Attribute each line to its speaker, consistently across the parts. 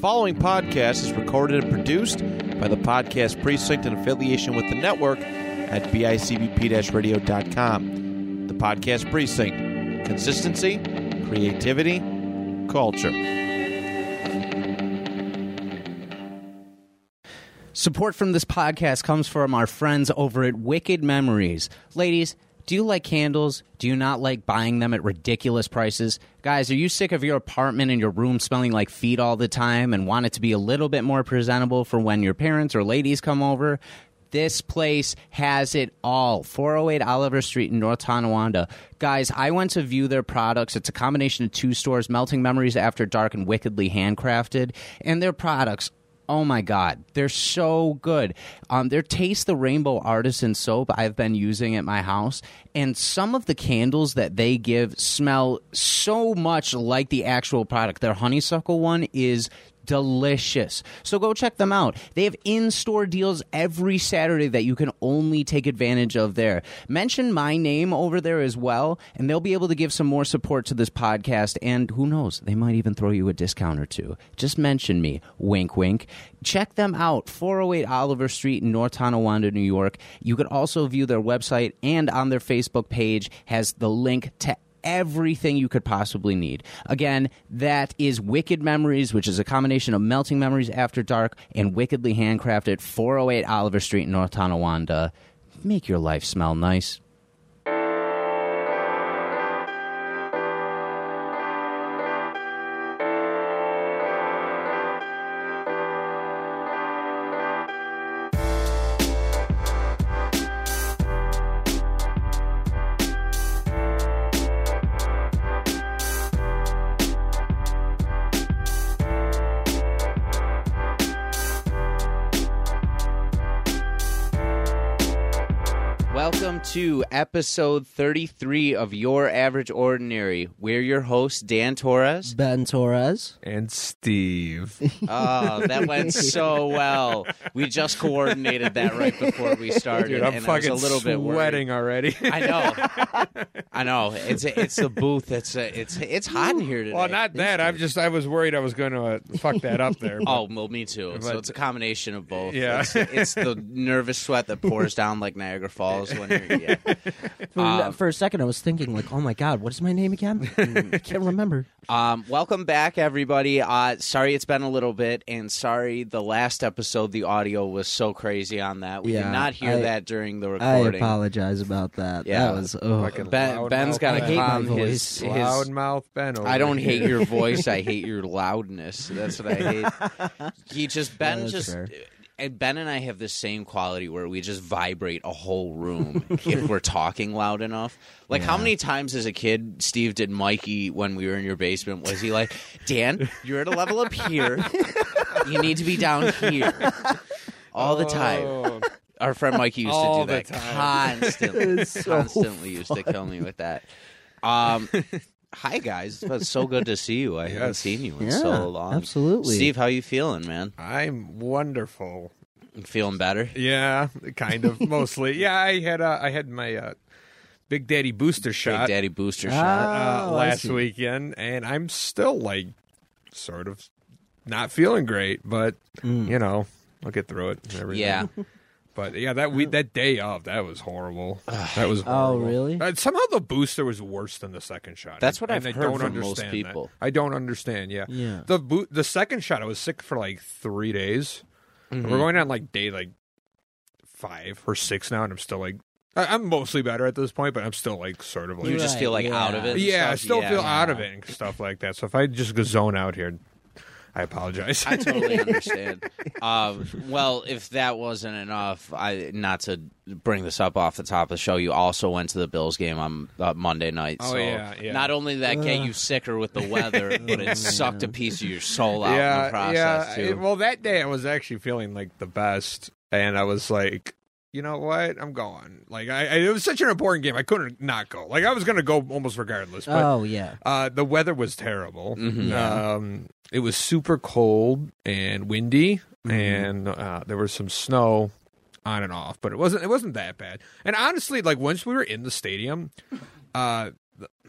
Speaker 1: following podcast is recorded and produced by the Podcast Precinct in affiliation with the network at bicbp radio.com. The Podcast Precinct consistency, creativity, culture.
Speaker 2: Support from this podcast comes from our friends over at Wicked Memories. Ladies, do you like candles? Do you not like buying them at ridiculous prices? Guys, are you sick of your apartment and your room smelling like feet all the time and want it to be a little bit more presentable for when your parents or ladies come over? This place has it all. 408 Oliver Street in North Tonawanda. Guys, I went to view their products. It's a combination of two stores, Melting Memories After Dark and Wickedly Handcrafted. And their products Oh my God, they're so good. Um, their Taste the Rainbow Artisan Soap I've been using at my house, and some of the candles that they give smell so much like the actual product. Their honeysuckle one is delicious. So go check them out. They have in-store deals every Saturday that you can only take advantage of there. Mention my name over there as well and they'll be able to give some more support to this podcast and who knows, they might even throw you a discount or two. Just mention me. Wink wink. Check them out. 408 Oliver Street in North Tonawanda, New York. You could also view their website and on their Facebook page has the link to everything you could possibly need. Again, that is Wicked Memories, which is a combination of Melting Memories After Dark and Wickedly Handcrafted 408 Oliver Street in North Tonawanda. Make your life smell nice. Welcome to episode 33 of Your Average Ordinary. We're your hosts, Dan Torres.
Speaker 3: Ben Torres.
Speaker 4: and Steve.
Speaker 1: Oh, that went so well. We just coordinated that right before we started.
Speaker 4: Dude, I'm
Speaker 1: and
Speaker 4: fucking
Speaker 1: I was a little bit worried.
Speaker 4: sweating already.
Speaker 1: I know. I know. It's it's the booth. It's a, it's it's hot in here today.
Speaker 4: well, not that. I'm just. I was worried I was going to uh, fuck that up there.
Speaker 1: Oh, well, me too. so
Speaker 4: But-
Speaker 1: it's a combination of both.
Speaker 4: Yeah.
Speaker 1: It's, it's the nervous sweat that pours down like Niagara Falls when you're. Yeah.
Speaker 3: For,
Speaker 4: Um,
Speaker 3: for a second, I was thinking, like, oh my God, what is my name again? I can't remember.
Speaker 1: Um, welcome back, everybody. Uh, sorry it's been a little bit, and sorry the last episode, the audio was so crazy on that. We did
Speaker 3: Yeah,
Speaker 1: not hear
Speaker 3: I-
Speaker 1: that during the
Speaker 3: I
Speaker 1: recording.
Speaker 3: apologize about that.
Speaker 1: Yeah.
Speaker 3: That was. Oh.
Speaker 4: Fucking
Speaker 1: Ben,
Speaker 4: loud
Speaker 1: Ben's
Speaker 4: mouth
Speaker 1: got
Speaker 3: I
Speaker 1: to
Speaker 3: hate my
Speaker 1: calm his,
Speaker 3: voice.
Speaker 1: his
Speaker 4: Loud mouth Ben. Over
Speaker 1: I don't hate
Speaker 4: here.
Speaker 1: your voice. I hate your loudness. That's what I hate. He just Ben
Speaker 3: that's
Speaker 1: just
Speaker 3: fair.
Speaker 1: and Ben and I have the same quality where we just vibrate a whole room if we're talking loud enough. Like how many times as a kid, Steve, did Mikey when we were in your basement? Was he like, Dan, you're at a level up here. You need to be down here. All the time.
Speaker 4: Oh.
Speaker 1: Our friend Mikey used to
Speaker 4: All
Speaker 1: do
Speaker 4: the
Speaker 1: that
Speaker 4: time.
Speaker 1: constantly.
Speaker 3: It's so
Speaker 1: constantly used to kill me with that. Um, hi guys, it's so good to see you. I haven't
Speaker 4: Yes.
Speaker 1: seen you in
Speaker 3: Yeah,
Speaker 1: so long.
Speaker 3: absolutely.
Speaker 1: Steve, how you feeling, man?
Speaker 4: I'm wonderful.
Speaker 1: Feeling better?
Speaker 4: Yeah, kind of mostly. Yeah, I had uh, I had my uh, Big Daddy booster shot
Speaker 1: Big Daddy Oh, booster shot.
Speaker 3: Ah,
Speaker 4: uh,
Speaker 3: I
Speaker 4: last
Speaker 3: see.
Speaker 4: weekend, and I'm still like sort of not feeling great, but you know I'll get through it. and everything.
Speaker 1: Mm. Yeah. Oh.
Speaker 4: But yeah, that we that day off that was horrible. That was
Speaker 3: Oh,
Speaker 4: horrible.
Speaker 3: really?
Speaker 4: Uh, somehow the booster was worse than the second shot.
Speaker 1: That's what
Speaker 4: And
Speaker 1: I've
Speaker 4: I
Speaker 1: heard
Speaker 4: don't
Speaker 1: from most
Speaker 4: understand that.
Speaker 1: people.
Speaker 4: I don't understand. Yeah,
Speaker 3: Yeah.
Speaker 4: The boot the second shot, I was sick for like three days. And
Speaker 1: Mm-hmm.
Speaker 4: We're going on like day like five or six now, and I'm still like I- I'm mostly better at this point, but I'm still like sort of like
Speaker 1: You just feel like
Speaker 3: Right,
Speaker 1: out of
Speaker 3: yeah.
Speaker 1: it. and
Speaker 4: yeah, I
Speaker 1: stuff?
Speaker 4: still
Speaker 1: Yeah.
Speaker 4: feel out of it and stuff like that. So if I just go zone out here, I apologize.
Speaker 1: I totally understand. Um, well, if that wasn't enough, I not to bring this up off the top of the show. You also went to the Bills game on uh, Monday night.
Speaker 4: Oh,
Speaker 1: so
Speaker 4: yeah, yeah.
Speaker 1: Not only did that get you sicker with the weather, but it sucked a piece of your soul out in the process
Speaker 4: yeah.
Speaker 1: too.
Speaker 4: Well, that day I was actually feeling like the best, and I was like, you know what, I'm going. Like, I, I it was such an important game, I couldn't not go. Like, I was gonna go almost regardless. But
Speaker 3: oh, yeah.
Speaker 4: uh, the weather was terrible. Um, it was super cold and windy, and uh, there was some snow on and off, but it wasn't it wasn't that bad. And honestly, like once we were in the stadium, uh,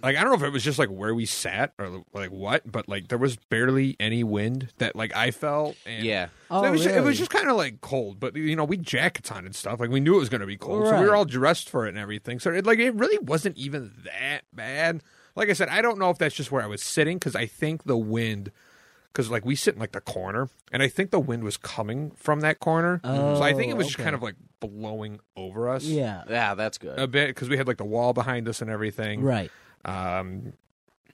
Speaker 4: like I don't know if it was just like where we sat or like what, but like there was barely any wind that like I felt. And
Speaker 1: Yeah.
Speaker 4: So it
Speaker 3: Oh,
Speaker 4: was just, it
Speaker 3: really?
Speaker 4: was just kind of like cold, but you know we had jackets on and stuff. Like we knew it was going to be cold, so we were
Speaker 3: Right.
Speaker 4: all dressed for it and everything. So it like it really wasn't even that bad. Like I said, I don't know if that's just where I was sitting because I think the wind. Because like we sit in like the corner, and I think the wind was coming from that corner, so I think it
Speaker 3: Oh,
Speaker 4: was just
Speaker 3: okay.
Speaker 4: kind of like blowing over us
Speaker 3: Yeah.
Speaker 1: Yeah, that's good.
Speaker 4: a bit because we had like the wall behind us and everything.
Speaker 3: Right.
Speaker 4: Um,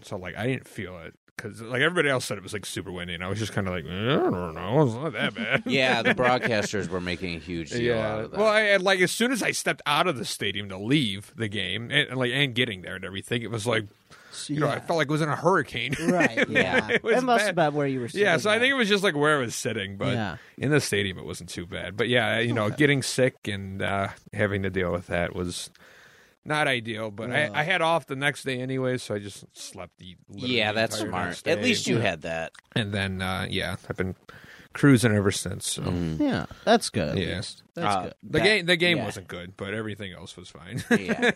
Speaker 4: so like I didn't feel it because like everybody else said it was like super windy, and I was just kind of like, "Eh, I don't know, it's not that bad.
Speaker 1: yeah, the broadcasters were making a huge deal out of that.
Speaker 4: Well, I, and, like as soon as I stepped out of the stadium to leave the game, and and, like and getting there and everything, it was like you know I felt like it was in a hurricane.
Speaker 3: Right. Yeah.
Speaker 4: It was
Speaker 3: must
Speaker 4: bad.
Speaker 3: have been where you were. Sitting
Speaker 4: Yeah, so I
Speaker 3: at.
Speaker 4: think it was just like where I was sitting, but
Speaker 3: Yeah.
Speaker 4: in the stadium it wasn't too bad. But yeah, you know, getting sick and uh, having to deal with that was not ideal. But I, I had off the next day anyway, so I just slept. The, literally
Speaker 1: yeah,
Speaker 4: the
Speaker 1: that's
Speaker 4: entire
Speaker 1: smart.
Speaker 4: next
Speaker 1: At
Speaker 4: day.
Speaker 1: least you had that.
Speaker 4: And then uh, yeah, I've been cruising ever since. So.
Speaker 1: Mm,
Speaker 3: Yeah, that's good. at
Speaker 4: Yeah.
Speaker 3: least. That's
Speaker 1: Uh,
Speaker 3: good.
Speaker 4: The game, the game
Speaker 3: yeah.
Speaker 4: wasn't good, but everything else was fine.
Speaker 1: Yeah.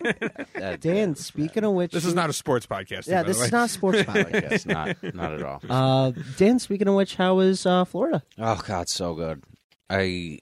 Speaker 1: That-
Speaker 3: Dan, speaking of which,
Speaker 4: this is not a sports podcast.
Speaker 3: Yeah,
Speaker 4: by
Speaker 3: this
Speaker 4: the way.
Speaker 3: is not a sports podcast.
Speaker 1: Yes, not not at all.
Speaker 3: Uh, Dan, speaking of which, how is uh, Florida?
Speaker 1: Oh God, so good. I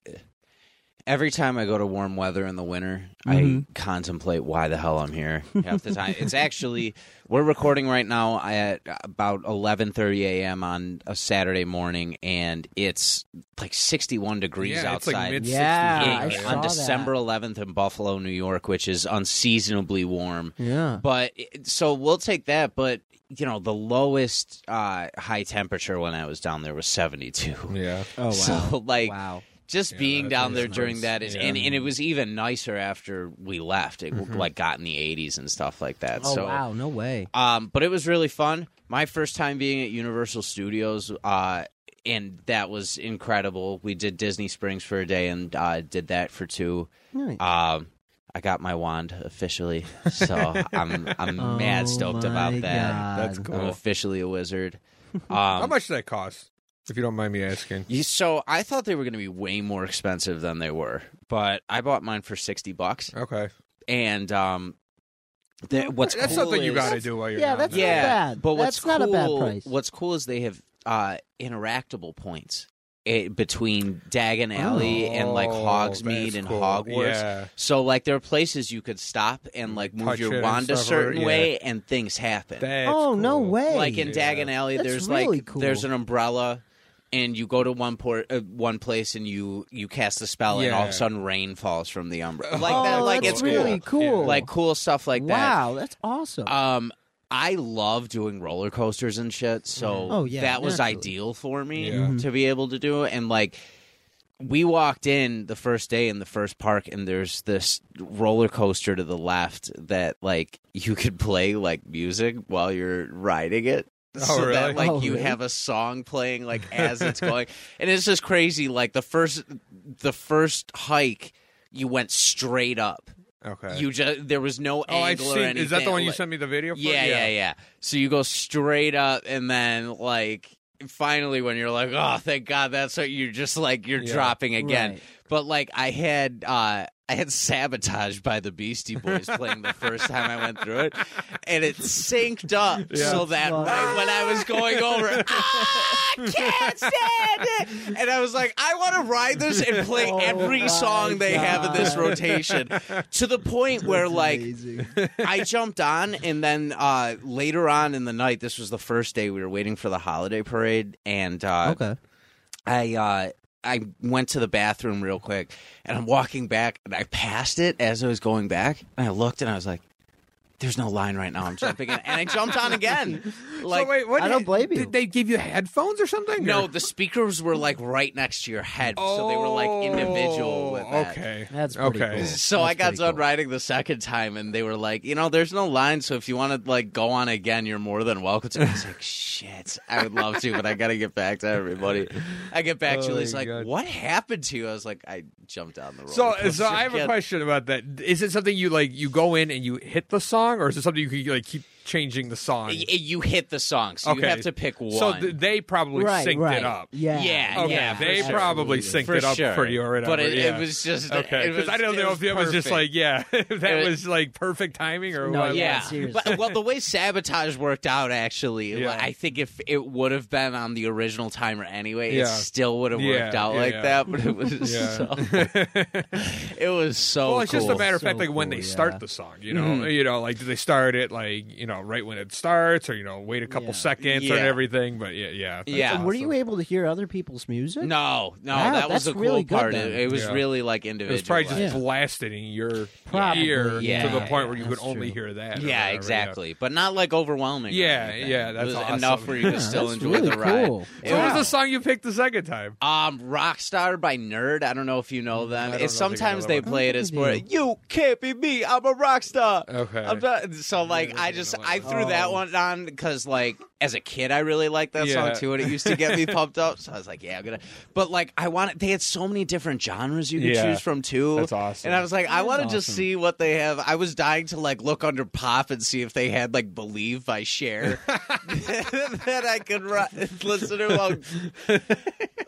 Speaker 1: every time I go to warm weather in the winter,
Speaker 4: Mm-hmm.
Speaker 1: I contemplate why the hell I'm here half the time. it's actually we're recording right now at about 11:30 a.m. on a Saturday morning, and it's like 61 degrees
Speaker 4: Yeah, it's
Speaker 1: outside.
Speaker 4: like mid
Speaker 3: Yeah, I
Speaker 1: Yeah,
Speaker 3: saw
Speaker 1: on
Speaker 3: that.
Speaker 1: December 11th in Buffalo, New York, which is unseasonably warm.
Speaker 3: Yeah.
Speaker 1: But it- so we'll take that. But you know, the lowest uh, high temperature when I was down there was 72.
Speaker 4: Yeah,
Speaker 3: Oh wow.
Speaker 1: So like,
Speaker 3: Wow.
Speaker 1: just being
Speaker 4: that
Speaker 1: down
Speaker 4: is
Speaker 1: there
Speaker 4: nice.
Speaker 1: during that is, and, and it was even nicer after we left. It like got in the 80s and stuff like that.
Speaker 3: Mm-hmm. Oh
Speaker 1: so
Speaker 3: wow. No way.
Speaker 1: um, but it was really fun. My first time being at Universal Studios, uh, and that was incredible. We did Disney Springs for a day and uh, did that for two.
Speaker 3: Nice.
Speaker 1: Um, I got my wand officially, so I'm I'm mad stoked
Speaker 3: Oh,
Speaker 1: about
Speaker 3: my
Speaker 1: that.
Speaker 3: God.
Speaker 4: That's cool.
Speaker 1: I'm officially a wizard.
Speaker 4: How
Speaker 1: Um,
Speaker 4: much did that cost? If you don't mind me asking.
Speaker 1: you- so I thought they were going to be way more expensive than they were, but I bought mine for sixty bucks.
Speaker 4: Okay,
Speaker 1: And um, that, what's
Speaker 4: that's
Speaker 1: cool
Speaker 4: something you
Speaker 1: is-
Speaker 4: got to do while you're
Speaker 3: yeah,
Speaker 4: down
Speaker 3: that's
Speaker 4: there.
Speaker 3: not
Speaker 1: yeah,
Speaker 3: bad.
Speaker 1: But what's
Speaker 3: That's not a
Speaker 1: cool,
Speaker 3: bad price.
Speaker 1: What's cool is they have uh, interactable points eh, between Dagon Alley and like
Speaker 4: Oh,
Speaker 1: Hogsmeade
Speaker 4: that's
Speaker 1: and
Speaker 4: cool.
Speaker 1: Hogwarts.
Speaker 4: Yeah.
Speaker 1: So like there are places you could stop and like move
Speaker 4: Touch it
Speaker 1: your
Speaker 4: and
Speaker 1: wand a
Speaker 4: stuff, or-
Speaker 1: certain
Speaker 4: yeah.
Speaker 1: way and things happen.
Speaker 4: That's
Speaker 3: oh no
Speaker 4: cool.
Speaker 3: way.
Speaker 1: like in Dagon Alley,
Speaker 3: That's
Speaker 1: there's
Speaker 3: really
Speaker 1: like
Speaker 3: cool.
Speaker 1: there's an umbrella. And you go to one port, uh, one place, and you you cast a spell, and all of
Speaker 4: Yeah.
Speaker 1: a sudden rain falls from the umbrella. Like
Speaker 3: oh,
Speaker 1: that, like it's
Speaker 3: that's really
Speaker 1: cool.
Speaker 3: cool.
Speaker 4: Yeah.
Speaker 1: like cool stuff like that.
Speaker 3: wow, that's awesome.
Speaker 1: Um, I love doing roller coasters and shit, so
Speaker 3: Oh, yeah,
Speaker 1: that was
Speaker 3: naturally. Mm-hmm.
Speaker 1: ideal for me
Speaker 4: Yeah. Mhm.
Speaker 1: to be able to do. it. And like, we walked in the first day in the first park, and there's this roller coaster to the left that like you could play like music while you're riding it.
Speaker 4: Oh,
Speaker 1: so
Speaker 4: really?
Speaker 1: that like
Speaker 3: Oh,
Speaker 1: you
Speaker 3: really?
Speaker 1: have a song playing like as it's going, and it's just crazy. Like the first, the first hike, you went straight up.
Speaker 4: Okay.
Speaker 1: You just there was no
Speaker 4: oh, I've
Speaker 1: angle or
Speaker 4: seen.
Speaker 1: anything.
Speaker 4: Is that the one you
Speaker 1: Like-
Speaker 4: sent me the video? For?
Speaker 1: yeah, yeah, yeah. So you go straight up, and then like finally, when you're like, oh, thank God, that's what you're just like you're
Speaker 4: Yeah.
Speaker 1: dropping again.
Speaker 3: Right.
Speaker 1: But like I had, uh I had sabotage by the Beastie Boys playing the first time I went through it, and it synced up
Speaker 4: Yeah.
Speaker 1: so that
Speaker 3: Wow.
Speaker 1: right when I was going over, "Ah, I can't stand it, and I was like, I want to ride this and play
Speaker 3: Oh my
Speaker 1: every song they have in this
Speaker 3: God.
Speaker 1: rotation to the point where like. I jumped on, and then uh, later on in the night, this was the first day we were waiting for the holiday parade, and uh,
Speaker 3: okay.
Speaker 1: I uh, I went to the bathroom real quick, and I'm walking back, and I passed it as I was going back, and I looked, and I was like, "There's no line right now." I'm jumping in, and I jumped on again. Like,
Speaker 4: so wait, what
Speaker 3: I don't blame you.
Speaker 4: Did they give you headphones or something?
Speaker 1: no,
Speaker 4: or-
Speaker 1: the speakers were like right next to your head, so they were like individual. With
Speaker 4: Oh,
Speaker 1: that.
Speaker 4: Okay.
Speaker 3: That's pretty
Speaker 4: okay.
Speaker 3: cool.
Speaker 1: So I
Speaker 3: That's
Speaker 1: got
Speaker 3: pretty
Speaker 1: done
Speaker 3: cool.
Speaker 1: riding the second time, and they were like, you know, there's no line, so if you want to like go on again, you're more than welcome to. I was like, shit, I would love to, but I gotta get back to everybody. I get back,
Speaker 4: Oh,
Speaker 1: Julie's
Speaker 4: my
Speaker 1: like,
Speaker 4: God.
Speaker 1: what happened to you? I was like, I jumped on the roller.
Speaker 4: So,
Speaker 1: coaster
Speaker 4: so I have a
Speaker 1: again."
Speaker 4: question about that. Is it something you like? You go in and you hit the song, or is it something you can like keep changing the song.
Speaker 1: Y- You hit the song, so you have to pick one.
Speaker 4: So th- they probably
Speaker 3: right,
Speaker 4: synced
Speaker 3: right.
Speaker 4: it up.
Speaker 3: Yeah,
Speaker 1: Yeah,
Speaker 4: Okay,
Speaker 1: yeah, for
Speaker 4: they
Speaker 1: sure.
Speaker 4: probably synced
Speaker 1: for
Speaker 4: it up
Speaker 1: sure.
Speaker 4: pretty or whatever.
Speaker 1: But it,
Speaker 4: yeah.
Speaker 1: it was just
Speaker 4: okay.
Speaker 1: it was-
Speaker 4: I don't
Speaker 1: it
Speaker 4: know
Speaker 1: was
Speaker 4: if it was just
Speaker 1: perfect.
Speaker 4: like yeah, if that
Speaker 1: It-
Speaker 4: was, like perfect timing or
Speaker 3: No,
Speaker 4: what.
Speaker 1: yeah,
Speaker 3: seriously.
Speaker 1: but well, the way sabotage worked out, actually,
Speaker 4: Yeah.
Speaker 1: I think if it would have been on the original timer anyway,
Speaker 4: Yeah.
Speaker 1: it still would have
Speaker 4: Yeah,
Speaker 1: worked out
Speaker 4: yeah,
Speaker 1: like
Speaker 4: yeah.
Speaker 1: that. But it was
Speaker 4: Yeah.
Speaker 1: so, it was so.
Speaker 4: Well, it's just
Speaker 1: cool. Mm-hmm.
Speaker 4: a matter of
Speaker 3: So
Speaker 4: fact, like when
Speaker 3: cool,
Speaker 4: they start
Speaker 3: yeah.
Speaker 4: the song, you know, you know, like do they start it like you know right when it starts, or you know wait a couple
Speaker 3: Yeah.
Speaker 4: seconds
Speaker 1: Yeah.
Speaker 4: and everything? But yeah, yeah, that's
Speaker 1: Yeah.
Speaker 3: And were you
Speaker 4: awesome.
Speaker 3: able to hear other people's music?
Speaker 1: No, no,
Speaker 3: Wow,
Speaker 1: that was
Speaker 3: that's
Speaker 1: the cool
Speaker 3: really good
Speaker 1: part.
Speaker 3: then.
Speaker 1: It, it was
Speaker 4: Yeah.
Speaker 1: really like
Speaker 4: It
Speaker 1: individual.
Speaker 4: was probably just
Speaker 3: Yeah.
Speaker 4: blasted in your
Speaker 3: Probably,
Speaker 4: ear
Speaker 1: yeah.
Speaker 4: to the point where you could
Speaker 3: That's
Speaker 4: only
Speaker 3: true.
Speaker 4: hear that. or
Speaker 1: yeah,
Speaker 4: whatever,
Speaker 1: exactly, but not like overwhelming. or
Speaker 4: Yeah,
Speaker 1: anything.
Speaker 4: yeah, that's
Speaker 1: it was
Speaker 4: awesome.
Speaker 1: enough where you could still
Speaker 3: that's
Speaker 1: enjoy
Speaker 3: really
Speaker 1: the ride.
Speaker 3: cool.
Speaker 4: So what was the song you picked the second time?
Speaker 1: Um, Rockstar by Nerd. I don't know if you know them.
Speaker 4: Mm, I don't know if
Speaker 1: It's
Speaker 4: I
Speaker 1: sometimes
Speaker 4: know
Speaker 1: they
Speaker 4: that one.
Speaker 1: play it as for you can't be me. I'm a rock star.
Speaker 4: Okay.
Speaker 1: I'm not, so like I
Speaker 4: I
Speaker 1: just
Speaker 4: know that Oh.
Speaker 1: I threw that one on because like as a kid I really liked that
Speaker 4: Yeah.
Speaker 1: song too, and it used to get me pumped up. So I was like, yeah, I'm gonna. But like I wanted, they had so many different genres you could
Speaker 4: Yeah.
Speaker 1: choose from too.
Speaker 4: That's awesome.
Speaker 1: And I was like, I want to just
Speaker 3: awesome.
Speaker 1: see what they have. I was dying to like look under pop and see if they had like Believe by Cher that I could ri- listen to while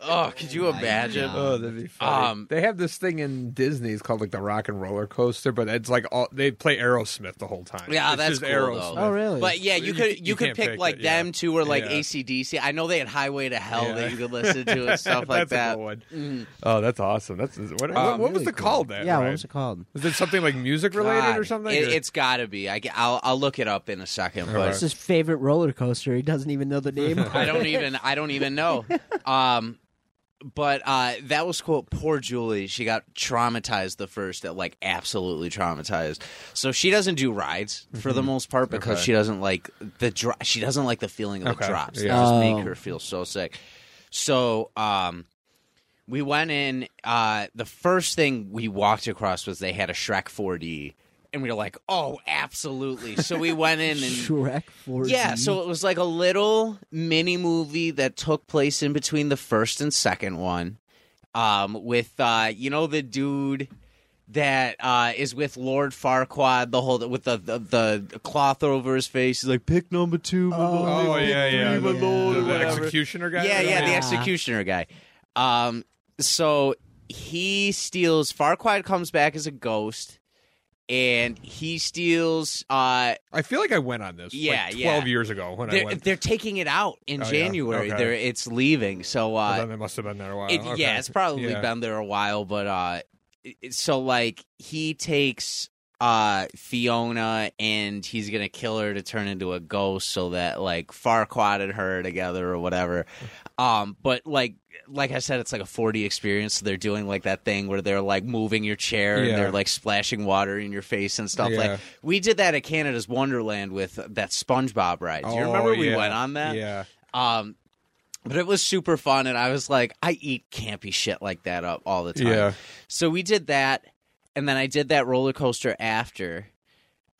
Speaker 1: Oh, could you imagine?
Speaker 4: Oh, that'd be
Speaker 1: funny.
Speaker 4: funny.
Speaker 1: Um,
Speaker 4: they have this thing in Disney. It's called like the Rock and Roller Coaster, but it's like all they play Aerosmith the whole time.
Speaker 1: Yeah,
Speaker 4: It's
Speaker 1: that's
Speaker 4: just
Speaker 1: cool,
Speaker 4: Aerosmith.
Speaker 1: though.
Speaker 3: Oh, really?
Speaker 1: But yeah, you
Speaker 4: You-
Speaker 1: could you,
Speaker 4: you
Speaker 1: could
Speaker 4: can't
Speaker 1: pick
Speaker 4: pick
Speaker 1: like
Speaker 4: it,
Speaker 1: them
Speaker 4: yeah.
Speaker 1: two or like
Speaker 4: Yeah.
Speaker 1: ACDC. I know they had Highway to Hell
Speaker 4: Yeah.
Speaker 1: that you could listen to and stuff like
Speaker 4: that's a
Speaker 1: that. Mm-hmm.
Speaker 4: cool one. Oh, that's awesome. That's
Speaker 1: Um,
Speaker 4: what, what, what was
Speaker 3: Really
Speaker 4: the
Speaker 3: cool.
Speaker 4: call then?
Speaker 3: Yeah,
Speaker 4: Ryan?
Speaker 3: what was it called?
Speaker 4: Was it something like music related
Speaker 1: God,
Speaker 4: or something?
Speaker 1: It,
Speaker 4: or-
Speaker 1: has got to be. I, will I'll look it up in a second, but
Speaker 4: right.
Speaker 3: It's his favorite roller coaster. He doesn't even know the name.
Speaker 1: I don't even I don't even know. Um but uh that was cool. Poor Julie, she got traumatized the first like absolutely traumatized. So she doesn't do rides for the most part because
Speaker 4: Mm-hmm. Okay.
Speaker 1: she doesn't like the dro- she doesn't like the feeling of the
Speaker 4: Okay.
Speaker 1: drops.
Speaker 4: Yeah.
Speaker 1: They just
Speaker 3: Oh.
Speaker 1: make her feel so sick. So um we went in uh the first thing we walked across was they had a Shrek 4D and we were like, "Oh, absolutely." So we went in and
Speaker 3: Shrek 4D.
Speaker 1: yeah, so it was like a little mini movie that took place in between the first and second one, um, with uh, you know the dude that uh, is with Lord Farquaad the whole with the, the the cloth over his face. He's like, pick number two. my lord,
Speaker 4: Oh
Speaker 1: pick
Speaker 4: yeah,
Speaker 1: number three,
Speaker 4: yeah.
Speaker 1: my
Speaker 4: The-
Speaker 1: lord," or
Speaker 4: the
Speaker 1: whatever.
Speaker 4: executioner guy.
Speaker 1: Yeah, yeah, the
Speaker 3: Yeah.
Speaker 1: executioner guy. Um, so he steals. Farquaad comes back as a ghost, and he steals. Uh,
Speaker 4: I feel like I went on this.
Speaker 1: Yeah,
Speaker 4: like
Speaker 1: yeah.
Speaker 4: twelve years ago when I
Speaker 1: they're,
Speaker 4: went.
Speaker 1: they're taking it out in
Speaker 4: Oh, yeah.
Speaker 1: January.
Speaker 4: Okay.
Speaker 1: They're, it's leaving. So
Speaker 4: Well,
Speaker 1: uh,
Speaker 4: then it must have been there a while.
Speaker 1: it,
Speaker 4: Okay.
Speaker 1: yeah, it's probably
Speaker 4: Yeah.
Speaker 1: been there a while. But uh, it- it- so like he takes uh Fiona and he's gonna kill her to turn into a ghost so that like Farquaad and her together or whatever. Um, but like. Like I said, it's like a 4D experience. So they're doing like that thing where they're like moving your chair
Speaker 4: Yeah.
Speaker 1: and they're like splashing water in your face and stuff.
Speaker 4: Yeah.
Speaker 1: Like we did that at Canada's Wonderland with that SpongeBob ride. Do you remember
Speaker 4: Oh,
Speaker 1: we
Speaker 4: yeah,
Speaker 1: went on that?
Speaker 4: Yeah.
Speaker 1: Um, but it was super fun, and I was like, I eat campy shit like that up all the time.
Speaker 4: Yeah.
Speaker 1: So we did that, and then I did that roller coaster after.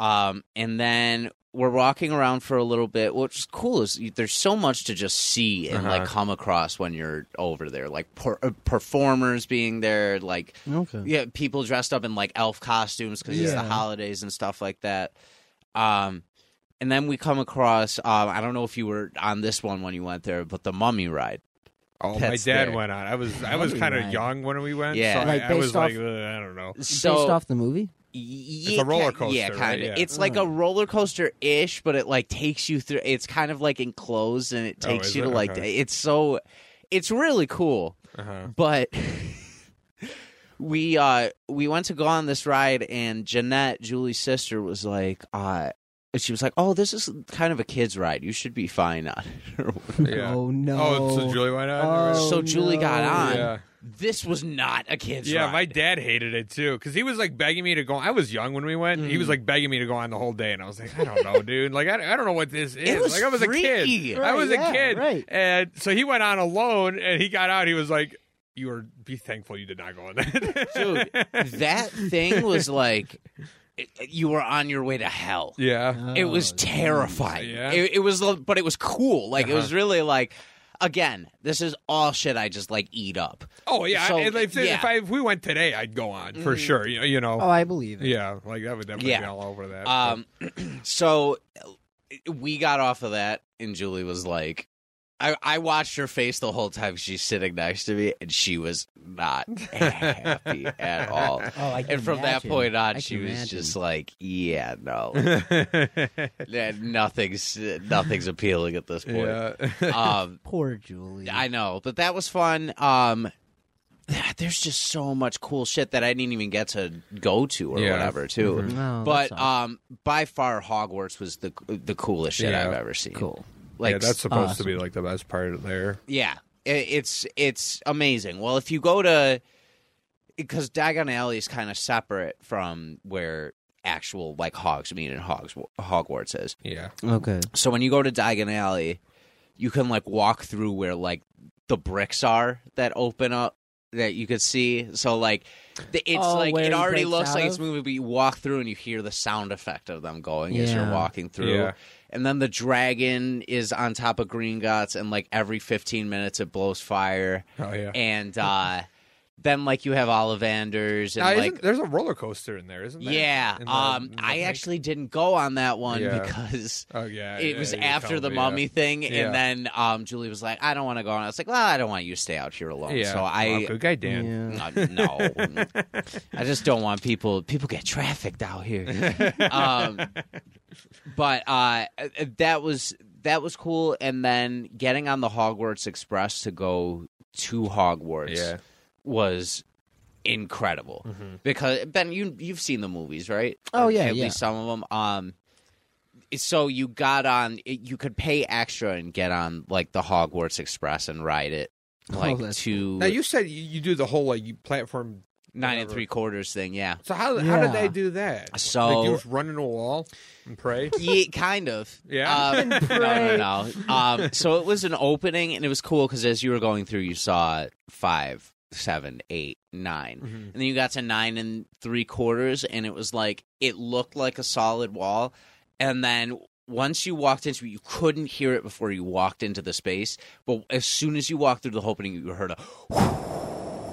Speaker 1: Um, and then we're walking around for a little bit. What's cool is you- there's so much to just see and like come across when you're over there, like per- uh, performers being there, like
Speaker 3: Okay.
Speaker 1: yeah, people dressed up in like elf costumes because it's the
Speaker 3: Yeah.
Speaker 1: holidays and stuff like that. Um, and then we come across. Um, I don't know if you were on this one when you went there, but the Mummy ride.
Speaker 4: Oh, my
Speaker 1: That's
Speaker 4: dad
Speaker 1: there.
Speaker 4: went on. I was I was
Speaker 3: Mummy
Speaker 4: kind of
Speaker 3: ride.
Speaker 4: young when we went.
Speaker 1: Yeah.
Speaker 4: so
Speaker 3: Like,
Speaker 4: I, I
Speaker 3: based
Speaker 4: was
Speaker 3: off-
Speaker 4: like, uh, I don't know.
Speaker 1: So
Speaker 3: Based off the movie?
Speaker 1: it's
Speaker 4: a roller coaster,
Speaker 1: Yeah,
Speaker 4: right?
Speaker 1: kind of.
Speaker 4: Yeah.
Speaker 1: It's like
Speaker 3: Mm.
Speaker 1: a roller coaster ish, but it like takes you through. It's kind of like enclosed, and it
Speaker 4: Oh,
Speaker 1: takes
Speaker 4: is
Speaker 1: you
Speaker 4: it?
Speaker 1: to like.
Speaker 4: Okay.
Speaker 1: It's so. It's really cool.
Speaker 4: Uh-huh.
Speaker 1: but we uh we went to go on this ride and Jeanette, Julie's sister, was like, uh she was like, Oh, this is kind of a kid's ride. You should be fine on it. or whatever.
Speaker 4: Yeah.
Speaker 3: Oh, no.
Speaker 4: Oh, so Julie went on.
Speaker 3: Oh,
Speaker 1: so Julie got
Speaker 3: no.
Speaker 1: on.
Speaker 4: Yeah.
Speaker 1: This was not a kid's
Speaker 4: yeah,
Speaker 1: ride.
Speaker 4: my dad hated it too because he was like begging me to go. I was young when we went. He
Speaker 1: Mm.
Speaker 4: was like begging me to go on the whole day, and I was like, I don't know, dude. Like, I, I don't know what this is.
Speaker 1: was
Speaker 4: like, I was a
Speaker 1: freaky.
Speaker 4: kid. I
Speaker 3: Right,
Speaker 4: was
Speaker 3: yeah,
Speaker 4: a kid,
Speaker 3: right.
Speaker 4: And so he went on alone, and he got out. He was like, "You are be thankful you did not go on that."
Speaker 1: Dude, that thing was like it- you were on your way to hell.
Speaker 4: yeah,
Speaker 1: It was terrifying.
Speaker 4: Yeah. Uh-huh.
Speaker 1: It, it was, but it was cool. Like it was really like, again, this is all shit I just like eat up.
Speaker 4: Oh yeah,
Speaker 1: So,
Speaker 4: I, if, if
Speaker 1: yeah. Mm-hmm. Oh.
Speaker 4: I, if we went today, I'd go on for sure. You, you know,
Speaker 3: Oh, I believe it.
Speaker 1: Um,
Speaker 4: yeah, like that would definitely
Speaker 1: Yeah.
Speaker 4: be all over that.
Speaker 1: Um, so we got off of that, and Julie was like, I, I watched her face the whole time she's sitting next to me, and she was not happy at all.
Speaker 3: Oh, I can
Speaker 1: And from
Speaker 3: imagine.
Speaker 1: that point
Speaker 3: I
Speaker 1: on,
Speaker 3: can
Speaker 1: she was
Speaker 3: imagine.
Speaker 1: just like, "Yeah, no, Yeah, nothing's nothing's appealing at this point."
Speaker 4: yeah.
Speaker 1: Um,
Speaker 3: poor Julie.
Speaker 1: I know, but that was fun. Um, there's just so much cool shit that I didn't even get to go to or
Speaker 4: Yeah. Mm-hmm.
Speaker 1: whatever, too.
Speaker 3: Oh,
Speaker 1: but
Speaker 3: that sucks.
Speaker 1: um, by far, Hogwarts was the the coolest shit
Speaker 4: Yeah.
Speaker 1: I've ever seen.
Speaker 3: Cool.
Speaker 1: like uh,
Speaker 4: yeah, that's supposed to be like the best part of there.
Speaker 1: yeah, i- it's it's amazing. Well, if you go to because Diagon Alley is kind of separate from where actual like Hogsmeade and Hogs, Hogwarts is.
Speaker 4: Yeah.
Speaker 3: okay.
Speaker 1: So when you go to Diagon Alley, you can like walk through where like the bricks are that open up that you could see. So like the, it's
Speaker 3: Oh,
Speaker 1: like
Speaker 3: where
Speaker 1: it
Speaker 3: he
Speaker 1: already
Speaker 3: breaks
Speaker 1: looks
Speaker 3: out
Speaker 1: like it's
Speaker 3: of?
Speaker 1: moving, but you walk through and you hear the sound effect of them going as you're
Speaker 3: Yeah.
Speaker 1: walking through.
Speaker 4: Yeah.
Speaker 1: And then the dragon is on top of Gringotts, and like every 15 minutes it blows fire.
Speaker 4: Oh yeah.
Speaker 1: And uh, then like you have Ollivanders and
Speaker 4: Now,
Speaker 1: like
Speaker 4: isn't- there's a roller coaster in there, isn't there?
Speaker 1: yeah.
Speaker 4: In the-
Speaker 1: Um,
Speaker 4: in the
Speaker 1: I
Speaker 4: thing?
Speaker 1: actually didn't go on that one
Speaker 4: Yeah.
Speaker 1: because
Speaker 4: Oh yeah.
Speaker 1: it
Speaker 4: yeah,
Speaker 1: was
Speaker 4: you
Speaker 1: after
Speaker 4: told
Speaker 1: the
Speaker 4: me, yeah.
Speaker 1: mummy thing,
Speaker 4: Yeah.
Speaker 1: and then um, Julie was like, "I don't want to go," and I was like, "Well, I don't want you to stay out here alone."
Speaker 4: Yeah.
Speaker 1: So
Speaker 4: Well,
Speaker 1: I,
Speaker 4: good guy Dan.
Speaker 3: Yeah.
Speaker 1: Uh, no, I just don't want people. People get trafficked out here. um, but uh, that was that was cool, and then getting on the Hogwarts Express to go to Hogwarts
Speaker 4: Yeah.
Speaker 1: was incredible because Ben, you you've seen the movies, right?
Speaker 3: Mm-hmm. Oh,
Speaker 1: Or
Speaker 3: yeah,
Speaker 1: at
Speaker 3: yeah.
Speaker 1: least some of them. Um, so you got on, you could pay extra and get on like the Hogwarts Express and ride it
Speaker 3: Oh,
Speaker 1: like
Speaker 3: that's
Speaker 1: to
Speaker 4: Now you said you, you do the whole like you platform.
Speaker 1: nine and
Speaker 4: whatever.
Speaker 1: three quarters thing. Yeah,
Speaker 4: So how how did
Speaker 3: Yeah.
Speaker 4: they do that?
Speaker 1: So-
Speaker 4: like you just run in a wall and pray.
Speaker 1: yeah, kind of.
Speaker 4: Yeah?
Speaker 1: Um, no, no, no. Um, so it was an opening, and it was cool because as you were going through, you saw five, seven, eight, nine,
Speaker 4: Mm-hmm.
Speaker 1: and then you got to nine and three quarters, and it was like it looked like a solid wall, and then. Once you walked into it, you couldn't hear it before you walked into the space. But as soon as you walked through the opening, you heard a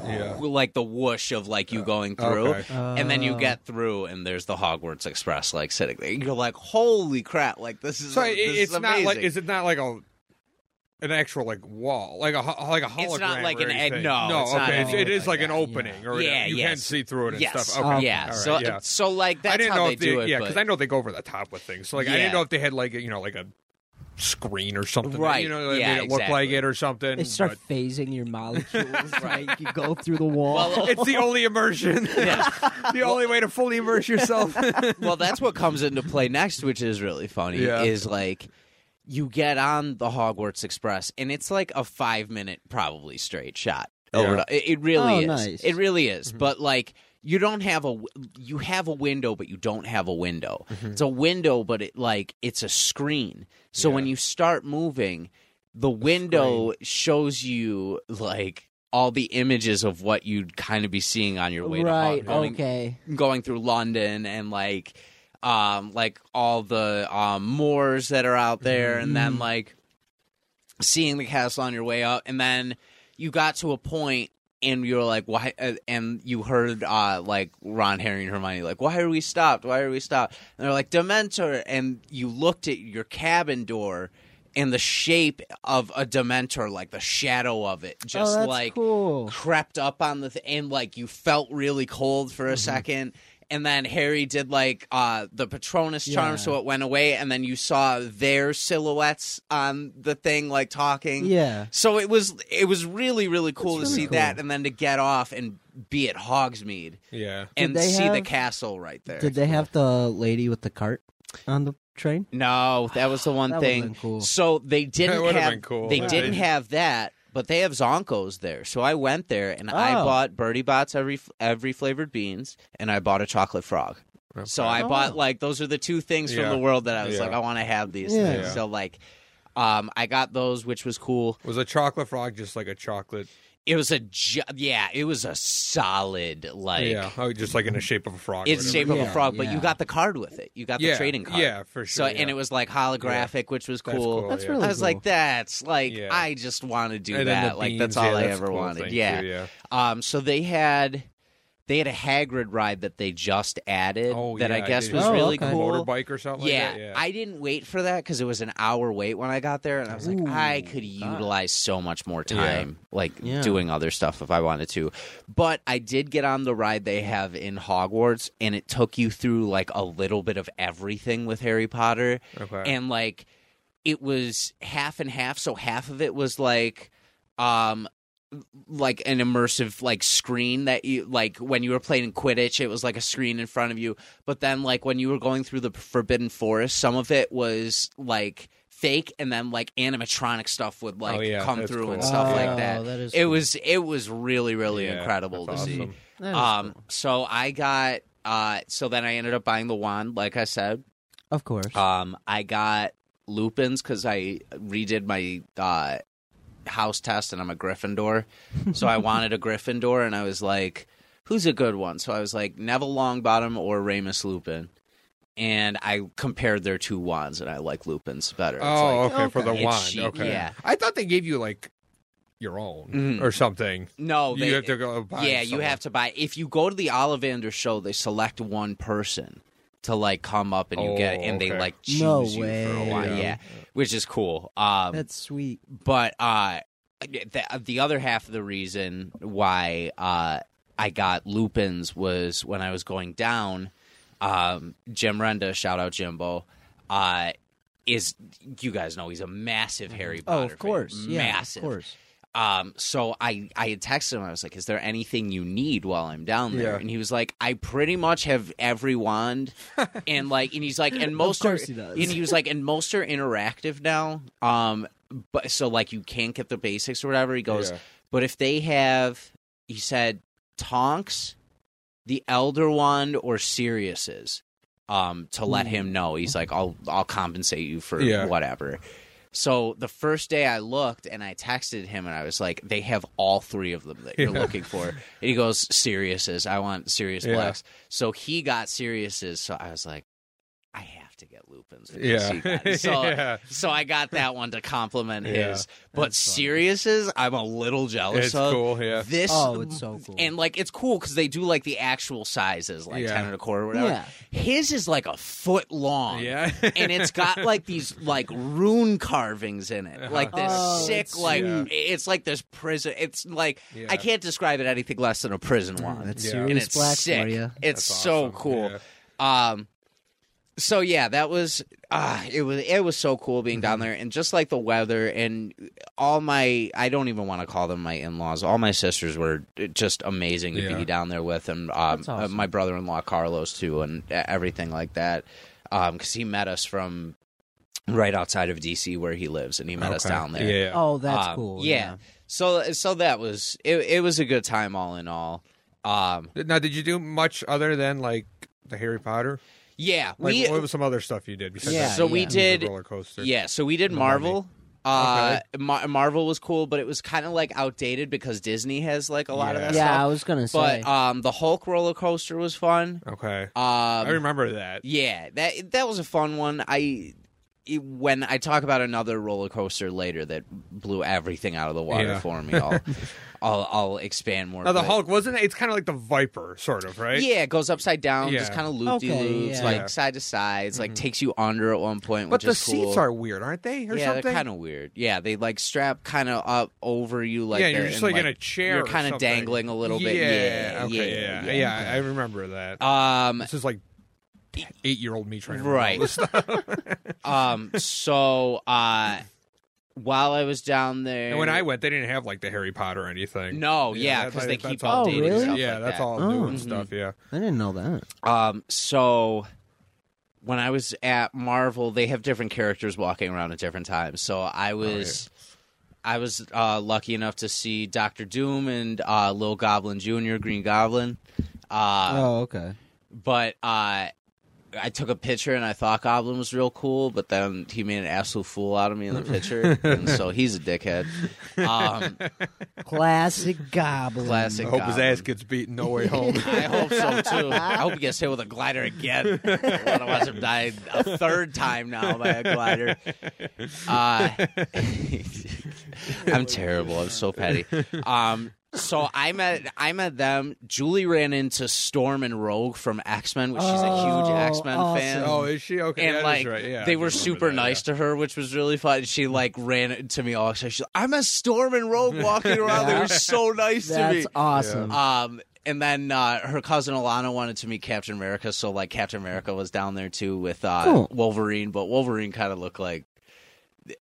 Speaker 4: yeah.
Speaker 1: like the whoosh of like you going through
Speaker 4: Uh, Okay.
Speaker 3: uh,
Speaker 1: and
Speaker 4: Uh.
Speaker 1: then you get through and there's the hogwarts express like sitting there you're like holy crap like this is
Speaker 4: So
Speaker 1: this
Speaker 4: it,
Speaker 1: is
Speaker 4: it's not
Speaker 1: amazing.
Speaker 4: like is it not like a an actual like wall like a ho- like a hologram?
Speaker 1: It's not like
Speaker 4: or
Speaker 1: an egg-
Speaker 4: anything?
Speaker 1: no,
Speaker 4: no,
Speaker 1: it's
Speaker 4: okay,
Speaker 1: not
Speaker 4: it's, it
Speaker 1: anything
Speaker 4: is
Speaker 1: like
Speaker 4: like an
Speaker 1: that.
Speaker 4: opening or
Speaker 1: Yeah,
Speaker 4: whatever. you can
Speaker 1: yes.
Speaker 4: see through it and
Speaker 1: yes.
Speaker 4: stuff. Okay,
Speaker 1: yeah
Speaker 4: all right,
Speaker 1: so
Speaker 4: yeah.
Speaker 1: so like that's
Speaker 4: I didn't
Speaker 1: how
Speaker 4: know
Speaker 1: they
Speaker 4: if
Speaker 1: do it
Speaker 4: yeah,
Speaker 1: but
Speaker 4: because I know they go over the top with things. So like I
Speaker 1: Yeah.
Speaker 4: didn't know if they had like you know like a screen or something, that,
Speaker 1: Right,
Speaker 4: You know, that
Speaker 1: yeah,
Speaker 4: made it look like
Speaker 1: exactly.
Speaker 4: it or something.
Speaker 3: They start
Speaker 4: but-
Speaker 3: phasing your molecules. right. You go through the wall.
Speaker 1: Well,
Speaker 4: it's the only immersion. the only way to fully immerse yourself.
Speaker 1: well, that's what comes into play next, which is really funny.
Speaker 4: Yeah.
Speaker 1: Is like you get on the Hogwarts Express, and it's like a five minute, probably straight shot. Over
Speaker 4: Yeah. Mm-hmm.
Speaker 1: to- it, it really
Speaker 3: Oh,
Speaker 1: is.
Speaker 3: nice.
Speaker 1: It really is. But like you don't have a w- you have a window, but you don't have a window.
Speaker 4: Mm-hmm.
Speaker 1: It's a window, but it like it's a screen. So when you start moving, the window shows you like. All the images of what you'd kind of be seeing on your way
Speaker 3: right.
Speaker 1: to Hog- going-
Speaker 3: okay.
Speaker 1: going through London and like um like all the um moors that are out there and
Speaker 3: Mm-hmm.
Speaker 1: then like seeing the castle on your way up and then you got to a point and you're like why uh, and you heard uh like Ron Harry and Hermione like why are we stopped why are we stopped and they're like dementor and you looked at your cabin door and the shape of a dementor like the shadow of it just
Speaker 3: Oh, that's
Speaker 1: like
Speaker 3: cool.
Speaker 1: crept up on the th- and like you felt really cold
Speaker 3: Mm-hmm.
Speaker 1: for a second and then harry did like uh the patronus charm
Speaker 3: Yeah.
Speaker 1: so it went away and then you saw their silhouettes on the thing like talking
Speaker 3: Yeah.
Speaker 1: so it was it was really really cool to
Speaker 3: really
Speaker 1: see
Speaker 3: cool.
Speaker 1: that and then to get off and be at hogsmeade
Speaker 4: yeah.
Speaker 1: and
Speaker 3: they
Speaker 1: see the
Speaker 3: have-
Speaker 1: castle right there
Speaker 3: Did they have the lady with the cart on the train?
Speaker 1: no that was the one
Speaker 3: That would've
Speaker 1: thing
Speaker 3: been cool.
Speaker 1: so they didn't
Speaker 4: would've
Speaker 1: have
Speaker 4: been cool.
Speaker 1: they
Speaker 4: Yeah.
Speaker 1: didn't have that but they have Zonkos there, so I went there and I
Speaker 3: Oh.
Speaker 1: bought Birdie Bots every every flavored beans, and I bought a chocolate frog. So I
Speaker 3: Oh,
Speaker 1: bought
Speaker 3: wow.
Speaker 1: like those are the two things
Speaker 4: Yeah.
Speaker 1: from the world that I was
Speaker 4: Yeah.
Speaker 1: like, I want to have these
Speaker 3: Yeah.
Speaker 1: things.
Speaker 4: Yeah.
Speaker 1: So like, um, I got those, which was cool.
Speaker 4: was a chocolate frog just like a chocolate?
Speaker 1: It was a ju- yeah, it was a solid like
Speaker 4: yeah, oh, just like in the shape of a frog. or
Speaker 1: it's the
Speaker 4: whatever.
Speaker 1: shape of a
Speaker 3: Yeah,
Speaker 1: frog, but
Speaker 3: yeah.
Speaker 1: you got the card with it. You got
Speaker 4: Yeah,
Speaker 1: the trading card.
Speaker 4: yeah, for
Speaker 1: So
Speaker 4: sure,
Speaker 1: and
Speaker 4: yeah.
Speaker 1: it was like holographic, which was
Speaker 4: That's
Speaker 1: cool.
Speaker 4: cool,
Speaker 3: That's
Speaker 4: yeah.
Speaker 3: really
Speaker 1: I was like, that's like
Speaker 4: Yeah.
Speaker 1: I just want to do
Speaker 4: And then
Speaker 1: that.
Speaker 4: the
Speaker 1: like
Speaker 4: beans,
Speaker 1: that's all
Speaker 4: yeah,
Speaker 1: I
Speaker 4: that's a
Speaker 1: ever
Speaker 4: cool
Speaker 1: wanted.
Speaker 4: thing, too,
Speaker 1: yeah. Um. So they had They had a Hagrid ride that they just added
Speaker 4: Oh,
Speaker 1: that
Speaker 4: yeah,
Speaker 1: I
Speaker 4: I
Speaker 1: guess
Speaker 4: did.
Speaker 1: was
Speaker 3: Oh,
Speaker 1: really
Speaker 3: okay.
Speaker 1: cool.
Speaker 4: Motorbike or something like
Speaker 1: Yeah,
Speaker 4: that, yeah.
Speaker 1: I didn't wait for that because it was an hour wait when I got there, and I was like, I could utilize so much more time, like
Speaker 3: Yeah.
Speaker 1: doing other stuff if I wanted to. But I did get on the ride they have in Hogwarts, and it took you through like a little bit of everything with Harry Potter,
Speaker 4: Okay.
Speaker 1: and like it was half and half. So half of it was like, um, like an immersive like screen that you like when you were playing Quidditch, it was like a screen in front of you. But then like when you were going through the Forbidden Forest, some of it was like fake and then like animatronic stuff would like
Speaker 4: Oh, yeah,
Speaker 1: come
Speaker 4: that's
Speaker 1: through and
Speaker 4: cool.
Speaker 1: stuff
Speaker 3: Oh,
Speaker 1: like that.
Speaker 3: that is
Speaker 1: it
Speaker 3: cool.
Speaker 1: was it was really, really
Speaker 4: Yeah,
Speaker 1: incredible to
Speaker 4: that's
Speaker 1: see.
Speaker 4: awesome.
Speaker 3: That is
Speaker 1: Um
Speaker 3: cool.
Speaker 1: so I got uh so then I ended up buying the wand, like I said.
Speaker 3: Of course.
Speaker 1: Um, I got Lupin's because I redid my uh, house test, and I'm a Gryffindor, so I wanted a Gryffindor, and I was like, "Who's a good one?" So I was like Neville Longbottom or Remus Lupin, and I compared their two wands, and I like Lupin's better. It's
Speaker 4: Oh,
Speaker 1: like,
Speaker 4: okay, for the
Speaker 1: okay. It's
Speaker 4: wand.
Speaker 1: she-
Speaker 4: okay.
Speaker 1: yeah.
Speaker 4: I thought they gave you like your own
Speaker 1: Mhm.
Speaker 4: or something.
Speaker 1: no,
Speaker 4: you
Speaker 1: Oh, they-
Speaker 4: have to go. Buy
Speaker 1: yeah, you have to buy. If you go to the Ollivander show, they select one person to like come up and you get it,
Speaker 4: Oh,
Speaker 1: and they
Speaker 4: okay.
Speaker 1: like choose
Speaker 3: No
Speaker 1: you for a
Speaker 3: way.
Speaker 1: while. Yeah.
Speaker 4: Yeah.
Speaker 1: which is cool. Um,
Speaker 3: That's sweet.
Speaker 1: but uh the, the other half of the reason why uh i got lupins was when i was going down um jim renda shout out jimbo uh is you guys know he's a massive harry potter
Speaker 3: Oh, of course.
Speaker 1: fan.
Speaker 3: Yeah,
Speaker 1: massive
Speaker 3: Of course.
Speaker 1: um, so I, I had texted him. I was like, "Is there anything you need while I'm down there?"
Speaker 4: Yeah.
Speaker 1: And he was like, "I pretty much have every wand, and like, and he's like, and most
Speaker 3: course
Speaker 1: are,
Speaker 3: he does.
Speaker 1: and he was like, and most are interactive now. Um, but so like you can't get the basics or whatever. He goes,
Speaker 4: Yeah.
Speaker 1: but if they have, he said, Tonks, the Elder Wand, or Sirius's, um, to let him know. He's like, I'll I'll compensate you for
Speaker 4: Hmm. Yeah.
Speaker 1: whatever. So the first day I looked and I texted him and I was like, they have all three of them that you're
Speaker 4: Yeah.
Speaker 1: looking for. And he goes, Sirius's. I want Sirius
Speaker 4: Yeah.
Speaker 1: Blacks. So he got Sirius's. So I was like, I have to get Lupin's. because he got
Speaker 4: Yeah.
Speaker 1: it. So
Speaker 4: yeah.
Speaker 1: so I got that one to compliment
Speaker 4: Yeah.
Speaker 1: his. But Sirius's, I'm a little jealous
Speaker 4: It's
Speaker 1: of.
Speaker 4: cool. Yeah.
Speaker 1: This
Speaker 3: Oh, it's so cool.
Speaker 1: and like it's cool because they do like the actual sizes, like
Speaker 4: Yeah.
Speaker 1: ten and a quarter, or whatever.
Speaker 3: Yeah.
Speaker 1: His is like a foot long,
Speaker 4: Yeah.
Speaker 1: and it's got like these like rune carvings in
Speaker 4: Uh-huh.
Speaker 1: it, like this
Speaker 3: Oh,
Speaker 1: sick,
Speaker 3: it's
Speaker 1: like
Speaker 4: sweet.
Speaker 1: it's like this prison. It's like
Speaker 4: Yeah. Mm,
Speaker 1: I can't describe it anything less than a prison wand,
Speaker 3: That's
Speaker 4: Yeah.
Speaker 1: and
Speaker 3: serious
Speaker 1: it's
Speaker 3: black
Speaker 1: sick.
Speaker 3: for you.
Speaker 1: It's
Speaker 4: That's
Speaker 1: so
Speaker 4: awesome.
Speaker 1: cool.
Speaker 4: Yeah.
Speaker 1: Um, so yeah, that was ah, it was it was so cool being
Speaker 4: Mm-hmm.
Speaker 1: down there, and just like the weather and all my I don't even want to call them my in laws. All my sisters were just amazing to
Speaker 4: Yeah.
Speaker 1: be down there with, and um,
Speaker 3: That's awesome.
Speaker 1: my brother in law Carlos too, and e, everything like that. Um, because he met us from right outside of DC where he lives, and he met us
Speaker 4: Okay.
Speaker 1: down there.
Speaker 4: Yeah.
Speaker 3: Oh, that's
Speaker 1: Um,
Speaker 3: cool.
Speaker 1: Yeah. So so that was it. It was a good time all in all. Um,
Speaker 4: Now, did you do much other than like the Harry Potter?
Speaker 1: yeah,
Speaker 4: Like,
Speaker 1: we
Speaker 4: what was some other stuff you did? Besides
Speaker 3: Yeah,
Speaker 4: that
Speaker 1: so we
Speaker 3: yeah.
Speaker 1: did
Speaker 4: roller coaster.
Speaker 1: Yeah, so we did Marvel. Uh, Mar- Marvel was cool, but it was kind of like outdated because Disney has like a lot of
Speaker 4: Yeah.
Speaker 1: that
Speaker 3: Yeah, I
Speaker 1: stuff.
Speaker 3: was gonna say.
Speaker 1: But um, the Hulk roller coaster was fun.
Speaker 4: Okay. I
Speaker 1: Um,
Speaker 4: remember that.
Speaker 1: yeah, that that was a fun one. I it- when I talk about another roller coaster later that blew everything out of the water
Speaker 4: Yeah.
Speaker 1: for me, I'll, I'll I'll expand more.
Speaker 4: Now the
Speaker 1: but-
Speaker 4: Hulk wasn't. it? It's kind of like the Viper, sort of, right?
Speaker 1: Yeah, it goes upside down, just
Speaker 4: Yeah. Mm-hmm.
Speaker 1: kind of loop de loops,
Speaker 3: Okay, yeah.
Speaker 1: like
Speaker 4: Yeah.
Speaker 1: side to sides, like takes you under at one point,
Speaker 4: But
Speaker 1: which
Speaker 4: the
Speaker 1: is cool.
Speaker 4: seats are weird, aren't they? Or
Speaker 1: yeah,
Speaker 4: something?
Speaker 1: they're kind of weird. Yeah, they like strap kind of up over you, like
Speaker 4: yeah, you're
Speaker 1: they're
Speaker 4: just
Speaker 1: in,
Speaker 4: like, in a chair.
Speaker 1: You're
Speaker 4: kind of
Speaker 1: dangling a little bit. Yeah,
Speaker 4: okay,
Speaker 1: yeah,
Speaker 4: yeah,
Speaker 1: yeah.
Speaker 4: I remember that.
Speaker 1: Um,
Speaker 4: this is like eight-year-old me trying to remember
Speaker 1: right.
Speaker 4: all this stuff.
Speaker 1: um, so uh, while I was down there,
Speaker 4: And when I went, they didn't have like the Harry Potter or anything.
Speaker 1: no, yeah,
Speaker 4: that's-
Speaker 1: because they
Speaker 4: that's
Speaker 1: keep
Speaker 4: all
Speaker 1: updating
Speaker 4: new.
Speaker 3: really?
Speaker 1: stuff
Speaker 4: Yeah,
Speaker 1: like
Speaker 4: that's
Speaker 1: that. Mm-hmm.
Speaker 4: all new
Speaker 3: Oh.
Speaker 4: and stuff. Yeah.
Speaker 3: I didn't know that.
Speaker 1: Um, so when I was at Marvel, they have different characters walking around at different times. So
Speaker 4: Oh,
Speaker 1: I was. I was uh, lucky enough to see Doctor Doom and uh, Lil Goblin Jr., Green Goblin. Uh,
Speaker 3: oh, okay.
Speaker 1: but uh, I took a picture and I thought Goblin was real cool, but then he made an absolute fool out of me in the picture, and so he's a dickhead. Um,
Speaker 3: Classic goblin.
Speaker 1: classic.
Speaker 4: I hope his
Speaker 1: Goblin.
Speaker 4: ass gets beaten no way home.
Speaker 1: I hope so too. I hope he gets hit with a glider again. I want to watch him die a third time now by a glider. Uh, I'm terrible. I'm so petty. Um, so I met I met them. Julie ran into Storm and Rogue from X Men, which she's a huge
Speaker 3: Oh,
Speaker 1: X Men
Speaker 3: awesome.
Speaker 1: fan.
Speaker 4: Oh, is she okay?
Speaker 1: and
Speaker 4: that is
Speaker 1: like
Speaker 4: right. yeah, I
Speaker 1: they
Speaker 4: do
Speaker 1: were
Speaker 4: remember
Speaker 1: super
Speaker 4: that,
Speaker 1: nice to her, which was really fun. She like ran to me all excited. She's like, I'm a Storm and Rogue walking around. They were so nice to me.
Speaker 3: That's awesome.
Speaker 1: Um, and then uh, her cousin Alana wanted to meet Captain America, so like Captain America was down there too with uh,
Speaker 3: Cool.
Speaker 1: Wolverine, but Wolverine kind of looked like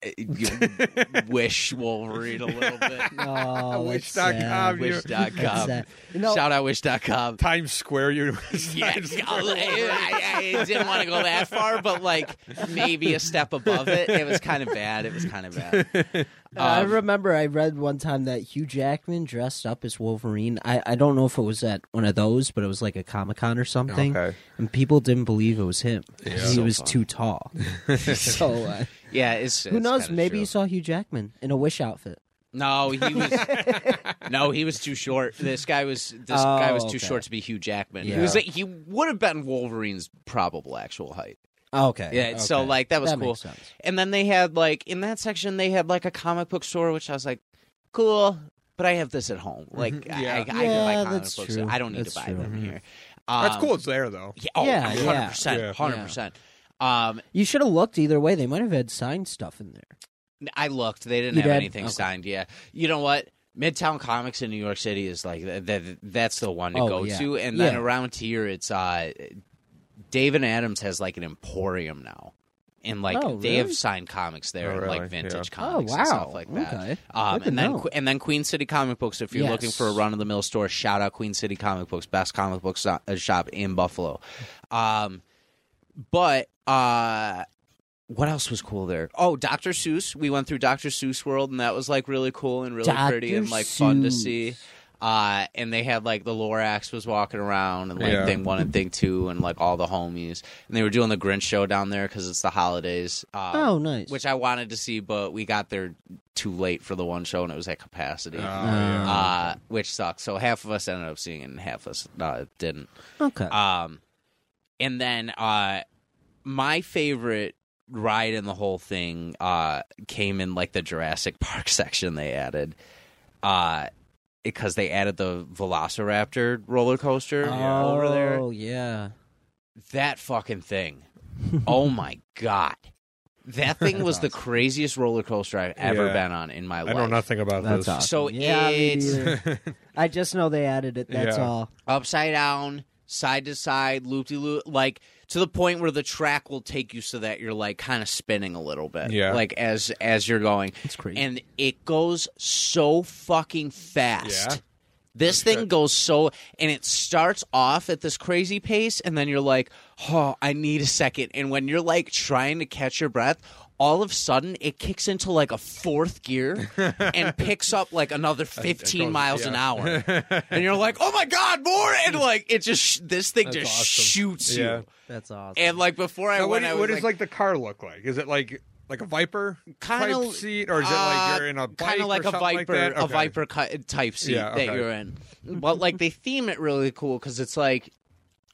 Speaker 1: eh, eh, Wish Wolverine a little bit.
Speaker 3: Oh,
Speaker 4: Wish
Speaker 3: that's
Speaker 4: dot
Speaker 3: sad.
Speaker 4: com. you're-
Speaker 3: That's
Speaker 1: Wish.com.
Speaker 3: sad. You know-
Speaker 1: Shout out Wish.com.
Speaker 4: Times Square University.
Speaker 1: Yeah, I, I- I didn't want to go that far, but like maybe a step above it. It was kind of bad. It was kind of bad.
Speaker 3: I remember I read one time that Hugh Jackman dressed up as Wolverine. I, I don't know if it was at one of those, but it was like a Comic Con or something.
Speaker 4: Okay.
Speaker 3: And people didn't believe it was him. 'cause He was too tall. so uh,
Speaker 1: Yeah, it's,
Speaker 3: who
Speaker 1: it's
Speaker 3: knows?
Speaker 1: kinda
Speaker 3: Maybe
Speaker 1: true.
Speaker 3: you saw Hugh Jackman in a Wish outfit.
Speaker 1: No, he was no, he was too short. This guy was this
Speaker 3: Oh,
Speaker 1: guy was too
Speaker 3: okay.
Speaker 1: short to be Hugh Jackman. He
Speaker 3: Yeah.
Speaker 1: was he would have been Wolverine's probable actual height.
Speaker 3: Oh, okay.
Speaker 1: Yeah,
Speaker 3: okay.
Speaker 1: so like that was
Speaker 3: That
Speaker 1: cool.
Speaker 3: makes sense.
Speaker 1: And then they had like in that section they had like a comic book store, which I was like, cool. But I have this at home. Like I,
Speaker 4: Yeah.
Speaker 1: I, I
Speaker 3: Mm-hmm. Yeah,
Speaker 1: buy comic
Speaker 3: that's
Speaker 1: books.
Speaker 3: true.
Speaker 1: I don't need
Speaker 3: That's
Speaker 1: to buy
Speaker 3: true. Mm-hmm.
Speaker 1: them here.
Speaker 4: That's
Speaker 1: Um,
Speaker 4: cool. It's there though.
Speaker 1: Yeah, oh,
Speaker 3: Yeah, yeah.
Speaker 1: 100%.
Speaker 4: Yeah.
Speaker 1: 100%. Um,
Speaker 3: You should have looked either way. They might have had signed stuff in there.
Speaker 1: I looked. They didn't
Speaker 3: You
Speaker 1: have
Speaker 3: did?
Speaker 1: anything
Speaker 3: Okay.
Speaker 1: signed. Yeah. You know what? Midtown Comics in New York City is like th- th- that's the one to
Speaker 3: Oh,
Speaker 1: go
Speaker 3: yeah.
Speaker 1: to, and then
Speaker 3: Yeah.
Speaker 1: around here it's uh, David Adams has like an emporium now, and like
Speaker 3: Oh,
Speaker 1: they have
Speaker 3: really?
Speaker 1: signed comics there,
Speaker 4: Oh,
Speaker 1: and,
Speaker 4: really?
Speaker 1: like vintage
Speaker 4: Yeah.
Speaker 1: comics
Speaker 3: Oh,
Speaker 1: and
Speaker 3: wow.
Speaker 1: stuff like that.
Speaker 3: Okay.
Speaker 1: Um,
Speaker 3: Good to
Speaker 1: and then
Speaker 3: know.
Speaker 1: Que- and then Queen City Comic Books. If you're looking for a
Speaker 3: Yes.
Speaker 1: run of the mill store, shout out Queen City Comic Books, best comic book so- uh, shop in Buffalo. Um, but uh what else was cool there? Oh, Dr. Seuss. We went through Dr. Seuss World, and that was like really cool and really
Speaker 3: Dr.
Speaker 1: pretty and like fun to
Speaker 3: Seuss.
Speaker 1: see. Uh, and they had like the Lorax was walking around and like
Speaker 4: Yeah.
Speaker 1: thing one and thing two and like all the homies. And they were doing the Grinch show down there because it's the holidays. Uh,
Speaker 3: Oh, nice.
Speaker 1: Which I wanted to see, but we got there too late for the one show and it was at capacity,
Speaker 4: Oh,
Speaker 3: yeah.
Speaker 1: uh, which sucks. So half of us ended up seeing it and half of us uh, didn't.
Speaker 3: Okay.
Speaker 1: Um, and then uh, my favorite ride in the whole thing uh, came in like the Jurassic Park section they added, uh, because they added the Velociraptor roller coaster
Speaker 3: oh,
Speaker 1: over there.
Speaker 3: yeah.
Speaker 1: That fucking thing! oh my god, that thing was the craziest roller coaster I've ever
Speaker 4: Yeah.
Speaker 1: been on in my
Speaker 4: I
Speaker 1: life.
Speaker 4: know nothing about
Speaker 3: That's
Speaker 4: this.
Speaker 3: awesome.
Speaker 1: So
Speaker 3: yeah, me
Speaker 1: it's-
Speaker 3: neither. I just know they added it. That's
Speaker 4: Yeah.
Speaker 3: all.
Speaker 1: upside down, side to side, loop de loop, like to the point where the track will take you so that you're like kind of spinning a little bit,
Speaker 4: Yeah.
Speaker 1: like as as you're going.
Speaker 3: It's crazy.
Speaker 1: and it goes so fucking fast.
Speaker 4: Yeah.
Speaker 1: This thing goes so, and it starts off at this crazy pace, and then you're like, oh, I need a second. And when you're like trying to catch your breath, all of a sudden it kicks into like a fourth gear and picks up like another 15
Speaker 4: goes-
Speaker 1: miles an
Speaker 4: yeah.
Speaker 1: hour. And you're like, oh my God, more. And like, it just, this thing just
Speaker 4: awesome.
Speaker 1: shoots you.
Speaker 4: Yeah.
Speaker 3: That's awesome.
Speaker 1: And like, before I
Speaker 4: Now, what
Speaker 1: went,
Speaker 4: do-
Speaker 1: I was
Speaker 4: what does
Speaker 1: like,
Speaker 4: like, the car look like? Is it like like a Viper
Speaker 1: kind
Speaker 4: type
Speaker 1: of
Speaker 4: seat, or is it like you're in a
Speaker 1: kind of uh, like a viper, a viper ki- type seat
Speaker 4: Yeah,
Speaker 1: that
Speaker 4: okay.
Speaker 1: you're in. But like they theme it really cool because it's like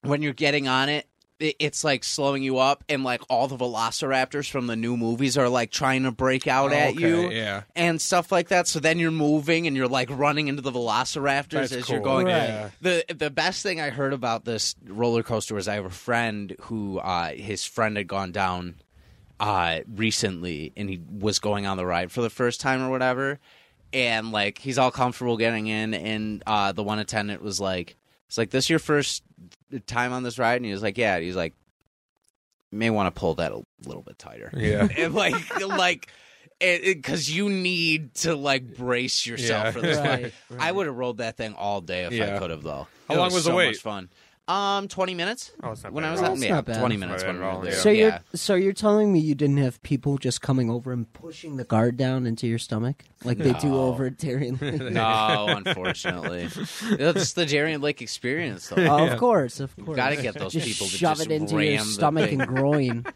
Speaker 1: when you're getting on it. it- It's like slowing you up, and like all the velociraptors from the new movies are like trying to break out at
Speaker 4: Okay,
Speaker 1: you
Speaker 4: yeah.
Speaker 1: and stuff like that. So then you're moving and you're like running into the velociraptors
Speaker 4: That's
Speaker 1: as
Speaker 4: cool.
Speaker 1: you're going.
Speaker 4: Right.
Speaker 1: The the best thing I heard about this roller coaster was I have a friend who uh, his friend had gone down uh, recently and he was going on the ride for the first time or whatever, and like he's all comfortable getting in, and uh, the one attendant was like, "It's like this your first time on this ride?" And he was like, "Yeah." He's like, "May want to pull that a little bit tighter."
Speaker 4: Yeah.
Speaker 1: and like like because you need to like brace yourself
Speaker 4: Yeah.
Speaker 1: for this.
Speaker 3: Right,
Speaker 1: one. I would have rolled that thing all day if I
Speaker 4: Yeah.
Speaker 1: could have though.
Speaker 4: How
Speaker 1: It
Speaker 4: long
Speaker 1: was
Speaker 4: was the
Speaker 1: so
Speaker 4: wait?
Speaker 1: Much fun. Um, twenty minutes.
Speaker 4: Oh, it's not
Speaker 1: when
Speaker 4: bad
Speaker 1: I
Speaker 4: at
Speaker 1: was
Speaker 4: all.
Speaker 1: out,
Speaker 3: That's
Speaker 1: yeah,
Speaker 3: not bad.
Speaker 1: twenty
Speaker 4: That's
Speaker 1: minutes
Speaker 4: not
Speaker 1: when we
Speaker 4: bad at
Speaker 1: were
Speaker 4: all,
Speaker 1: there.
Speaker 4: yeah.
Speaker 3: So you're
Speaker 1: Yeah.
Speaker 3: so you're telling me you didn't have people just coming over and pushing the guard down into your stomach like they do over at Dairyland?
Speaker 1: No, unfortunately, that's the Darien Lake experience. Though,
Speaker 3: Oh, Of course, of course.
Speaker 1: gotta get those
Speaker 3: just
Speaker 1: people to
Speaker 3: shove
Speaker 1: just
Speaker 3: it into your
Speaker 1: ram the
Speaker 3: stomach
Speaker 1: thing.
Speaker 3: and groin.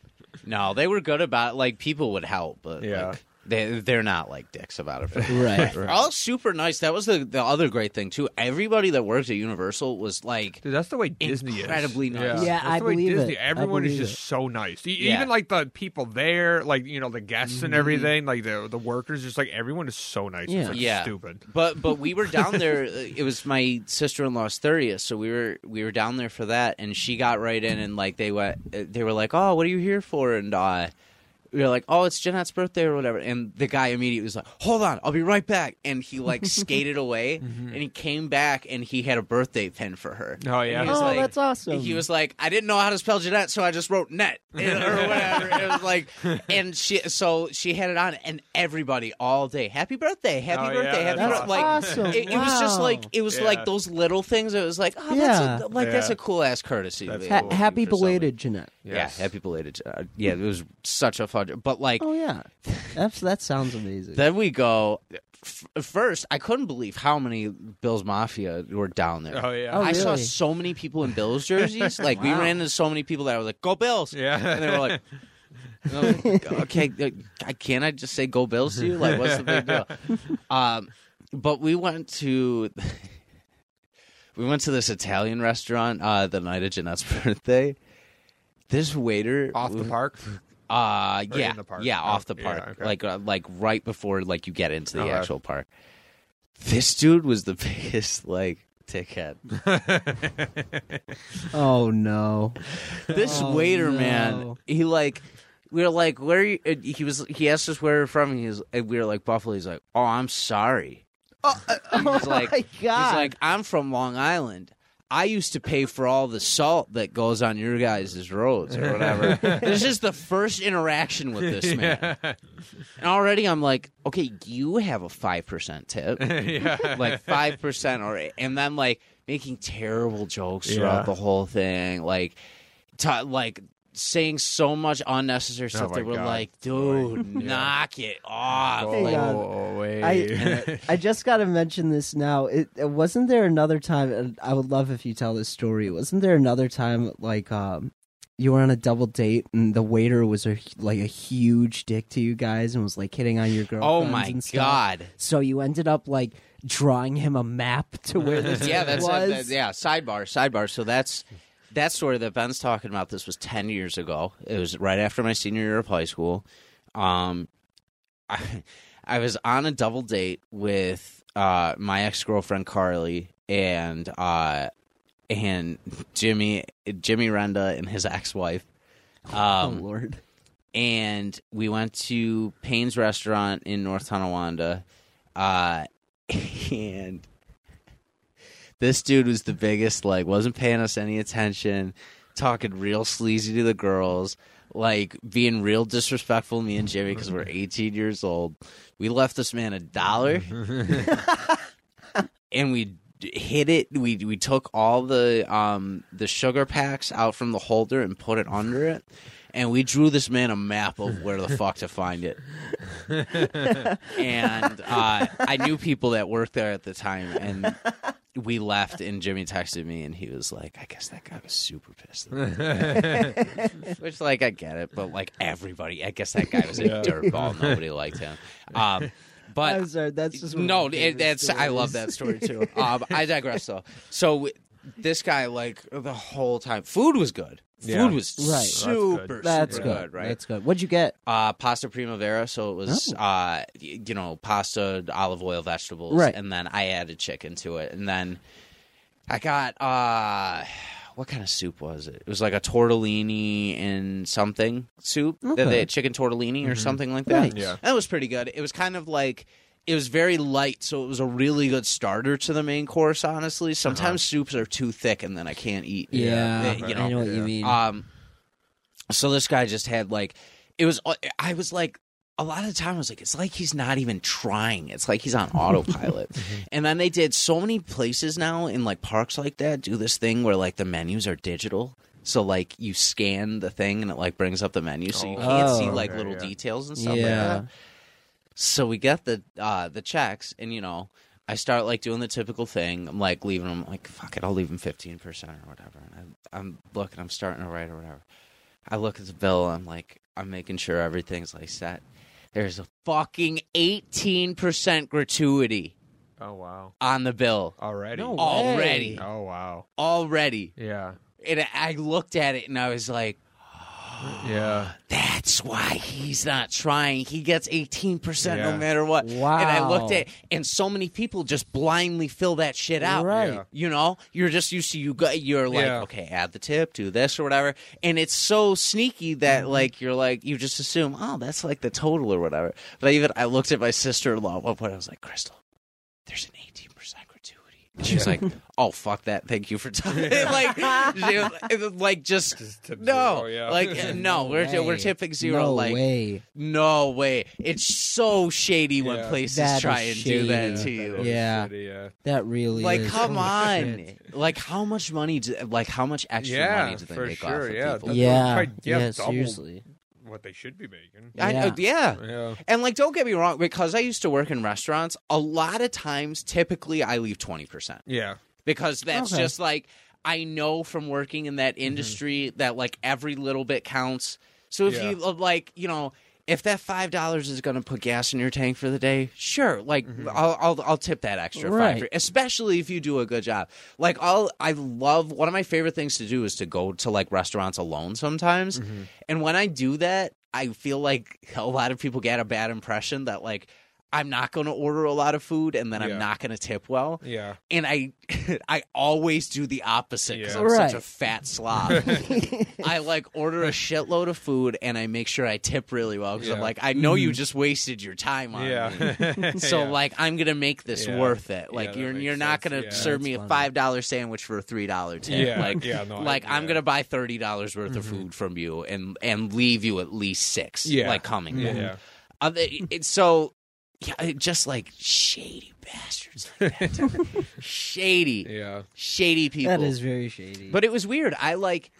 Speaker 1: no, they were good about it. like people would help, but
Speaker 4: Yeah.
Speaker 1: like, They, they're not like dicks about it.
Speaker 3: Right.
Speaker 1: They're all super nice. That was the, the other great thing too. Everybody that worked at Universal was like
Speaker 4: Dude, that's the way Disney
Speaker 1: Incredibly
Speaker 4: is.
Speaker 1: nice.
Speaker 3: Yeah,
Speaker 4: that's
Speaker 3: I
Speaker 4: the way
Speaker 3: believe
Speaker 4: Disney,
Speaker 3: it. I
Speaker 4: Everyone
Speaker 3: believe
Speaker 4: is just
Speaker 3: it.
Speaker 4: so nice. E-
Speaker 1: Yeah. Mm-hmm.
Speaker 4: Even like the people there, like you know the guests and everything, like the the workers, just like everyone is so nice.
Speaker 3: Yeah.
Speaker 4: It's like
Speaker 1: yeah,
Speaker 4: stupid.
Speaker 1: But but we were down there. uh, It was my sister in law's thirtieth, so we were we were down there for that, and she got right in, and like they went, uh, they were like, "Oh, what are you here for?" And uh, we were like, "Oh, it's Jeanette's birthday or whatever." And the guy immediately was like, "Hold on, I'll be right back," and he like skated away, and he came back, and he had a birthday pin for her.
Speaker 4: Oh, yeah.
Speaker 1: And he was
Speaker 4: Oh,
Speaker 1: like-
Speaker 3: that's awesome.
Speaker 1: He was like, I didn't know how to spell Jeanette, so I just wrote net or whatever. it was like, and she so she had it on, and everybody all day, happy birthday, happy
Speaker 4: Oh, yeah,
Speaker 1: birthday, happy
Speaker 4: that's
Speaker 1: birthday. Like,
Speaker 3: awesome.
Speaker 1: it, it was just
Speaker 3: Wow.
Speaker 1: like it was
Speaker 4: Yeah.
Speaker 1: like those little things. It was like, oh, that's
Speaker 3: Yeah.
Speaker 1: a, like that's
Speaker 4: Yeah.
Speaker 1: a cool ass courtesy. to
Speaker 4: That's
Speaker 1: be
Speaker 3: Ha-
Speaker 1: able to do
Speaker 3: happy
Speaker 1: for somebody.
Speaker 3: belated, Jeanette.
Speaker 4: Yes.
Speaker 1: Yeah, happy belated. Uh, yeah, it was such a fun. But like,
Speaker 3: Oh yeah, that's that sounds amazing.
Speaker 1: Then we go. F- first, I couldn't believe how many Bills Mafia were down there.
Speaker 4: Oh, yeah.
Speaker 3: Oh,
Speaker 1: I saw
Speaker 3: really?
Speaker 1: so many people in Bills jerseys. Like we ran into so many people that I was like, "Go Bills!"
Speaker 4: Yeah.
Speaker 1: and they were like, and I was like, "Okay, uh, can't I just say Go Bills to you? Like, what's the big deal?" Um, but we went to. We went to this Italian restaurant uh, the night of Jeanette's birthday. This waiter
Speaker 4: Off the
Speaker 1: was-
Speaker 4: park.
Speaker 1: uh,
Speaker 4: Or
Speaker 1: yeah,
Speaker 4: in the park?
Speaker 1: yeah,
Speaker 4: Oh,
Speaker 1: off the
Speaker 4: yeah,
Speaker 1: park,
Speaker 4: okay. Uh-huh.
Speaker 1: like uh, like right before like you get into the
Speaker 4: Okay.
Speaker 1: actual park. This dude was the biggest like dickhead.
Speaker 3: oh no,
Speaker 1: This
Speaker 3: Oh,
Speaker 1: waiter man,
Speaker 3: no.
Speaker 1: he like we were like where are you? and he was he asked us where we're from. And he was and we were like Buffalo. He's like, oh, I'm sorry. Oh, he's like,
Speaker 3: my God.
Speaker 1: he's like, I'm from Long Island. I used to pay for all the salt that goes on your guys' roads or whatever. this is the first interaction with this man. And already I'm like, okay, you have a five percent tip, like five percent, or and then like making terrible jokes
Speaker 4: Yeah.
Speaker 1: throughout the whole thing, like, ta like saying so much unnecessary stuff
Speaker 4: Oh my
Speaker 1: that we're
Speaker 4: God.
Speaker 1: like, dude, knock it off.
Speaker 4: Oh,
Speaker 1: Like,
Speaker 3: God.
Speaker 4: wait.
Speaker 3: I I just got to mention this now. It, it wasn't there another time. And I would love if you tell this story. Wasn't there another time like um you were on a double date and the waiter was a, like a huge dick to you guys and was like hitting on your girl.
Speaker 1: oh my
Speaker 3: and stuff.
Speaker 1: god.
Speaker 3: So you ended up like drawing him a map to where this
Speaker 1: Yeah, that's
Speaker 3: was.
Speaker 1: that- yeah. Sidebar, sidebar. So that's that story that Ben's talking about. This was ten years ago. It was right after my senior year of high school. Um, I, I was on a double date with uh, my ex girlfriend Carly and uh, and Jimmy Jimmy Renda and his ex wife.
Speaker 3: Oh
Speaker 1: Um,
Speaker 3: lord.
Speaker 1: and we went to Payne's restaurant in North Tonawanda. Uh, and this dude was the biggest, like, wasn't paying us any attention, talking real sleazy to the girls, like, being real disrespectful, to me and Jimmy, because we're 18 years old. We left this man a dollar and we d- hid it we we took all the um the sugar packs out from the holder and put it under it and we drew this man a map of where the fuck to find it and uh, i knew people that worked there at the time and we left and jimmy texted me and he was like i guess that guy was super pissed which like i get it but like everybody i guess that guy was a dirtball nobody liked him um but
Speaker 3: I'm sorry. That's just one of
Speaker 1: no,
Speaker 3: my
Speaker 1: it,
Speaker 3: favorite
Speaker 1: that's I love
Speaker 3: stories.
Speaker 1: that story too. um, I digress though. So w- this guy, like the whole time, food was good. Food
Speaker 4: Yeah.
Speaker 1: was
Speaker 3: Right.
Speaker 1: super, super
Speaker 3: That's
Speaker 1: good.
Speaker 3: good.
Speaker 1: right?
Speaker 3: That's good. What'd you get?
Speaker 1: uh, pasta primavera. So it was,
Speaker 3: Oh.
Speaker 1: uh, y- you know, pasta, olive oil, vegetables,
Speaker 3: Right.
Speaker 1: and then I added chicken to it, and then I got uh, what kind of soup was it? It was like a tortellini and something soup that they
Speaker 3: Okay. Mm-hmm.
Speaker 1: had chicken tortellini or something like that.
Speaker 3: Nice.
Speaker 4: Yeah.
Speaker 1: that was pretty good. It was kind of like. It was very light, so it was a really good starter to the main course. Honestly, sometimes soups are too thick, and then I can't eat.
Speaker 3: Uh-huh. Yeah,
Speaker 1: you know,
Speaker 3: I know what you mean.
Speaker 1: um, so this guy just had like, it was. uh, I was like, a lot of the time I was like, it's like he's not even trying. It's like he's on autopilot.
Speaker 3: Mhm.
Speaker 1: and then they did so many places now in like parks like that do this thing where like the menus are digital. So like you scan the thing and it like brings up the menu, so you
Speaker 4: Oh.
Speaker 1: can't see
Speaker 3: Oh.
Speaker 1: like
Speaker 4: Yeah,
Speaker 1: little
Speaker 4: yeah.
Speaker 1: details and stuff like
Speaker 3: Yeah.
Speaker 1: that. So we get the uh, the checks, and you know, I start like doing the typical thing. I'm like leaving them, like fuck it, I'll leave them fifteen percent or whatever. And I, I'm looking, I'm starting to write or whatever. I look at the bill, I'm like, I'm making sure everything's like set. There's a fucking 18% gratuity
Speaker 4: Oh wow.
Speaker 1: on the bill
Speaker 4: Already.
Speaker 3: No.
Speaker 1: already.
Speaker 4: Oh wow.
Speaker 1: Already.
Speaker 4: Yeah.
Speaker 1: And I looked at it and I was like,
Speaker 4: Yeah.
Speaker 1: that's why he's not trying. He gets 18%
Speaker 4: Yeah.
Speaker 1: no matter what.
Speaker 3: Wow.
Speaker 1: And I looked at and so many people just blindly fill that shit out.
Speaker 3: Right.
Speaker 4: Yeah.
Speaker 1: You know, you're just used to you got you're like,
Speaker 4: Yeah.
Speaker 1: okay, add the tip, do this or whatever. And it's so sneaky that
Speaker 3: Mm-hmm.
Speaker 1: like you're like you just assume, oh, that's like the total or whatever. But I even I looked at my sister in law at one point, I was like, Crystal, there's an eighteen percent gratuity. And she was like, "Oh fuck that! Thank you for telling." me. like, she was, it was like just,
Speaker 4: Just tip
Speaker 1: no,
Speaker 4: zero, yeah.
Speaker 1: like uh, no, we're
Speaker 3: way.
Speaker 1: we're tipping zero.
Speaker 3: No
Speaker 1: like
Speaker 3: way.
Speaker 1: no way, it's so shady when
Speaker 4: Yeah.
Speaker 1: places
Speaker 3: That
Speaker 1: try and
Speaker 3: is
Speaker 1: do that
Speaker 3: shady.
Speaker 1: to you.
Speaker 3: is Yeah. shitty,
Speaker 4: Yeah.
Speaker 3: That really
Speaker 1: Like,
Speaker 3: is.
Speaker 1: come
Speaker 3: Holy
Speaker 1: on!
Speaker 3: shit.
Speaker 1: Like, how much money? Do, like, how much extra
Speaker 4: Yeah,
Speaker 1: money do they
Speaker 4: for
Speaker 1: make
Speaker 4: sure,
Speaker 1: off of
Speaker 4: yeah.
Speaker 1: people?
Speaker 4: That's
Speaker 3: Yeah.
Speaker 4: like- yeah,
Speaker 3: Yeah.
Speaker 4: double.
Speaker 3: Seriously.
Speaker 4: What they should be making.
Speaker 1: I,
Speaker 3: Yeah.
Speaker 1: uh, yeah.
Speaker 4: Yeah.
Speaker 1: And like, don't get me wrong, because I used to work in restaurants. A lot of times, typically, I leave twenty percent.
Speaker 4: Yeah.
Speaker 1: because that's
Speaker 3: Okay.
Speaker 1: just like I know from working in that industry that like every little bit counts. So if
Speaker 4: Yeah.
Speaker 1: you uh, like, you know, if that five dollars is going to put gas in your tank for the day, sure, like I'll, I'll I'll tip that extra
Speaker 3: Right.
Speaker 1: five, for- especially if you do a good job. Like I'll I love one of my favorite things to do is to go to like restaurants alone sometimes, and when I do that, I feel like a lot of people get a bad impression that like. I'm not going to order a lot of food, and then
Speaker 4: Yeah.
Speaker 1: I'm not going to tip well
Speaker 4: Yeah.
Speaker 1: and I I always do the opposite because
Speaker 4: Yeah.
Speaker 1: I'm such a
Speaker 3: Right.
Speaker 1: fat slob. I like order a shitload of food and I make sure I tip really well because I'm
Speaker 4: Yeah.
Speaker 1: like I know
Speaker 3: Mm-hmm.
Speaker 1: you just wasted your time on me.
Speaker 4: Yeah.
Speaker 1: So
Speaker 4: Yeah.
Speaker 1: like I'm gonna make this
Speaker 4: Yeah.
Speaker 1: worth it. Like
Speaker 4: that
Speaker 1: you're
Speaker 4: makes
Speaker 1: you're not
Speaker 4: sense.
Speaker 1: gonna
Speaker 4: Yeah.
Speaker 1: serve me a
Speaker 3: That's funny.
Speaker 1: five dollar sandwich for a three dollar tip.
Speaker 4: Yeah.
Speaker 1: Like
Speaker 4: Yeah, no, I-
Speaker 1: like I'm
Speaker 4: yeah.
Speaker 1: gonna buy thirty dollars worth
Speaker 3: Mm-hmm.
Speaker 1: of food from you and and leave you at least six.
Speaker 4: Yeah.
Speaker 1: like coming.
Speaker 4: Yeah.
Speaker 1: back.
Speaker 4: yeah.
Speaker 1: Uh, it, it- so yeah, it just like shady bastards like that. shady
Speaker 4: Yeah.
Speaker 1: shady people
Speaker 3: That is very shady.
Speaker 1: but it was weird i like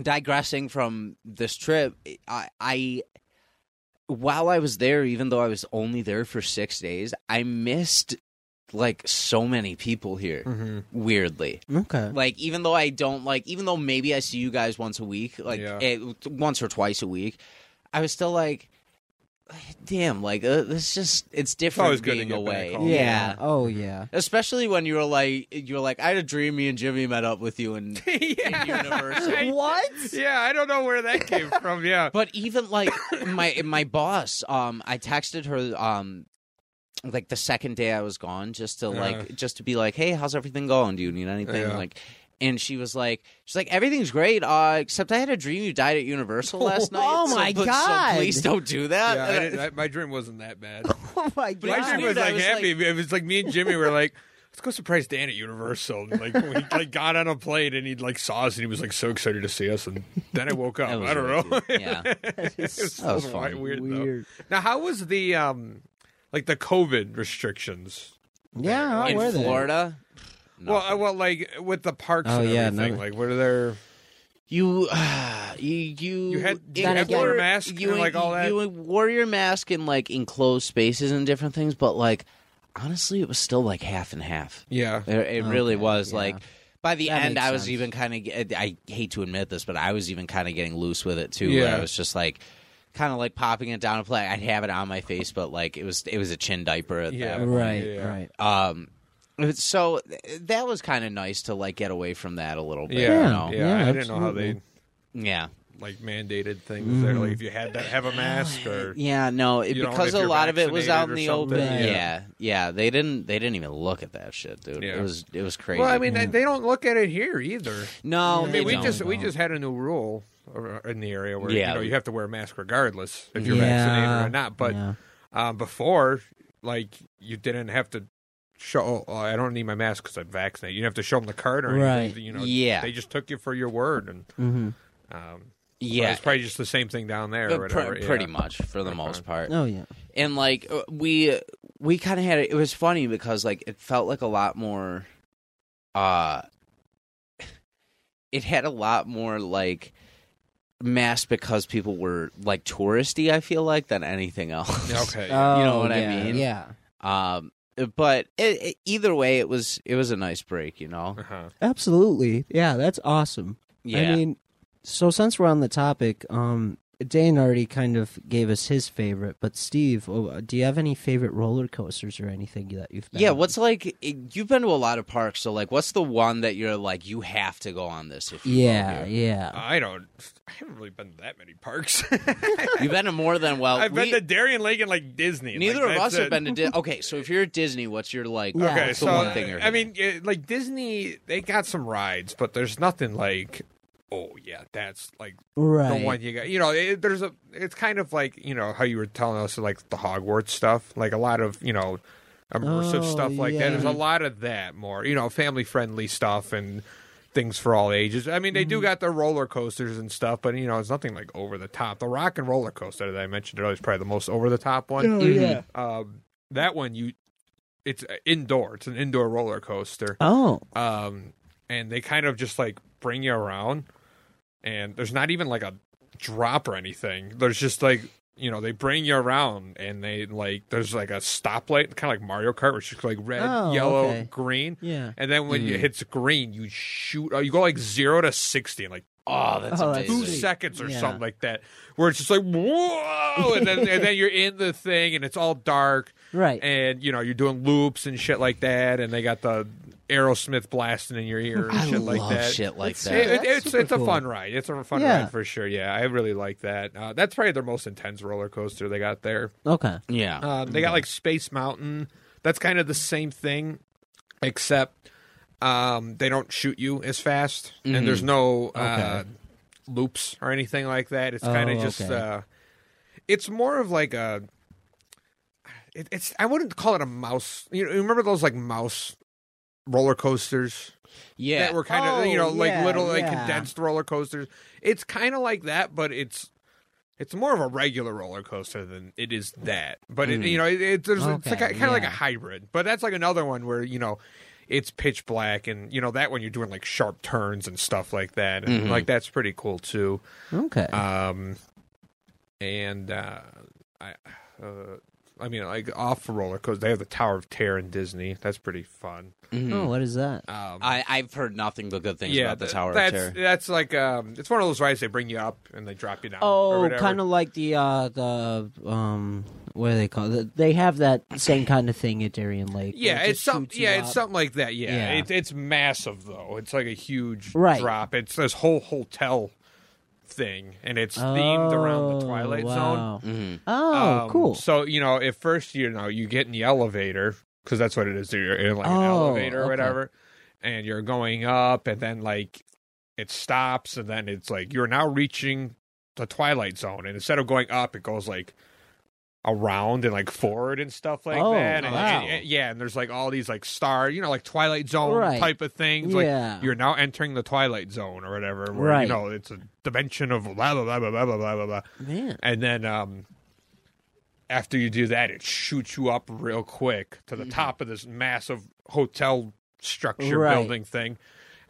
Speaker 1: digressing from this trip i i while i was there even though i was only there for six days i missed like so many people here
Speaker 3: Hmm.
Speaker 1: weirdly
Speaker 3: okay.
Speaker 1: like even though i don't like even though maybe i see you guys once a week like
Speaker 4: Yeah.
Speaker 1: it, once or twice a week i was still like damn like uh, this just it's different
Speaker 4: always good to
Speaker 1: being
Speaker 4: get back
Speaker 1: away
Speaker 4: home.
Speaker 3: yeah. Oh yeah.
Speaker 1: especially when you were like you were like i had a dream me and jimmy met up with you and
Speaker 4: yeah.
Speaker 1: Universal.
Speaker 3: What?
Speaker 4: Yeah, I don't know where that came from. Yeah.
Speaker 1: but even like my my boss um i texted her um like the second day i was gone just to like
Speaker 4: Uh-huh.
Speaker 1: just to be like hey how's everything going do you need anything
Speaker 4: Yeah.
Speaker 1: like and she was like she's like everything's great uh except i had a dream you died at universal last night
Speaker 3: Oh,
Speaker 1: so-
Speaker 3: my
Speaker 1: but- so
Speaker 3: God.
Speaker 1: please don't do that
Speaker 4: Yeah,
Speaker 1: And
Speaker 4: I
Speaker 1: I-
Speaker 4: didn't, I, my dream wasn't that bad.
Speaker 3: Oh my
Speaker 4: My
Speaker 1: I
Speaker 4: dream
Speaker 1: knew
Speaker 4: was
Speaker 1: uh, that
Speaker 4: like
Speaker 1: was,
Speaker 4: happy. it was like me and Jimmy were like, let's go surprise Dan at Universal. And like we like got on a plane and he like saw us and he was was like so excited to see us. And then I woke up.
Speaker 1: That was
Speaker 4: I don't
Speaker 1: weird,
Speaker 4: know.
Speaker 1: dude. Yeah.
Speaker 4: it was,
Speaker 1: That was
Speaker 4: so
Speaker 1: fun.
Speaker 4: Weird, though.
Speaker 3: Weird.
Speaker 4: Now, how was the um like the COVID restrictions?
Speaker 3: Yeah. How
Speaker 1: in
Speaker 3: were they?
Speaker 1: florida
Speaker 4: Well, uh, well, like with the parks
Speaker 3: Oh,
Speaker 4: and
Speaker 3: yeah,
Speaker 4: everything.
Speaker 3: no.
Speaker 4: Like, what are their
Speaker 1: You, uh, you, you,
Speaker 4: You had- you
Speaker 1: in-
Speaker 3: had to
Speaker 1: wore-
Speaker 4: wear a mask
Speaker 1: you,
Speaker 4: and, like, all that?
Speaker 1: You wore your mask in like enclosed spaces and different things, but like honestly, it was still like half and half.
Speaker 4: yeah?
Speaker 1: It, it really
Speaker 3: Okay,
Speaker 1: was
Speaker 3: yeah.
Speaker 1: like. By the
Speaker 3: That
Speaker 1: end,
Speaker 3: makes
Speaker 1: I was
Speaker 3: sense.
Speaker 1: even kind of. I hate to admit this, but I was even kind of getting loose with it too. Where
Speaker 4: Yeah.
Speaker 1: I was just like, kind of like popping it down a play. I'd have it on my face, but like it was it was a chin diaper at
Speaker 4: Yeah.
Speaker 1: that
Speaker 3: Right.
Speaker 4: Yeah.
Speaker 3: Right.
Speaker 1: um so th- that was kind of nice to like get away from that a little bit
Speaker 4: Yeah,
Speaker 1: you
Speaker 4: yeah.
Speaker 1: know?
Speaker 3: yeah,
Speaker 4: I didn't know how they
Speaker 3: absolutely.
Speaker 1: yeah
Speaker 4: like mandated things there. Like, if you had that, have a mask or
Speaker 1: yeah no it,
Speaker 4: You don't-
Speaker 1: because
Speaker 4: if
Speaker 1: a
Speaker 4: you're
Speaker 1: lot of it was out in the
Speaker 4: vaccinated or
Speaker 1: open
Speaker 4: something,
Speaker 1: yeah.
Speaker 4: yeah.
Speaker 1: yeah they didn't they didn't even look at that shit dude
Speaker 4: Yeah.
Speaker 1: it was it was crazy
Speaker 4: Well, I mean, they- they don't look at it here either.
Speaker 1: no
Speaker 4: I
Speaker 1: they
Speaker 4: mean, we
Speaker 1: don't.
Speaker 4: just we just had a new rule or- in the area where
Speaker 1: Yeah.
Speaker 4: you know you have to wear a mask regardless if you're
Speaker 3: Yeah.
Speaker 4: vaccinated or not. But
Speaker 3: yeah.
Speaker 4: um, before, like, you didn't have to show. Oh, I don't need my mask because I'm vaccinated. You didn't have to show them the card or
Speaker 3: Right.
Speaker 4: anything. You know,
Speaker 1: Yeah.
Speaker 4: they just took you for your word, and
Speaker 3: Mhm.
Speaker 4: um,
Speaker 1: yeah
Speaker 4: it's probably just the same thing down there. or
Speaker 1: but
Speaker 4: whatever.
Speaker 1: pre-
Speaker 4: yeah.
Speaker 1: pretty much for the most part
Speaker 3: Oh yeah.
Speaker 1: and like uh, we uh, we kind of had it, it was funny because like it felt like a lot more uh it had a lot more like mass because people were like touristy i feel like than anything else
Speaker 4: Okay.
Speaker 1: You know
Speaker 3: Oh,
Speaker 1: what I
Speaker 3: yeah,
Speaker 1: mean?
Speaker 3: Yeah.
Speaker 1: um but it, it- either way it was it was a nice break you know
Speaker 4: uh-huh.
Speaker 3: Absolutely. Yeah. That's awesome.
Speaker 1: yeah
Speaker 3: I mean, so since we're on the topic, um, Dane already kind of gave us his favorite, but Steve, oh, do you have any favorite roller coasters or anything that you've been
Speaker 1: Yeah,
Speaker 3: on?
Speaker 1: what's like e, you've been to a lot of parks, so like what's the one that you're like you have to go on this if you go
Speaker 3: Yeah,
Speaker 1: here?
Speaker 3: yeah.
Speaker 4: I don't. I haven't really been to that many parks.
Speaker 1: You've been to more than well.
Speaker 4: I've
Speaker 1: we-
Speaker 4: been to Darien Lake and like Disney. and,
Speaker 1: neither
Speaker 4: like,
Speaker 1: of us
Speaker 4: that's
Speaker 1: have
Speaker 4: it.
Speaker 1: been to Disney. Okay, so if you're at Disney, what's your like
Speaker 3: Okay,
Speaker 4: Okay,
Speaker 1: what's
Speaker 4: so
Speaker 1: the one thing you're
Speaker 4: I mean, yeah, like Disney, they got some rides, but there's nothing like, oh yeah, that's like
Speaker 3: Right.
Speaker 4: the one you got. You know, it, there's a. It's kind of like you know how you were telling us like the Hogwarts stuff, like a lot of you know immersive
Speaker 3: Oh,
Speaker 4: stuff like
Speaker 3: yeah.
Speaker 4: that. There's a lot of that more, you know, family friendly stuff and things for all ages. I mean, they
Speaker 3: Mm-hmm.
Speaker 4: do got the roller coasters and stuff, but you know, it's nothing like over the top. The rock and roller coaster that I mentioned earlier is probably the most over the top one.
Speaker 3: Oh, yeah.
Speaker 4: Um, that one you, it's uh, indoor. It's an indoor roller coaster
Speaker 3: Oh,
Speaker 4: um, and they kind of just like bring you around and there's not even like a drop or anything there's just like you know they bring you around and they like there's like a stoplight kind of like mario kart which is like red
Speaker 3: Oh,
Speaker 4: yellow
Speaker 3: okay.
Speaker 4: green
Speaker 3: yeah.
Speaker 4: and then when it hits green you shoot oh, you go like zero to 60 in like
Speaker 1: Oh, that's
Speaker 3: Oh, that's
Speaker 1: amazing.
Speaker 4: two
Speaker 3: sweet.
Speaker 4: seconds or
Speaker 3: Yeah.
Speaker 4: something like that where it's just like whoa and then, and then you're in the thing and it's all dark
Speaker 3: Right.
Speaker 4: and you know you're doing loops and shit like that, and they got the Aerosmith blasting in your ear and
Speaker 1: I
Speaker 4: shit
Speaker 1: love
Speaker 4: like that.
Speaker 1: shit like
Speaker 4: It-
Speaker 1: that.
Speaker 4: it-
Speaker 3: That's
Speaker 4: it's
Speaker 3: super
Speaker 4: it's a
Speaker 3: cool.
Speaker 4: fun ride. It's a fun
Speaker 3: Yeah.
Speaker 4: ride for sure. Yeah, I really like that. Uh, that's probably their most intense roller coaster they got there.
Speaker 3: okay.
Speaker 1: Yeah.
Speaker 4: Um, they got like Space Mountain. That's kind of the same thing, except um, they don't shoot you as fast, and there's
Speaker 3: Mm-hmm.
Speaker 4: no uh, loops or anything like that. It's kind of
Speaker 3: Oh,
Speaker 4: just.
Speaker 3: okay.
Speaker 4: Uh, it's more of like a. It, it's I wouldn't call it a mouse. You know, you remember those like mouse roller coasters
Speaker 1: yeah.
Speaker 4: that were kind of
Speaker 3: Oh,
Speaker 4: you know
Speaker 3: yeah,
Speaker 4: like little like
Speaker 3: yeah.
Speaker 4: condensed roller coasters. It's kind of like that, but it's it's more of a regular roller coaster than it is that. But it, you know, it, it, there's it's like
Speaker 3: Mm. Okay,
Speaker 4: kind of like a
Speaker 3: yeah.
Speaker 4: hybrid. But that's like another one where you know it's pitch black, and you know that one you're doing like sharp turns and stuff like that, and
Speaker 3: Mm-hmm.
Speaker 4: like that's pretty cool too.
Speaker 3: Okay.
Speaker 4: Um, and uh, I. Uh, I mean, like off roller coaster, they have the Tower of Terror in Disney. That's pretty fun.
Speaker 3: oh, what is that?
Speaker 4: Um,
Speaker 1: I, I've heard nothing but good things about the
Speaker 4: th-
Speaker 1: Tower
Speaker 4: that's,
Speaker 1: of Terror.
Speaker 4: That's like um, it's one of those rides they bring you up and they drop you down. or
Speaker 3: Oh,
Speaker 4: whatever.
Speaker 3: kind of like the uh the um what do they call it? They have that same kind of thing at Darien Lake.
Speaker 4: Yeah,
Speaker 3: It just
Speaker 4: it's some.
Speaker 3: shoots you
Speaker 4: Yeah,
Speaker 3: up.
Speaker 4: it's something like that. Yeah,
Speaker 3: Yeah.
Speaker 4: It, it's massive though. It's like a huge
Speaker 3: Right.
Speaker 4: drop. It's this whole hotel thing, and it's themed around the
Speaker 3: Oh,
Speaker 4: Twilight Zone.
Speaker 3: wow.
Speaker 1: Mhm.
Speaker 3: Oh,
Speaker 4: Um,
Speaker 3: cool.
Speaker 4: So you know, at first you know you get in the elevator because that's what it is. You're in like an
Speaker 3: Oh,
Speaker 4: elevator or
Speaker 3: okay.
Speaker 4: whatever, and you're going up, and then like it stops, and then it's like you're now reaching the Twilight Zone, and instead of going up, it goes like around and like forward and stuff like
Speaker 3: Oh,
Speaker 4: that. And,
Speaker 3: wow.
Speaker 4: and- and- yeah, and there's like all these like star, you know, like Twilight Zone
Speaker 3: Right.
Speaker 4: type of things.
Speaker 3: Yeah.
Speaker 4: Like you're now entering the Twilight Zone or whatever, where
Speaker 3: Right.
Speaker 4: you know it's a dimension of blah blah blah blah blah blah blah blah
Speaker 3: Man.
Speaker 4: and then um after you do that it shoots you up real quick to the
Speaker 3: Mm-hmm.
Speaker 4: top of this massive hotel structure
Speaker 3: Right.
Speaker 4: building thing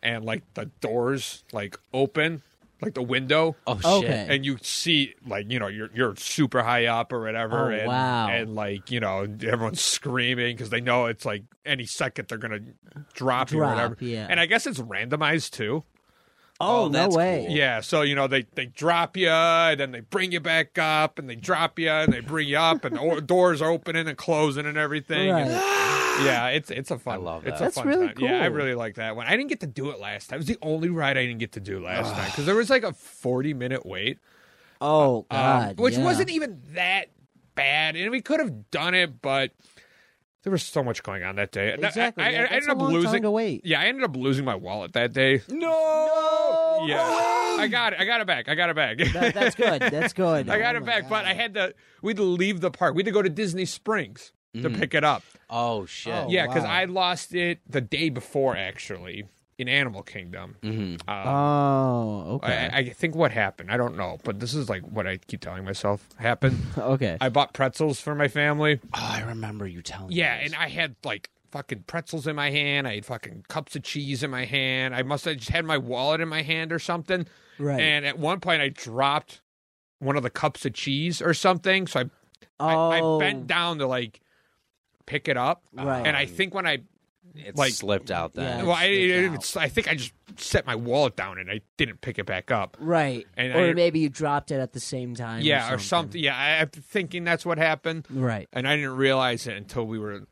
Speaker 4: and like the doors like open like the window Uh,
Speaker 1: Oh shit.
Speaker 3: Okay.
Speaker 4: and you see like you know you're you're super high up or whatever
Speaker 3: Oh,
Speaker 4: and
Speaker 3: wow.
Speaker 4: and like you know everyone's screaming because they know it's like any second they're gonna drop, you or
Speaker 3: Drop,
Speaker 4: whatever
Speaker 3: yeah.
Speaker 4: and i guess it's randomized too
Speaker 3: Oh, no
Speaker 1: that's
Speaker 3: way.
Speaker 1: cool.
Speaker 4: yeah, so you know they they drop you, and then they bring you back up, and they drop you, and they bring you up, and o- doors opening and closing and everything.
Speaker 3: Right.
Speaker 4: And- yeah, it's it's a fun.
Speaker 1: I love
Speaker 4: It's
Speaker 1: that.
Speaker 4: a
Speaker 3: That's
Speaker 4: fun
Speaker 3: really
Speaker 4: time. Yeah, I
Speaker 3: cool.
Speaker 4: really like that one. I didn't get to do it last time. It was the only ride I didn't get to do last time because there was like a forty minute wait,
Speaker 3: Oh
Speaker 4: um,
Speaker 3: God.
Speaker 4: which
Speaker 3: yeah.
Speaker 4: wasn't even that bad, and we could have done it, but there was so much going on that day. And I-
Speaker 3: exactly.
Speaker 4: I, I
Speaker 3: yeah, that's
Speaker 4: ended
Speaker 3: a
Speaker 4: up
Speaker 3: long
Speaker 4: losing.
Speaker 3: Time to wait.
Speaker 4: Yeah, I ended up losing my wallet that day.
Speaker 1: No.
Speaker 4: Yeah, I got it. I got it back. I got it back.
Speaker 3: That- that's good. That's good.
Speaker 4: I got
Speaker 3: Oh
Speaker 4: it
Speaker 3: my
Speaker 4: back, but I had to. We had to leave the park. We had to go to Disney Springs to pick it up.
Speaker 1: Oh shit.
Speaker 3: Oh.
Speaker 4: yeah, because
Speaker 3: wow.
Speaker 4: I lost it the day before actually in Animal Kingdom.
Speaker 1: Mhm.
Speaker 4: Uh,
Speaker 3: Oh. Okay.
Speaker 4: I, I think what happened. I don't know, but this is like what I keep telling myself happened.
Speaker 3: okay.
Speaker 4: I bought pretzels for my family.
Speaker 1: Oh, I remember you telling.
Speaker 4: Yeah,
Speaker 1: me this.
Speaker 4: and I had like fucking pretzels in my hand. I had fucking cups of cheese in my hand. I must have just had my wallet in my hand or something.
Speaker 3: right.
Speaker 4: And at one point, I dropped one of the cups of cheese or something. So I
Speaker 3: oh.
Speaker 4: I, I bent down to like pick it up,
Speaker 3: Oh, Right.
Speaker 4: and I think when I
Speaker 2: It
Speaker 4: Like-
Speaker 2: slipped out then.
Speaker 3: Yeah.
Speaker 4: Well, I, I,
Speaker 3: sneak
Speaker 4: didn't-
Speaker 3: out.
Speaker 4: I think I just set my wallet down and I didn't pick it back up.
Speaker 3: Right.
Speaker 4: And
Speaker 3: or
Speaker 4: I-
Speaker 3: maybe you dropped it at the same time.
Speaker 4: yeah, or something. Yeah, I, I'm thinking that's what happened,
Speaker 3: Right.
Speaker 4: and I didn't realize it until we were,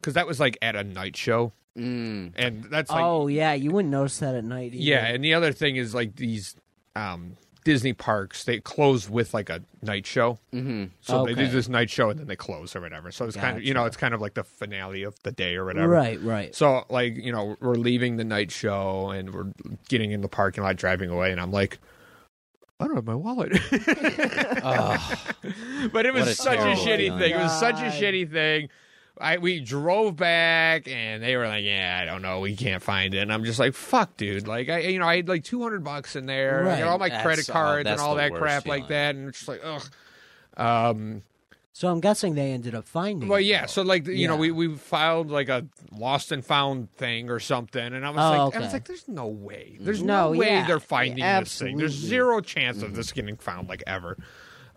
Speaker 4: because that was like at a night show,
Speaker 1: Mm.
Speaker 4: and that's like,
Speaker 3: oh yeah, you wouldn't notice that at night. Either.
Speaker 4: yeah. And the other thing is like these um, Disney parks they close with like a night show,
Speaker 1: Mm-hmm.
Speaker 4: so they do
Speaker 3: Okay.
Speaker 4: this night show and then they close or whatever. So it's kind of you know it's kind of like the finale of the day or whatever.
Speaker 3: Right. Right.
Speaker 4: So like you know we're leaving the night show and we're getting in the parking lot driving away, and I'm like. I don't have my wallet. But it
Speaker 1: What a
Speaker 4: was such a
Speaker 1: terrible
Speaker 4: shitty
Speaker 1: feeling.
Speaker 4: thing. It was such a
Speaker 3: God.
Speaker 4: shitty thing. I we drove back and they were like, "Yeah, I don't know, we can't find it." And I'm just like, "Fuck, dude!" Like I, you know, I had like 200 bucks in there, I
Speaker 3: Right.
Speaker 4: got all my
Speaker 1: That's-
Speaker 4: credit
Speaker 1: oh,
Speaker 4: cards and
Speaker 1: that's
Speaker 4: all
Speaker 1: the
Speaker 4: that
Speaker 1: worst
Speaker 4: crap like
Speaker 1: feeling.
Speaker 4: that, and it's just like, ugh. Um.
Speaker 3: So I'm guessing they ended up finding.
Speaker 4: Well,
Speaker 3: it,
Speaker 4: yeah.
Speaker 3: though.
Speaker 4: So like, you know,
Speaker 3: Yeah.
Speaker 4: we we filed like a lost and found thing or something, and I was
Speaker 3: Oh,
Speaker 4: like, I
Speaker 3: okay. Mm.
Speaker 4: was like, "There's no way. There's no,
Speaker 3: No,
Speaker 4: way
Speaker 3: yeah,
Speaker 4: they're finding this thing. There's
Speaker 3: absolutely. Mm-hmm.
Speaker 4: zero chance of this getting found like ever."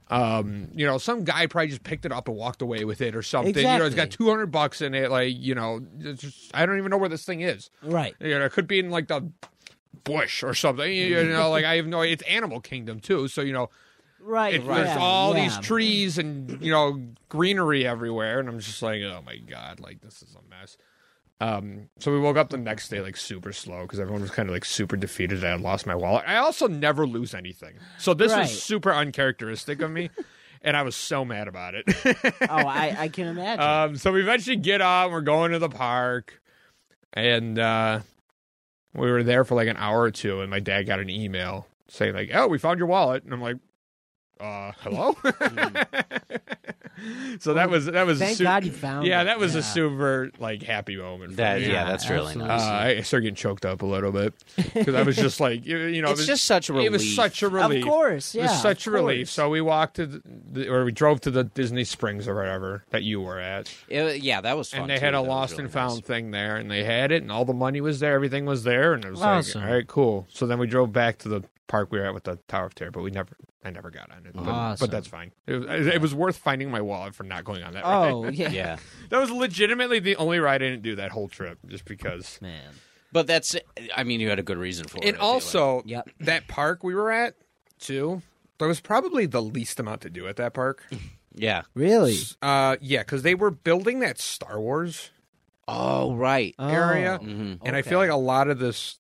Speaker 4: um, you know, some guy probably just picked it up and walked away with it or something. You know, it's got
Speaker 3: Exactly.
Speaker 4: 200 bucks in it. Like, you know, it's just, I don't even know where this thing is.
Speaker 3: right.
Speaker 4: You know, it could be in like the bush or something. You know, like I have no, it's Animal Kingdom too. So, you know,
Speaker 3: Right.
Speaker 4: it,
Speaker 3: right.
Speaker 4: there's all these
Speaker 3: yeah.
Speaker 4: trees and, you know, greenery everywhere. And I'm just like, oh my God, like this is a mess. Um, so we woke up the next day like super slow because everyone was kind of like super defeated that I lost my wallet. I also never lose anything, so this
Speaker 3: Right.
Speaker 4: was super uncharacteristic of me, and I was so mad about it.
Speaker 3: oh, I, I can imagine.
Speaker 4: um, so we eventually get on, we're going to the park, and uh, we were there for like an hour or two, and my dad got an email saying like, "Oh, we found your wallet," and I'm like. Uh, hello.
Speaker 1: Hmm.
Speaker 4: so that was that was a
Speaker 3: Thank
Speaker 4: su-
Speaker 3: God you found.
Speaker 4: yeah,
Speaker 3: it.
Speaker 4: that was a super like happy moment. For
Speaker 1: That
Speaker 4: me.
Speaker 1: yeah, that's really
Speaker 3: absolutely.
Speaker 1: nice.
Speaker 4: Uh, I started getting choked up a little bit because I was just like, you, you know,
Speaker 1: it's
Speaker 4: it was,
Speaker 1: just such a relief.
Speaker 4: it was such a
Speaker 3: Of
Speaker 4: relief.
Speaker 3: course,
Speaker 4: it
Speaker 3: yeah.
Speaker 4: was such a
Speaker 3: of
Speaker 4: relief.
Speaker 3: course.
Speaker 4: So we walked to, the- the, or we drove to the Disney Springs or whatever that you were at,
Speaker 1: It- yeah, that was fun.
Speaker 4: and they
Speaker 1: too.
Speaker 4: had a
Speaker 1: That was
Speaker 4: lost
Speaker 1: really
Speaker 4: and
Speaker 1: nice.
Speaker 4: found thing there, and they had it, and all the money was there, everything was there, and it was
Speaker 3: Awesome.
Speaker 4: like, all right, cool. So then we drove back to the park we were at with the Tower of Terror, but we never, I never got on it. But,
Speaker 3: Awesome.
Speaker 4: but that's fine. It was, it was worth finding my wallet for not going on that. ride.
Speaker 3: Oh yeah.
Speaker 1: Yeah,
Speaker 4: That was legitimately the only ride I didn't do that whole trip, just because.
Speaker 3: man.
Speaker 1: but that's. I mean, you had a good reason for it. I
Speaker 4: And
Speaker 1: feel
Speaker 4: also,
Speaker 3: Yep.
Speaker 4: that park we were at, too, there was probably the least amount to do at that park.
Speaker 1: like. yeah.
Speaker 3: Really?
Speaker 4: Uh, yeah, because they were building that Star Wars
Speaker 1: Oh right.
Speaker 3: Oh.
Speaker 4: area,
Speaker 1: hmm
Speaker 4: and I feel
Speaker 3: okay.
Speaker 4: like a lot of this,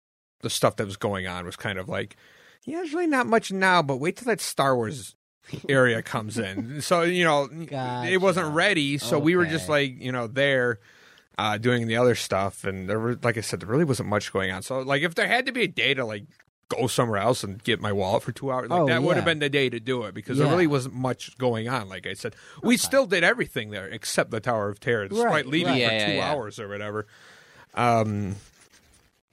Speaker 4: the stuff that was going on, was kind of like, yeah, there's really not much now, but wait till that Star Wars area comes in. So you know,
Speaker 3: Gotcha.
Speaker 4: it wasn't ready, so we were just
Speaker 3: Okay.
Speaker 4: like, you know, there. Uh, doing the other stuff, and there were, like I said, there really wasn't much going on. So, like, if there had to be a day to like go somewhere else and get my wallet for two hours, like
Speaker 3: Oh,
Speaker 4: that would
Speaker 3: yeah.
Speaker 4: have been the day to do it because
Speaker 3: Yeah.
Speaker 4: there really wasn't much going on. Like I said, we still did everything there except the Tower of Terror, despite
Speaker 3: Right,
Speaker 4: leaving
Speaker 1: right.
Speaker 4: for
Speaker 1: Yeah, yeah,
Speaker 4: two
Speaker 1: yeah.
Speaker 4: hours or whatever. Um,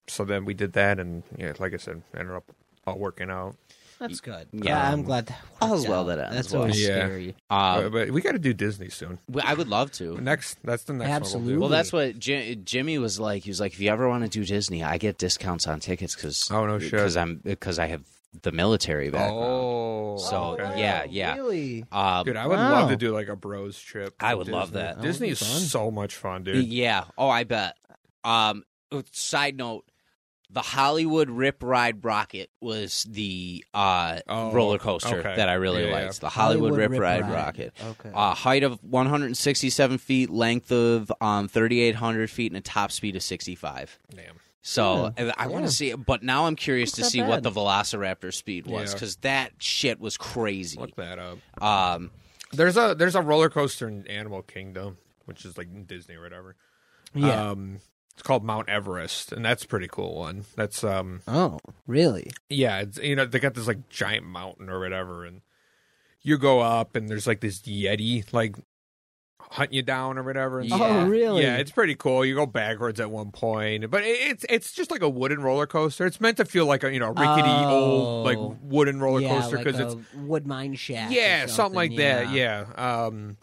Speaker 4: so then we did that, and yeah, like I said, ended up all working out.
Speaker 3: That's good.
Speaker 1: Yeah.
Speaker 3: Yeah, I'm glad that.
Speaker 1: I'll
Speaker 3: worked
Speaker 1: well
Speaker 3: out.
Speaker 1: that out
Speaker 3: That's
Speaker 1: as well.
Speaker 3: always
Speaker 4: Yeah.
Speaker 3: scary.
Speaker 4: but,
Speaker 1: Um,
Speaker 4: but we got to do Disney soon.
Speaker 1: w- I would love to.
Speaker 4: Next, that's the next
Speaker 3: Absolutely.
Speaker 1: Well, that's what Ji- Jimmy was like. He was like, if you ever want to do Disney, I get discounts on tickets because
Speaker 4: Oh, no shit.
Speaker 1: because I'm because I have the military
Speaker 4: one
Speaker 1: background.
Speaker 4: we'll do. Oh,
Speaker 1: So,
Speaker 4: okay.
Speaker 1: yeah, yeah.
Speaker 3: Really?
Speaker 1: Um,
Speaker 4: Dude, I would
Speaker 3: Wow.
Speaker 4: love to do like a bros trip.
Speaker 1: I
Speaker 4: to
Speaker 1: would love
Speaker 4: Disney.
Speaker 1: that. That
Speaker 3: would
Speaker 4: Disney
Speaker 3: be
Speaker 4: is
Speaker 3: fun.
Speaker 4: so much fun, dude.
Speaker 1: Yeah. Oh, I bet. Um, side note: the Hollywood Rip Ride Rocket was the uh,
Speaker 4: Oh,
Speaker 1: roller coaster
Speaker 4: okay.
Speaker 1: that I really
Speaker 4: Yeah, yeah.
Speaker 1: liked. The Hollywood, Rip, Ride, Rocket.
Speaker 3: Okay.
Speaker 1: Uh, height of 167 feet, length of um, 3,800 feet, and a top speed of 65.
Speaker 4: Damn.
Speaker 1: So I, I want to see it, but now I'm curious to
Speaker 3: not
Speaker 1: see what
Speaker 3: bad.
Speaker 1: the Velociraptor speed was
Speaker 4: Yeah.
Speaker 1: because that shit was crazy.
Speaker 4: Look that up.
Speaker 1: Um,
Speaker 4: There's a there's a roller coaster in Animal Kingdom, which is like in Disney or whatever.
Speaker 3: yeah.
Speaker 4: Um, it's called Mount Everest, and that's a pretty cool one. That's um
Speaker 3: oh, really?
Speaker 4: yeah, it's, you know they got this like giant mountain or whatever, and you go up and there's like this yeti like hunt you down or whatever. And
Speaker 1: Yeah.
Speaker 4: stuff.
Speaker 3: Oh, really?
Speaker 4: Yeah, it's pretty cool. You go backwards at one point, but it, it's it's just like a wooden roller coaster. It's meant to feel like a you know rickety old like
Speaker 3: Oh.
Speaker 4: wooden roller
Speaker 3: yeah,
Speaker 4: coaster
Speaker 3: because
Speaker 4: because it's
Speaker 3: it's wood mine shaft. or
Speaker 4: yeah something, like that
Speaker 3: Yeah.
Speaker 4: yeah um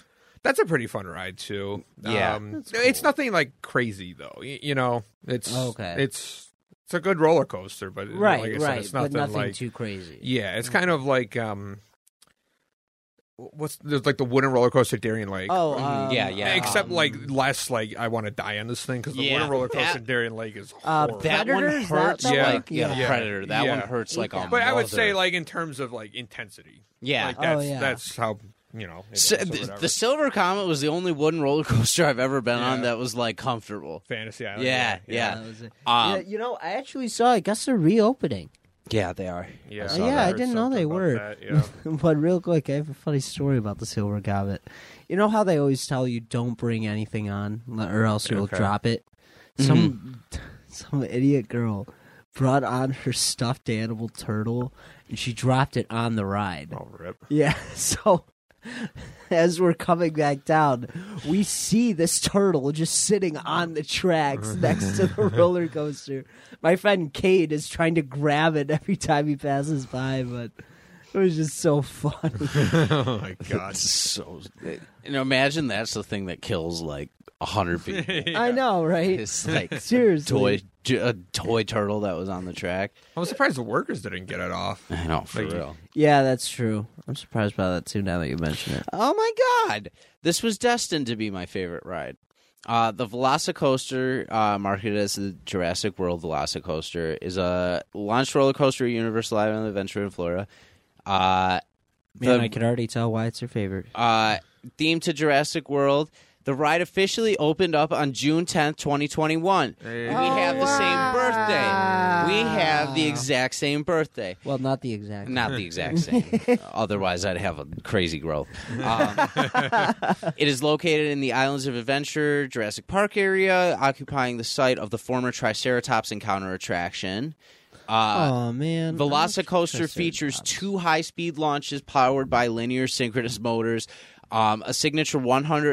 Speaker 4: that's a pretty fun ride too
Speaker 1: Yeah.
Speaker 4: um,
Speaker 3: That's cool.
Speaker 4: it's nothing like crazy though Y- you know it's
Speaker 3: Okay.
Speaker 4: it's it's a good roller coaster but
Speaker 3: Right,
Speaker 4: like I
Speaker 3: right,
Speaker 4: said, it's nothing
Speaker 1: Mm.
Speaker 3: but nothing
Speaker 4: like
Speaker 3: too crazy.
Speaker 4: yeah it's kind of like um what's there's like the wooden roller coaster at Darien Lake.
Speaker 3: Oh,
Speaker 1: Mhm.
Speaker 3: um,
Speaker 1: yeah, yeah.
Speaker 4: Except like less like I want to die on this thing because the
Speaker 1: Yeah.
Speaker 4: wooden roller coaster
Speaker 1: That-
Speaker 4: at Darien Lake is
Speaker 3: Uh,
Speaker 4: horrible.
Speaker 1: that
Speaker 3: Predator,
Speaker 1: one
Speaker 3: is that
Speaker 1: hurts
Speaker 4: the one?
Speaker 1: like yeah.
Speaker 4: Yeah. Yeah.
Speaker 1: predator. That
Speaker 4: Yeah.
Speaker 1: one hurts like a
Speaker 4: but I would say
Speaker 1: mother.
Speaker 4: like in terms of like intensity.
Speaker 1: yeah.
Speaker 4: Like that's
Speaker 3: Oh, yeah.
Speaker 4: that's how you know. it
Speaker 1: So,
Speaker 4: is or
Speaker 1: th-
Speaker 4: whatever.
Speaker 1: the Silver Comet was the only wooden roller coaster I've ever been on
Speaker 4: Yeah. Oh,
Speaker 1: that was like comfortable.
Speaker 4: fantasy island.
Speaker 1: Yeah, yeah,
Speaker 3: that was it.
Speaker 1: Um,
Speaker 3: yeah, you know, I actually saw. I guess they're reopening.
Speaker 1: yeah. They are.
Speaker 4: yeah.
Speaker 3: Uh, yeah, I
Speaker 4: heard
Speaker 3: didn't know they
Speaker 4: something about
Speaker 3: were.
Speaker 4: that, yeah.
Speaker 3: but real quick, I have a funny story about the silver goblet. You know how they always tell you don't bring anything on, or else you'll
Speaker 4: Okay.
Speaker 3: drop it. Some some idiot girl brought on her stuffed animal turtle, and she dropped it on the ride.
Speaker 4: Oh, rip.
Speaker 3: Yeah, so as we're coming back down, we see this turtle just sitting on the tracks next to the roller coaster. My friend Cade is trying to grab it every time he passes by, but it was just so fun.
Speaker 4: oh my god.
Speaker 1: So, you know, imagine that's the thing that kills like a hundred people.
Speaker 3: I know, right?
Speaker 1: It's like
Speaker 3: Seriously.
Speaker 1: toy, j- a toy turtle that was on the track.
Speaker 4: I'm surprised the workers didn't get it off.
Speaker 1: I know for
Speaker 4: Like,
Speaker 1: real.
Speaker 3: Yeah, that's true. I'm surprised by that too now that you mention it.
Speaker 1: Oh my god, this was destined to be my favorite ride. Uh, the Velocicoaster, uh, marketed as the Jurassic World Velocicoaster, is a launch roller coaster at Universal Island Adventure in Florida. Uh,
Speaker 3: Man,
Speaker 1: the-
Speaker 3: I could already tell why it's your favorite.
Speaker 1: uh, themed to Jurassic World. The ride officially opened up on June 10th, 2021. We have the same birthday. We have the exact same birthday.
Speaker 3: Well, not the exact.
Speaker 1: Not the exact same. Otherwise, I'd have a crazy growth. Um, it is located in the Islands of Adventure Jurassic Park area, occupying the site of the former Triceratops Encounter attraction. Uh,
Speaker 3: Oh man,
Speaker 1: Velocicoaster features two high speed launches powered by linear synchronous motors, um, a signature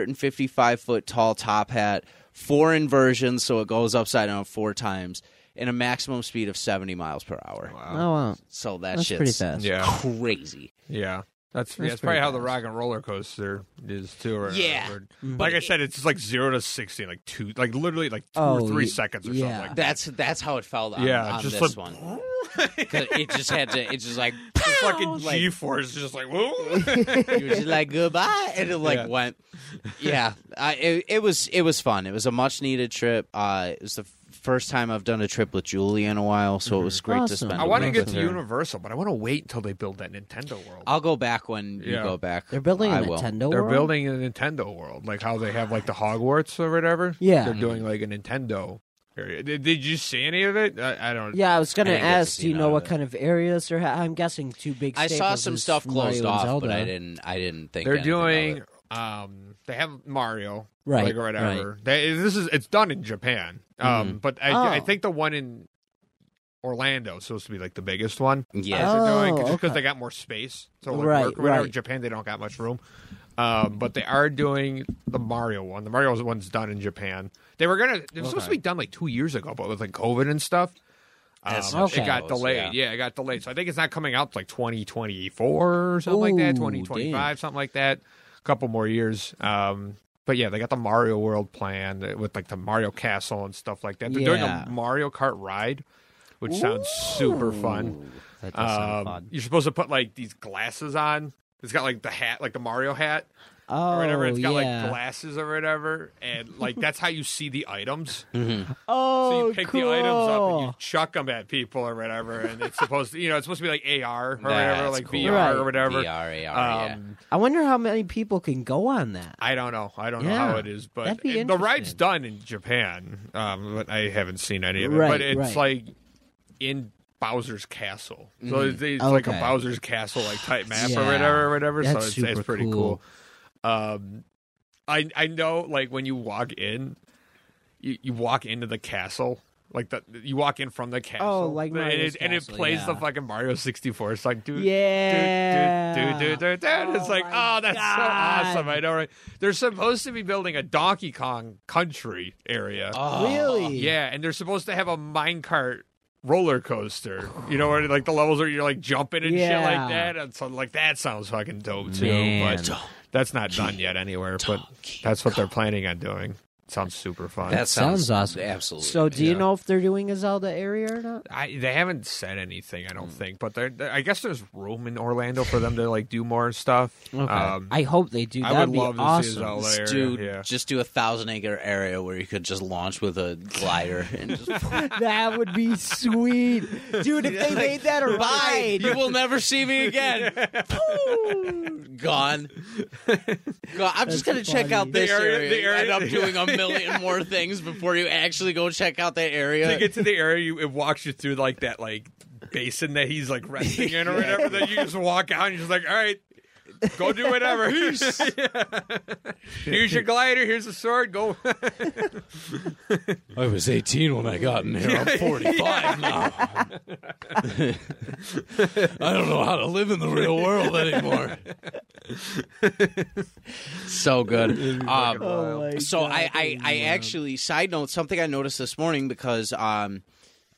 Speaker 1: 155 foot tall top hat, four inversions, so it goes upside down four times, and a maximum speed of 70 miles per hour.
Speaker 3: Oh wow,
Speaker 1: So that
Speaker 3: that's
Speaker 1: shit's
Speaker 3: pretty fast.
Speaker 4: Yeah.
Speaker 1: crazy.
Speaker 4: Yeah. That's, yeah,
Speaker 3: That's
Speaker 4: that's probably
Speaker 3: pretty
Speaker 4: how the
Speaker 3: fast.
Speaker 4: rock and roller coaster is too. Or,
Speaker 1: Yeah.
Speaker 4: or- like I said, it's just like zero to sixty, in, like two, like literally like two
Speaker 3: Oh,
Speaker 4: or three
Speaker 3: y-
Speaker 4: seconds or
Speaker 3: yeah.
Speaker 4: something. Like that.
Speaker 1: That's that's how it felt on,
Speaker 4: Yeah,
Speaker 1: on
Speaker 4: just
Speaker 1: this
Speaker 4: like-
Speaker 1: one. 'Cause It just had to. It's just like
Speaker 4: The
Speaker 1: pow,
Speaker 4: fucking
Speaker 1: like,
Speaker 4: G force is just like woo.
Speaker 1: you were just like goodbye, and it like
Speaker 4: Yeah.
Speaker 1: went. Yeah, I, it, it was it was fun. It was a much needed trip. Uh, it was the f- first time I've done a trip with Julie in a while, so it was
Speaker 4: Mhm.
Speaker 1: great to
Speaker 3: Awesome.
Speaker 1: spend.
Speaker 4: I
Speaker 1: a
Speaker 4: want to
Speaker 1: week
Speaker 4: get
Speaker 1: with
Speaker 4: to
Speaker 1: her.
Speaker 4: Universal, but I want to wait until they build that Nintendo world.
Speaker 1: I'll go back when you
Speaker 4: Yeah.
Speaker 1: go back.
Speaker 3: They're building a
Speaker 1: I will.
Speaker 3: Nintendo.
Speaker 4: they're
Speaker 3: world?
Speaker 4: building a Nintendo world, like how they have like the Hogwarts or whatever.
Speaker 3: Yeah.
Speaker 4: they're doing like a Nintendo area. Did, did you see any of it? I, I don't.
Speaker 3: Yeah, I was gonna
Speaker 1: I didn't get to
Speaker 3: ask.
Speaker 1: see
Speaker 3: Do you
Speaker 1: none
Speaker 3: know
Speaker 1: of
Speaker 3: what
Speaker 1: it.
Speaker 3: kind of areas are? Ha- I'm guessing two big.
Speaker 1: I saw
Speaker 3: staples
Speaker 1: some
Speaker 3: is
Speaker 1: stuff
Speaker 3: Mario
Speaker 1: closed
Speaker 3: and
Speaker 1: off,
Speaker 3: Zelda.
Speaker 1: but I didn't. I didn't think
Speaker 4: They're
Speaker 1: anything of it.
Speaker 4: doing. Um, they have Mario,
Speaker 3: Right, Mm-hmm.
Speaker 4: Like or whatever. They, this is it's done in Japan. Um, but I, I
Speaker 3: Oh.
Speaker 4: think the one in Orlando is supposed to be like the biggest one.
Speaker 1: Yeah.
Speaker 3: Oh,
Speaker 4: they're doing, uh, 'cause- just because
Speaker 3: okay.
Speaker 4: they got more space. So like
Speaker 3: Right,
Speaker 4: work or whatever.
Speaker 3: right.
Speaker 4: Japan they don't got much room. Um, but they are doing the Mario one. The Mario one's done in Japan. They were gonna. It was supposed to be done like two years ago, but with like COVID and stuff, um,
Speaker 1: That's
Speaker 3: okay.
Speaker 4: it got delayed. Yeah. it got delayed. So I think it's not coming out till, like twenty twenty four or something like
Speaker 3: Ooh, damn.
Speaker 4: that. Twenty twenty five, something like that. A couple more years. Um, but yeah, they got the Mario World planned uh, with like the Mario Castle and stuff like that. They're doing
Speaker 3: Yeah.
Speaker 4: a Mario Kart ride, which sounds super fun.
Speaker 3: That does sound
Speaker 4: Um,
Speaker 3: fun.
Speaker 4: you're supposed to put like these glasses on. It's got like the hat, like the Mario hat
Speaker 3: Oh,
Speaker 4: or whatever. It's got
Speaker 3: yeah.
Speaker 4: like glasses or whatever, and like that's how you see the items.
Speaker 1: Mm-hmm.
Speaker 3: Oh,
Speaker 4: so you pick
Speaker 3: cool.
Speaker 4: the items up and you chuck them at people or whatever, and it's supposed to, you know, it's supposed to be like AR or whatever,
Speaker 1: That's
Speaker 4: like
Speaker 1: cool.
Speaker 4: VR
Speaker 3: Right.
Speaker 4: or whatever.
Speaker 1: VR, AR, yeah.
Speaker 4: Um,
Speaker 3: I wonder how many people can go on that.
Speaker 4: I don't know. I don't know
Speaker 3: Yeah.
Speaker 4: how it is, but
Speaker 3: That'd be
Speaker 4: it- the ride's
Speaker 3: interesting.
Speaker 4: done in Japan. Um, but I haven't seen any of it.
Speaker 3: Right,
Speaker 4: but it's
Speaker 3: right.
Speaker 4: like in Bowser's Castle, so it's, it's like
Speaker 3: Mm-hmm.
Speaker 4: a
Speaker 3: Okay.
Speaker 4: Bowser's Castle like type map
Speaker 3: Yeah.
Speaker 4: or whatever, or whatever.
Speaker 3: That's
Speaker 4: so it's, it's
Speaker 3: super
Speaker 4: pretty
Speaker 3: cool.
Speaker 4: cool. Um, I I know like when you walk in, you, you walk into the castle. Like the you walk in from the castle,
Speaker 3: Oh, like
Speaker 4: and
Speaker 3: Mario's
Speaker 4: it, and it
Speaker 3: Castle,
Speaker 4: plays the
Speaker 3: yeah.
Speaker 4: fucking Mario sixty four song, dude.
Speaker 3: Yeah.
Speaker 4: Dude, dude, dude, dude, dude. It's
Speaker 3: Oh
Speaker 4: like,
Speaker 3: my
Speaker 4: oh, that's
Speaker 3: God.
Speaker 4: so awesome. I know, right? They're supposed to be building a Donkey Kong country area.
Speaker 3: Oh. Really?
Speaker 4: Oh, Yeah, and they're supposed to have a minecart roller coaster. You know, where like the levels where you're like jumping and shit
Speaker 3: Yeah.
Speaker 4: like that. And so like that sounds fucking dope too.
Speaker 2: Man.
Speaker 4: But that's not done yet anywhere, but that's what they're planning on doing. Sounds super fun.
Speaker 1: That
Speaker 2: sounds awesome.
Speaker 1: Absolutely.
Speaker 3: So, do you
Speaker 4: Yeah.
Speaker 3: know if they're doing a Zelda area or not?
Speaker 4: I, they haven't said anything, I don't think, but they're, they- I guess there's room in Orlando for them to like do more stuff. Um,
Speaker 3: I hope they do.
Speaker 4: I
Speaker 3: That'd
Speaker 4: would
Speaker 3: be
Speaker 4: love to see
Speaker 3: awesome.
Speaker 4: Zelda
Speaker 1: Just
Speaker 4: area.
Speaker 1: do
Speaker 4: yeah.
Speaker 1: just do a thousand acre area where you could just launch with a glider and just
Speaker 3: that would be sweet, dude. If they made that a
Speaker 1: bye.
Speaker 3: ride,
Speaker 1: You will never see me again. Pooh. Gone. Gone. I'm just gonna
Speaker 3: That's
Speaker 1: check out
Speaker 3: funny.
Speaker 1: this
Speaker 4: The area-
Speaker 1: area.
Speaker 4: the
Speaker 1: and end
Speaker 4: area-
Speaker 1: up doing a million more things before you actually go check out that
Speaker 4: to
Speaker 1: area.
Speaker 4: get to the area, you, it walks you through like that like basin that he's like resting in or whatever. Then you just walk out and you're just like, all right, go do whatever. Here's your glider. Here's a sword. Go.
Speaker 3: Um,
Speaker 1: I was 18 when I got in here. I'm 45 now. I don't know how to live in the real world anymore. so good. Um,
Speaker 3: Oh my
Speaker 1: so I, I, I actually side note something I noticed this morning because um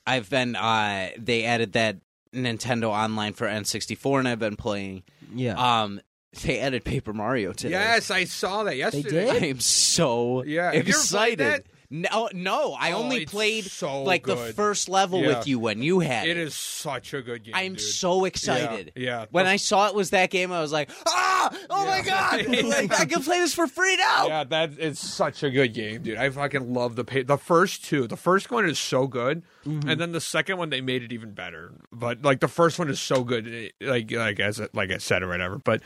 Speaker 1: I've been uh they added that Nintendo Online for N64 and I've been playing
Speaker 3: yeah.
Speaker 1: um they added Paper Mario today.
Speaker 4: yes, I saw that yesterday.
Speaker 3: did?
Speaker 1: I am so
Speaker 4: Yeah, have you ever played
Speaker 1: excited.
Speaker 4: that?
Speaker 1: No, no, I
Speaker 4: Oh,
Speaker 1: only
Speaker 4: it's
Speaker 1: played
Speaker 4: so
Speaker 1: like the
Speaker 4: good.
Speaker 1: first level
Speaker 4: Yeah.
Speaker 1: with you when you had
Speaker 4: It
Speaker 1: it.
Speaker 4: is such a good game.
Speaker 1: I am
Speaker 4: dude.
Speaker 1: so excited.
Speaker 4: Yeah, yeah.
Speaker 1: When I saw it was that game, I was like, ah, oh my god, like, I can play this for free now.
Speaker 4: Yeah, that is such a good game, dude. I fucking love the pa- the first two. The first one is so good,
Speaker 1: Mm-hmm.
Speaker 4: and then the second one they made it even better. But like the first one is so good, eh, like like as like I said or whatever. But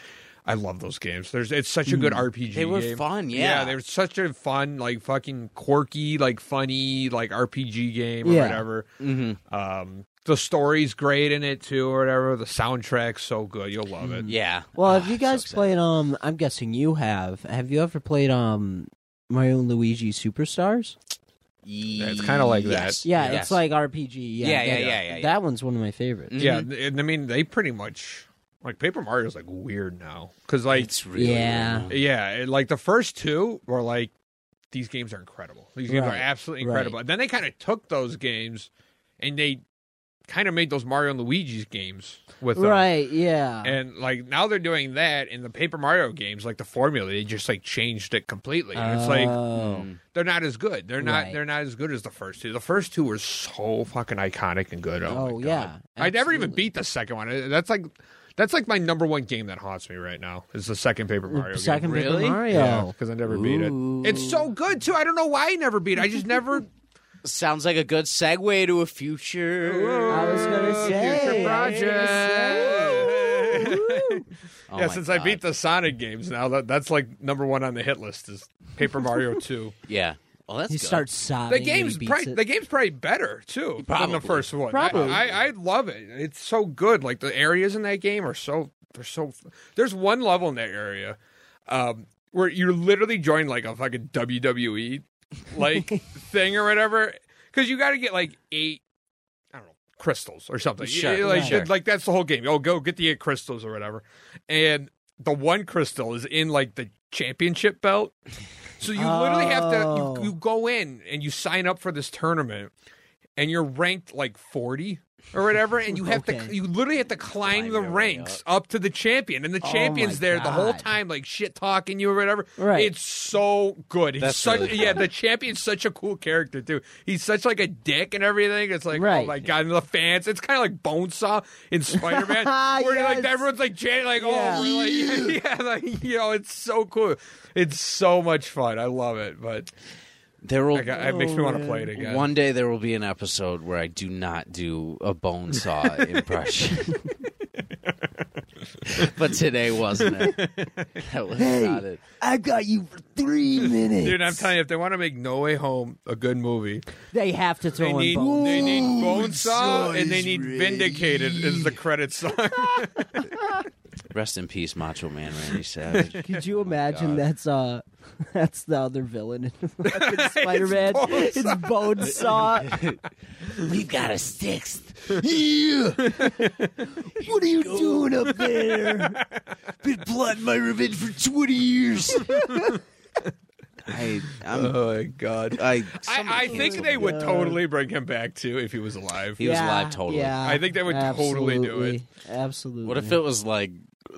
Speaker 4: I love those games. There's it's such a good RPG.
Speaker 1: Mm. They were
Speaker 4: game.
Speaker 1: fun, yeah.
Speaker 4: yeah. They were such a fun, like fucking quirky, like funny, like RPG game or
Speaker 3: Yeah.
Speaker 4: whatever.
Speaker 1: Mm-hmm.
Speaker 4: Um, the story's great in it too, or whatever. The soundtrack's so good, you'll love it.
Speaker 1: Yeah.
Speaker 3: Well,
Speaker 1: Ah,
Speaker 3: have you guys
Speaker 1: so
Speaker 3: played um I'm guessing you have. Have you ever played um Mario and Luigi Superstars?
Speaker 1: excited.
Speaker 4: it's kinda like that.
Speaker 1: Yes.
Speaker 3: Yeah,
Speaker 1: Yes.
Speaker 3: it's like RPG. Yeah,
Speaker 1: Yeah, yeah,
Speaker 3: that,
Speaker 1: yeah, yeah, yeah.
Speaker 3: That one's one of my favorites.
Speaker 1: Mhm.
Speaker 4: Yeah, and I mean they pretty much like Paper Mario's like weird now because like
Speaker 1: it's really
Speaker 3: Yeah.
Speaker 1: really-
Speaker 4: yeah, it- like the first two were like these games are incredible. These games
Speaker 3: Right,
Speaker 4: are absolutely
Speaker 3: right.
Speaker 4: incredible. And then they kind of took those games and they kind of made those Mario and Luigi's games with
Speaker 3: um,
Speaker 4: them.
Speaker 3: Right, yeah.
Speaker 4: And like now they're doing that in the Paper Mario games, like the formula, they just like changed it completely. And it's like
Speaker 3: Oh.
Speaker 4: they're not as good. They're not
Speaker 3: Right.
Speaker 4: they're not as good as the first two. The first two were so fucking iconic and good. Oh, my
Speaker 3: Oh,
Speaker 4: God.
Speaker 3: yeah,
Speaker 4: I never even
Speaker 3: absolutely.
Speaker 4: beat the second one. I- That's like that's like my number one game that haunts me right now. Is the second Paper Mario
Speaker 3: Second
Speaker 4: game.
Speaker 3: Paper
Speaker 1: Really?
Speaker 3: Mario.
Speaker 4: Yeah, because I never beat
Speaker 1: Ooh.
Speaker 4: it. It's so good too. I don't know why I never beat it. I just never.
Speaker 1: Sounds like a good segue to a future.
Speaker 3: I was gonna
Speaker 4: Future
Speaker 3: say, I was gonna
Speaker 4: project.
Speaker 1: Oh
Speaker 4: yeah,
Speaker 1: my
Speaker 4: since I
Speaker 1: God.
Speaker 4: beat the Sonic games now, that, that's like number one on the hit list is Paper Mario Two.
Speaker 1: Yeah. Well, that's
Speaker 3: He
Speaker 1: good.
Speaker 3: starts sobbing.
Speaker 4: The
Speaker 3: when he
Speaker 4: game's
Speaker 3: beats
Speaker 4: probably
Speaker 3: it.
Speaker 4: the game's probably better too than
Speaker 1: Probably.
Speaker 4: the first one.
Speaker 3: Probably.
Speaker 4: I, I I love it. It's so good. Like the areas in that game are so they're so. There's one level in that area um, where you're literally joining like a fucking WWE like thing or whatever because you got to get like eight. I don't know crystals or something.
Speaker 1: Sure,
Speaker 4: Yeah, like,
Speaker 1: sure.
Speaker 4: like that's the whole game. Oh, go get the eight crystals or whatever. And the one crystal is in like the championship belt. So you literally have to
Speaker 3: Oh.
Speaker 4: you, you go in and you sign up for this tournament and you're ranked like 40 or whatever and you have
Speaker 3: Okay.
Speaker 4: to you literally have to climb,
Speaker 1: Climb
Speaker 4: the
Speaker 1: your way
Speaker 4: ranks up. to the champion and the
Speaker 3: Oh my
Speaker 4: champion's there the whole
Speaker 3: God.
Speaker 4: time like shit talking you or whatever.
Speaker 3: Right.
Speaker 4: It's so good. He's
Speaker 1: That's
Speaker 4: such
Speaker 1: really
Speaker 4: yeah,
Speaker 1: fun.
Speaker 4: the champion's such a cool character too. He's such like a dick and everything. It's like oh
Speaker 3: Right.
Speaker 4: my god, and the fans. It's kind of like Bonesaw in Spider-Man where
Speaker 3: Yes.
Speaker 4: like everyone's like jam- like
Speaker 3: Yeah.
Speaker 4: oh we're like, yeah, like you know, it's so cool. It's so much fun. I love it, but
Speaker 1: There will
Speaker 4: I got, it makes me want to play it again.
Speaker 1: one day there will be an episode where I do not do a bone saw impression. but today wasn't it? That was not it.
Speaker 3: I got you for three minutes.
Speaker 4: Dude, I'm telling you, if they want to make No Way Home a good movie,
Speaker 3: they have to throw
Speaker 4: they
Speaker 3: in
Speaker 4: need
Speaker 3: both.
Speaker 4: they need Bonesaw and they need Vindicated as the credit song.
Speaker 1: Rest in peace, Macho Man Randy Savage.
Speaker 3: Could you imagine that's uh that's the other villain in fucking Spider-Man?
Speaker 4: Bonesaw.
Speaker 3: it's Bonesaw.
Speaker 1: We've got a sixth.
Speaker 3: what are you doing up there?
Speaker 1: Been plotting my revenge for twenty years. I, I'm,
Speaker 4: oh my god!
Speaker 1: I,
Speaker 4: I, I
Speaker 1: somebody
Speaker 4: think
Speaker 1: cancel
Speaker 4: they
Speaker 1: me.
Speaker 4: would totally bring him back too if he was alive.
Speaker 1: He was
Speaker 3: yeah,
Speaker 1: live totally.
Speaker 3: Yeah,
Speaker 4: I think they would totally do it.
Speaker 3: Absolutely.
Speaker 1: What if it was like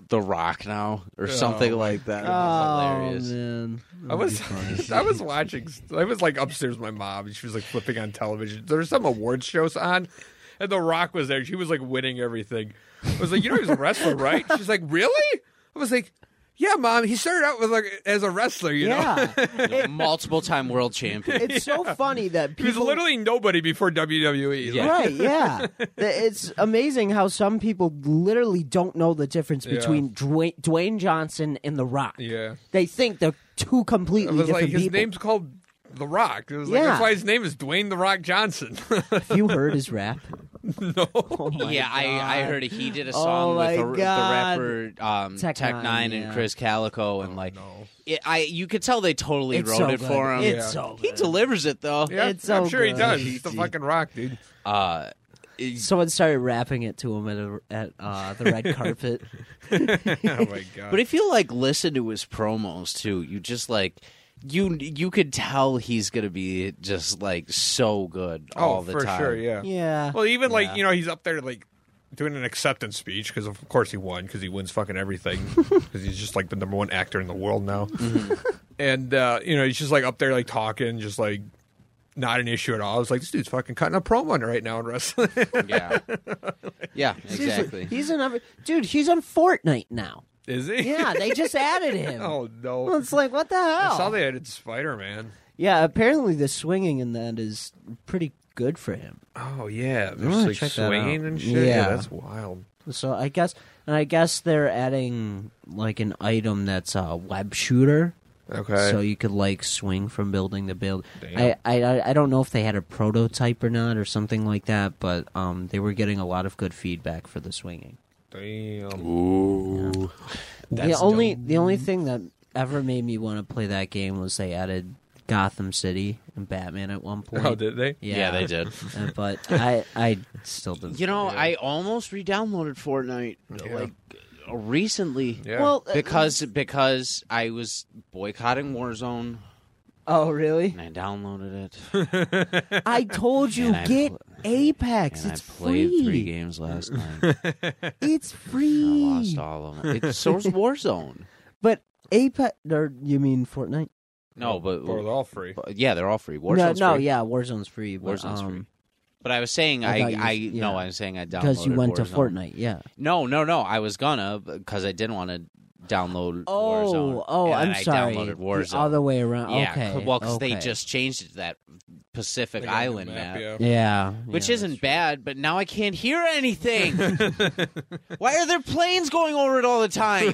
Speaker 1: The Rock now or something like that. Hilarious.
Speaker 3: Oh, man,
Speaker 4: I was I was watching. I was like upstairs with my mom, and she was like flipping on television. There was some awards shows on, and The Rock was there. She was like winning everything. I was like, you know, he's a wrestler, right? She's like, really? I was like, yeah, mom. He started out with like as a wrestler, you know.
Speaker 3: yeah.
Speaker 1: A multiple time world champion.
Speaker 3: It's so funny that
Speaker 4: He was
Speaker 3: people
Speaker 4: literally nobody before E. WWE.
Speaker 1: Yeah.
Speaker 3: Right, yeah. Th- It's amazing how some people literally don't know the difference
Speaker 4: Yeah.
Speaker 3: between Dwayne, Dwayne Johnson and The Rock.
Speaker 4: Yeah.
Speaker 3: They think they're two
Speaker 4: I
Speaker 3: completely
Speaker 4: was
Speaker 3: different
Speaker 4: like, his
Speaker 3: people.
Speaker 4: name's called The Rock. It was like
Speaker 3: Yeah.
Speaker 4: that's why his name is Dwayne The Rock Johnson.
Speaker 3: Have you heard his rap?
Speaker 4: no,
Speaker 3: Oh my
Speaker 1: yeah, I, I
Speaker 3: God. Oh
Speaker 1: heard it. He did a song
Speaker 3: my
Speaker 1: with the, the
Speaker 3: God.
Speaker 1: rapper um, Tech,
Speaker 3: Tech
Speaker 1: Nine,
Speaker 3: Nine,
Speaker 1: and
Speaker 3: yeah.
Speaker 1: Chris Calico, and like,
Speaker 4: no.
Speaker 1: it, I you could tell they totally
Speaker 3: It's
Speaker 1: wrote
Speaker 3: so
Speaker 1: it
Speaker 3: good.
Speaker 1: for him.
Speaker 3: It's
Speaker 4: Yeah.
Speaker 3: so
Speaker 1: He
Speaker 3: good.
Speaker 1: delivers it though.
Speaker 4: yeah,
Speaker 3: It's
Speaker 4: I'm
Speaker 3: so
Speaker 4: sure he
Speaker 3: good.
Speaker 4: does. He's the fucking Rock, dude.
Speaker 1: Uh, it-
Speaker 3: Someone started rapping it to him at a, at uh, the red carpet.
Speaker 4: Oh my god.
Speaker 1: But if you like listen to his promos too, you just like you you could tell he's gonna be just like so good
Speaker 4: oh,
Speaker 1: all the
Speaker 4: for
Speaker 1: time.
Speaker 4: sure, yeah.
Speaker 3: yeah.
Speaker 4: Well, even like
Speaker 1: Yeah.
Speaker 4: you know, he's up there like doing an acceptance speech because of course he won because he wins fucking everything because he's just like the number one actor in the world now.
Speaker 3: Mm-hmm.
Speaker 4: and uh, you know, he's just like up there like talking, just like not an issue at all. I was like, this dude's fucking cutting a promo on it right now in wrestling.
Speaker 1: yeah, yeah,
Speaker 3: Seriously,
Speaker 1: exactly.
Speaker 3: He's in every dude. He's on Fortnite now.
Speaker 4: Is he?
Speaker 3: Yeah, they just added him.
Speaker 4: oh no.
Speaker 3: Well, It's like what the hell?
Speaker 4: I saw they added Spider Man.
Speaker 3: Yeah, apparently the swinging in that is pretty good for him.
Speaker 4: Oh yeah, there's
Speaker 3: wanna
Speaker 4: like
Speaker 3: check that
Speaker 4: swinging
Speaker 3: out.
Speaker 4: and shit. Yeah.
Speaker 3: Yeah.
Speaker 4: that's wild.
Speaker 3: So I guess, and I guess they're adding like an item that's a web shooter,
Speaker 4: Okay.
Speaker 3: so you could like swing from building to build.
Speaker 4: Damn.
Speaker 3: I, I I- I don't know if they had a prototype or not or something like that, but um, they were getting a lot of good feedback for the swinging.
Speaker 4: Damn.
Speaker 1: Ooh,
Speaker 3: the only the only thing that ever made me want to play that game was they added Gotham City and Batman at one point.
Speaker 4: Oh, did they?
Speaker 1: yeah.
Speaker 3: Yeah,
Speaker 1: they did.
Speaker 3: Uh, But I I still didn't.
Speaker 1: You know, I almost re-downloaded Fortnite like uh, recently.
Speaker 4: Yeah.
Speaker 3: well uh,
Speaker 1: Because because I was boycotting Warzone
Speaker 3: oh really?
Speaker 1: and I downloaded it
Speaker 3: I told you,
Speaker 1: And I
Speaker 3: get
Speaker 1: pl-
Speaker 3: Apex.
Speaker 1: and I
Speaker 3: it's
Speaker 1: played
Speaker 3: free.
Speaker 1: three games last night.
Speaker 3: It's
Speaker 1: I lost
Speaker 3: free.
Speaker 1: all of them. It, so was Warzone.
Speaker 3: But Apex, or you mean Fortnite?
Speaker 1: No, Oh, but
Speaker 4: Or they're all free.
Speaker 1: But, yeah, they're all free. Warzone's
Speaker 3: no, no,
Speaker 1: free.
Speaker 3: yeah, Warzone's free. But,
Speaker 1: Warzone's free.
Speaker 3: um,
Speaker 1: But I was saying
Speaker 3: I
Speaker 1: I,
Speaker 3: thought you-
Speaker 1: I
Speaker 3: yeah.
Speaker 1: no, I was saying I downloaded
Speaker 3: because you went to
Speaker 1: Warzone.
Speaker 3: Fortnite, yeah.
Speaker 1: No, no, no. I was gonna because I didn't want to download. Warzone,
Speaker 3: Oh, oh,
Speaker 1: and
Speaker 3: I'm
Speaker 1: then I
Speaker 3: sorry.
Speaker 1: Downloaded
Speaker 3: The
Speaker 1: Warzone.
Speaker 3: other way around.
Speaker 1: yeah,
Speaker 3: okay.
Speaker 1: c- well, because they
Speaker 3: okay.
Speaker 1: just changed it to that Pacific
Speaker 4: They got the
Speaker 1: Island map,
Speaker 4: yeah.
Speaker 3: yeah,
Speaker 1: which
Speaker 3: yeah,
Speaker 1: isn't bad. But now I can't hear anything. Why are there planes going over it all the time?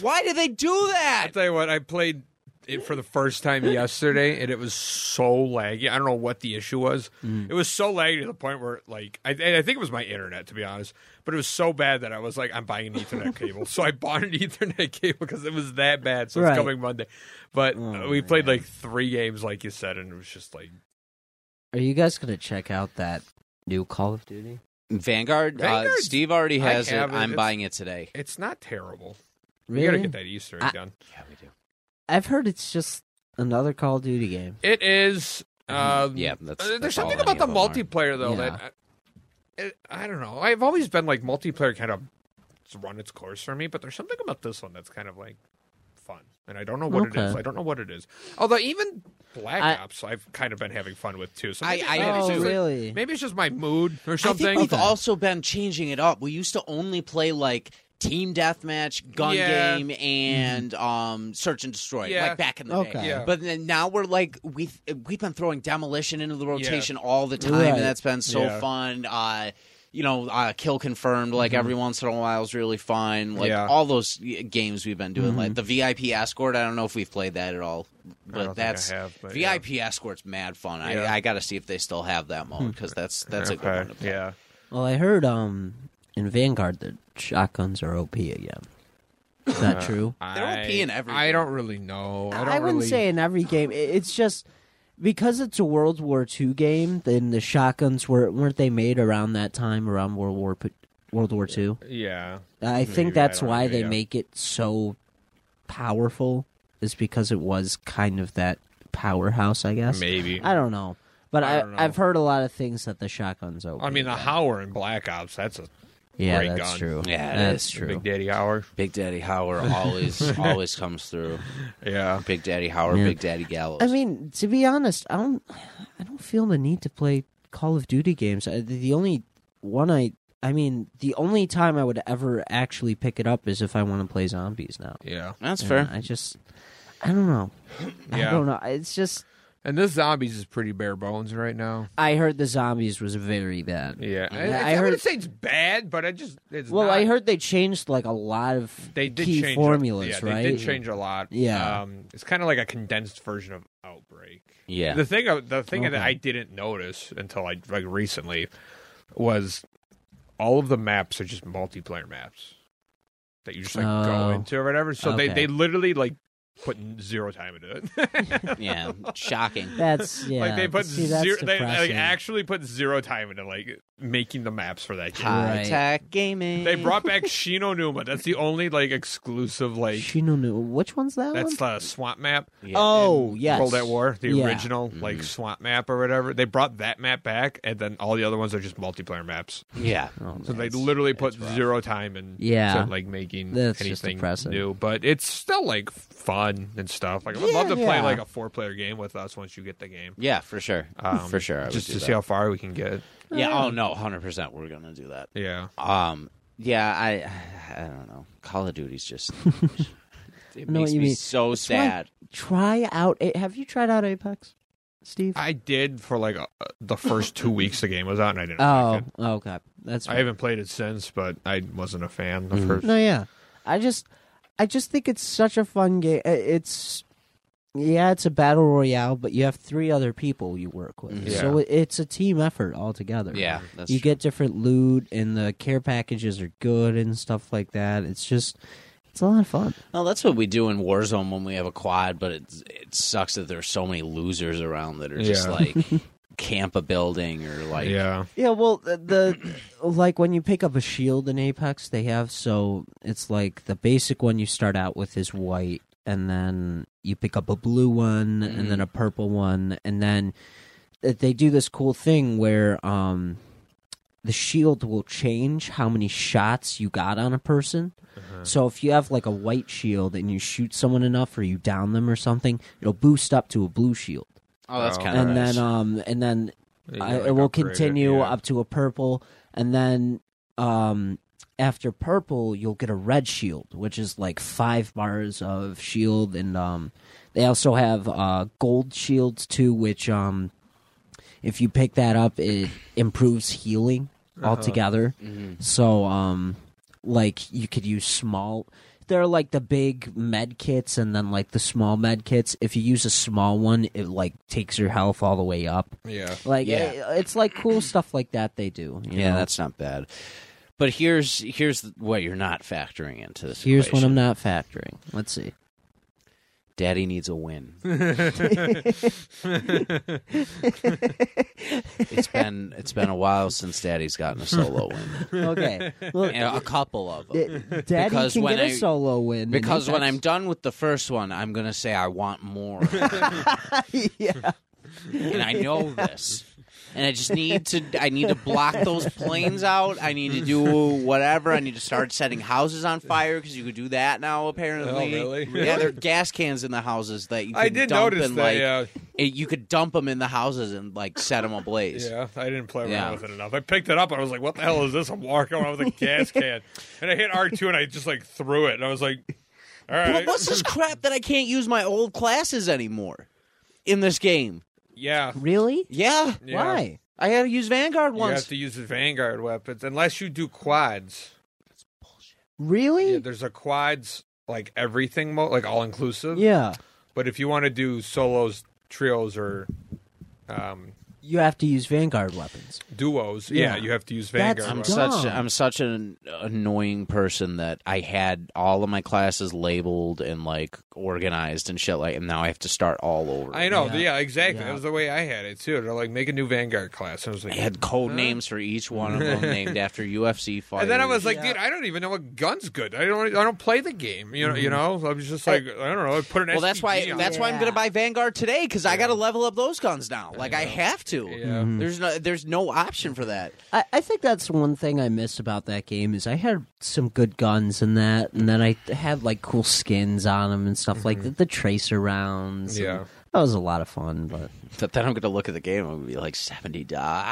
Speaker 1: Why do they do that?
Speaker 4: I'll tell you what, I played it for the first time yesterday, and it was so laggy. I don't know what the issue was.
Speaker 3: Mm.
Speaker 4: It was so laggy to the point where, like, I, and I think it was my internet, to be honest. But it was so bad that I was like, I'm buying an Ethernet cable. so I bought an Ethernet cable because it was that bad. So
Speaker 3: Right. Oh,
Speaker 4: it's coming Monday. But uh, we played like three games, like you said, and it was just like
Speaker 3: Are you guys gonna check out that new Call of Duty?
Speaker 1: Vanguard. Uh,
Speaker 4: Vanguard's-
Speaker 1: Steve already
Speaker 4: I
Speaker 1: has it.
Speaker 4: have it.
Speaker 1: I'm
Speaker 4: It's-
Speaker 1: buying it today.
Speaker 4: it's not terrible.
Speaker 3: Really?
Speaker 4: We gotta get that Easter egg
Speaker 3: I-
Speaker 4: done.
Speaker 1: Yeah, we do.
Speaker 3: I've heard it's just another Call of Duty game.
Speaker 4: It is. Um,
Speaker 1: yeah, that's-
Speaker 4: uh,
Speaker 1: that's
Speaker 4: there's
Speaker 1: all
Speaker 4: something
Speaker 1: any
Speaker 4: about the
Speaker 1: of them are.
Speaker 4: multiplayer though that I, it, I don't know. I've always been like multiplayer kind of it's run its course for me, but there's something about this one that's kind of like fun, and I don't know what it is.
Speaker 3: Okay.
Speaker 4: I don't know what it is. Although even Black
Speaker 3: I-
Speaker 4: Ops, I've kind of been having fun with too. So
Speaker 1: I-
Speaker 4: maybe,
Speaker 1: I
Speaker 4: maybe
Speaker 1: have
Speaker 4: it's
Speaker 1: too.
Speaker 3: oh,
Speaker 4: just, like-
Speaker 3: really?
Speaker 4: Maybe it's just my mood or something.
Speaker 1: I think we've
Speaker 3: Okay.
Speaker 1: also been changing it up. We used to only play like team deathmatch, gun
Speaker 4: Yeah. Mm-hmm.
Speaker 1: game, and um, search and destroy,
Speaker 4: Yeah.
Speaker 1: like back in the day.
Speaker 3: Okay.
Speaker 4: Yeah.
Speaker 1: But then now we're like we have we've been throwing demolition into the rotation all the time,
Speaker 3: Right.
Speaker 1: and that's been so
Speaker 4: Yeah.
Speaker 1: fun. Uh, you know, uh, kill confirmed like
Speaker 3: Mm-hmm.
Speaker 1: every once in a while is really fun. Like
Speaker 4: Yeah.
Speaker 1: all those y- games we've been doing,
Speaker 3: Mm-hmm.
Speaker 1: like the VIP escort. I don't know if we've played that at all,
Speaker 4: don't think I
Speaker 1: but that's
Speaker 4: have, but yeah.
Speaker 1: VIP escort's mad fun.
Speaker 4: Yeah.
Speaker 1: I, I got to see if they still have that mode because that's that's a good one
Speaker 4: okay.
Speaker 1: to play.
Speaker 4: Yeah.
Speaker 3: Well, I heard um in Vanguard that shotguns are OP again. Is that true?
Speaker 1: They're all
Speaker 4: I-
Speaker 1: peeing everything.
Speaker 4: I don't really know. I, don't
Speaker 3: wouldn't
Speaker 4: really-
Speaker 3: say in every game. I- It's just because it's a World War II game. Then the shotguns were weren't they made around that time around World War P- World War II?
Speaker 4: Yeah.
Speaker 3: I
Speaker 4: Maybe,
Speaker 3: think that's
Speaker 4: I don't
Speaker 3: why
Speaker 4: know,
Speaker 3: they
Speaker 4: yeah.
Speaker 3: make it so powerful. Is because it was kind of that powerhouse, I guess.
Speaker 4: Maybe.
Speaker 3: I don't know, but
Speaker 4: I
Speaker 3: I,
Speaker 4: don't know.
Speaker 3: I've heard a lot of things that the shotguns. OP
Speaker 4: I mean, the
Speaker 3: again.
Speaker 4: Howler in Black Ops, that's a
Speaker 2: Yeah,
Speaker 4: Ray
Speaker 2: that's
Speaker 4: Gun.
Speaker 2: true.
Speaker 1: Yeah, it
Speaker 2: that's
Speaker 1: is.
Speaker 2: true.
Speaker 4: Big Daddy Hour.
Speaker 1: Big Daddy Howard always always comes through.
Speaker 4: Yeah.
Speaker 1: Big Daddy Howard,
Speaker 2: Yeah.
Speaker 1: Big Daddy Gallows.
Speaker 3: I mean, to be honest, I don't. I don't feel the need to play Call of Duty games. I, the only one I. I mean, the only time I would ever actually pick it up is if I want to play zombies now.
Speaker 4: Yeah.
Speaker 1: that's
Speaker 3: And
Speaker 1: fair.
Speaker 3: I just. I don't know. I
Speaker 4: Yeah.
Speaker 3: don't know. It's just.
Speaker 4: And this zombies is pretty bare bones right now.
Speaker 3: I heard the zombies was very bad.
Speaker 4: Yeah.
Speaker 3: Yeah,
Speaker 4: I, it's-
Speaker 3: I
Speaker 4: I,
Speaker 3: heard-
Speaker 4: wouldn't say it's bad, but I just it's
Speaker 3: Well, I
Speaker 4: not-
Speaker 3: heard they changed like a lot of
Speaker 4: they did
Speaker 3: key
Speaker 4: change a-
Speaker 3: formulas,
Speaker 4: yeah,
Speaker 3: right?
Speaker 4: They did change a lot.
Speaker 3: Yeah.
Speaker 4: Um, it's kind of like a condensed version of Outbreak.
Speaker 1: Yeah.
Speaker 4: The thing I- the thing that
Speaker 3: Okay.
Speaker 4: I didn't notice until I like recently was all of the maps are just multiplayer maps that you just like
Speaker 3: Oh.
Speaker 4: go into or whatever. So
Speaker 3: Okay.
Speaker 4: they they literally like put zero time into it.
Speaker 1: yeah, shocking.
Speaker 3: That's yeah.
Speaker 4: like they put
Speaker 3: See, that's
Speaker 4: zero they like
Speaker 3: depressing.
Speaker 4: actually put zero time into like making the maps for that game.
Speaker 1: High
Speaker 3: Right.
Speaker 1: tech gaming.
Speaker 4: They brought back Shinonuma. That's the only like exclusive like
Speaker 3: Shinonu- Which one's that
Speaker 4: that's
Speaker 3: one?
Speaker 4: the swamp map.
Speaker 1: Yeah.
Speaker 3: oh
Speaker 4: in
Speaker 3: yes,
Speaker 4: World at War, the
Speaker 3: Yeah.
Speaker 4: original
Speaker 1: Mm-hmm.
Speaker 4: like swamp map or whatever. They brought that map back, and then all the other ones are just multiplayer maps.
Speaker 1: yeah.
Speaker 3: Oh,
Speaker 4: So they
Speaker 3: that's-
Speaker 4: literally put zero time in
Speaker 3: Yeah.
Speaker 4: to, like making
Speaker 3: That's just
Speaker 4: anything
Speaker 3: impressive.
Speaker 4: new. But it's still like fun and stuff. Like I would
Speaker 3: Yeah,
Speaker 4: love to play
Speaker 3: yeah.
Speaker 4: like a four player game with us once you get the game.
Speaker 1: Yeah, for sure.
Speaker 4: Um,
Speaker 1: for sure. I would
Speaker 4: just
Speaker 1: do
Speaker 4: to
Speaker 1: that.
Speaker 4: see how far we can get.
Speaker 1: Yeah. Oh no, hundred percent. We're gonna do that.
Speaker 4: Yeah,
Speaker 1: Um. Yeah. I. I don't know. Call of Duty's just. it
Speaker 3: know
Speaker 1: makes
Speaker 3: what you
Speaker 1: me
Speaker 3: mean.
Speaker 1: so
Speaker 3: why-
Speaker 1: sad.
Speaker 3: Try out. A- Have you tried out Apex, Steve?
Speaker 4: I did for like a, the first two weeks the game was out, and I didn't.
Speaker 3: oh,
Speaker 4: like it.
Speaker 3: oh god, that's
Speaker 4: I
Speaker 3: right.
Speaker 4: haven't played it since, but I wasn't a fan the
Speaker 1: Mhm.
Speaker 4: first.
Speaker 3: Mm. no, yeah. I just, I just think it's such a fun game. It's, yeah, it's a battle royale, but you have three other people you work with,
Speaker 1: Mhm.
Speaker 3: so it- it's a team effort altogether.
Speaker 1: Yeah. That's
Speaker 3: you
Speaker 1: true.
Speaker 3: get different loot, and the care packages are good and stuff like that. It's just, it's a lot of fun.
Speaker 1: Well, that's what we do in Warzone when we have a quad, but it it sucks that there's so many losers around that are just
Speaker 4: Yeah.
Speaker 1: like camp a building or like
Speaker 4: Yeah,
Speaker 3: Yeah, well, the, the like when you pick up a shield in Apex, they have so it's like the basic one you start out with is white, and then you pick up a blue one, and then a purple one, and then th- they do this cool thing where um the shield will change how many shots you got on a person. So if you have like a white shield and you shoot someone enough or you down them or something, it'll boost up to a blue shield.
Speaker 1: oh that's
Speaker 4: Oh.
Speaker 1: kind of
Speaker 3: And then um and then
Speaker 4: You
Speaker 3: I,
Speaker 4: gotta, like,
Speaker 3: it will
Speaker 4: upgrade it,
Speaker 3: continue
Speaker 4: yeah.
Speaker 3: up to a purple, and then um, after purple, you'll get a red shield, which is like five bars of shield, and um, they also have uh, gold shields too, which um, if you pick that up, it improves healing
Speaker 4: Uh-huh.
Speaker 3: altogether.
Speaker 4: Mm-hmm.
Speaker 3: So um, like you could use small. There are like the big med kits and then like the small med kits. If you use a small one, it like takes your health all the way up.
Speaker 4: Yeah.
Speaker 3: Like
Speaker 1: Yeah.
Speaker 3: it- it's like cool stuff like that they do. you
Speaker 1: yeah
Speaker 3: know?
Speaker 1: that's not bad but here's here's what you're not factoring into this
Speaker 3: here's what
Speaker 1: equation.
Speaker 3: I'm not factoring. Let's see.
Speaker 1: daddy needs a win it's been it's been a while since daddy's gotten a solo win
Speaker 3: Okay, look,
Speaker 1: You know, a couple of them
Speaker 3: it- Daddy
Speaker 1: Because
Speaker 3: can
Speaker 1: when
Speaker 3: get a
Speaker 1: I-
Speaker 3: solo win. in
Speaker 1: because when I'm
Speaker 3: Apex.
Speaker 1: done with the first one, I'm gonna say I want more,
Speaker 3: yeah,
Speaker 1: and I know this, and I just need to. I need to block those planes out. I need to do whatever. I need to start setting houses on fire because you could do that now. Apparently,
Speaker 4: Oh, really?
Speaker 1: yeah, there are gas cans in the houses that you can
Speaker 4: I did
Speaker 1: dump
Speaker 4: notice
Speaker 1: and
Speaker 4: that.
Speaker 1: like
Speaker 4: yeah,
Speaker 1: it, you could dump them in the houses and like set them ablaze.
Speaker 4: yeah. I didn't play around
Speaker 1: Yeah.
Speaker 4: with it enough. I picked it up. and I was like, "What the hell is this?" I'm walking around with a gas can, and I hit R two, and I just like threw it, and I was like, "All
Speaker 1: What-
Speaker 4: right,
Speaker 1: What's this crap that I can't use my old classes anymore in this game?
Speaker 4: yeah."
Speaker 3: really?
Speaker 1: Yeah,
Speaker 4: Yeah.
Speaker 3: Why?
Speaker 1: I had to use Vanguard
Speaker 4: You have
Speaker 1: once.
Speaker 4: to use the Vanguard weapons unless you do quads.
Speaker 3: Really?
Speaker 4: Yeah, there's a quads like everything mode, like all inclusive.
Speaker 3: yeah,
Speaker 4: But if you want to do solos, trios, or um,
Speaker 3: you have to use Vanguard weapons.
Speaker 4: duos, yeah.
Speaker 3: Yeah.
Speaker 4: you have to use
Speaker 3: That's
Speaker 4: Vanguard.
Speaker 1: I'm
Speaker 4: weapons.
Speaker 3: dumb.
Speaker 1: such I'm such an annoying person that I had all of my classes labeled and like organized and shit like, and now I have to start all over.
Speaker 4: I know.
Speaker 3: Yeah.
Speaker 4: Yeah, exactly.
Speaker 3: Yeah.
Speaker 4: That was the way I had it too. They're like, make a new Vanguard class. And I was
Speaker 1: I
Speaker 4: like,
Speaker 1: had code names for each one of them named after UFC fighters.
Speaker 4: And then I was like,
Speaker 3: Yeah.
Speaker 4: dude, I don't even know what gun's good. I don't. I don't play the game. You know. You know. I was just like, I don't know. I put an.
Speaker 1: Mm-hmm. well, that's why
Speaker 4: SPG on
Speaker 1: that's
Speaker 4: it.
Speaker 1: why I'm
Speaker 3: Yeah.
Speaker 1: gonna buy Vanguard today because I got to level up those guns now. Like I have to. to. Mm-hmm.
Speaker 4: Yeah.
Speaker 1: There's no there's no option for that.
Speaker 3: I, I think that's one thing I miss about that game is I had some good guns in that, and then I had like cool skins on them and stuff like that. The tracer rounds, and
Speaker 4: Mm-hmm. Yeah.
Speaker 3: that was a lot of fun. But
Speaker 1: But then I'm gonna look at the game. I'm gonna be like seventy dollars.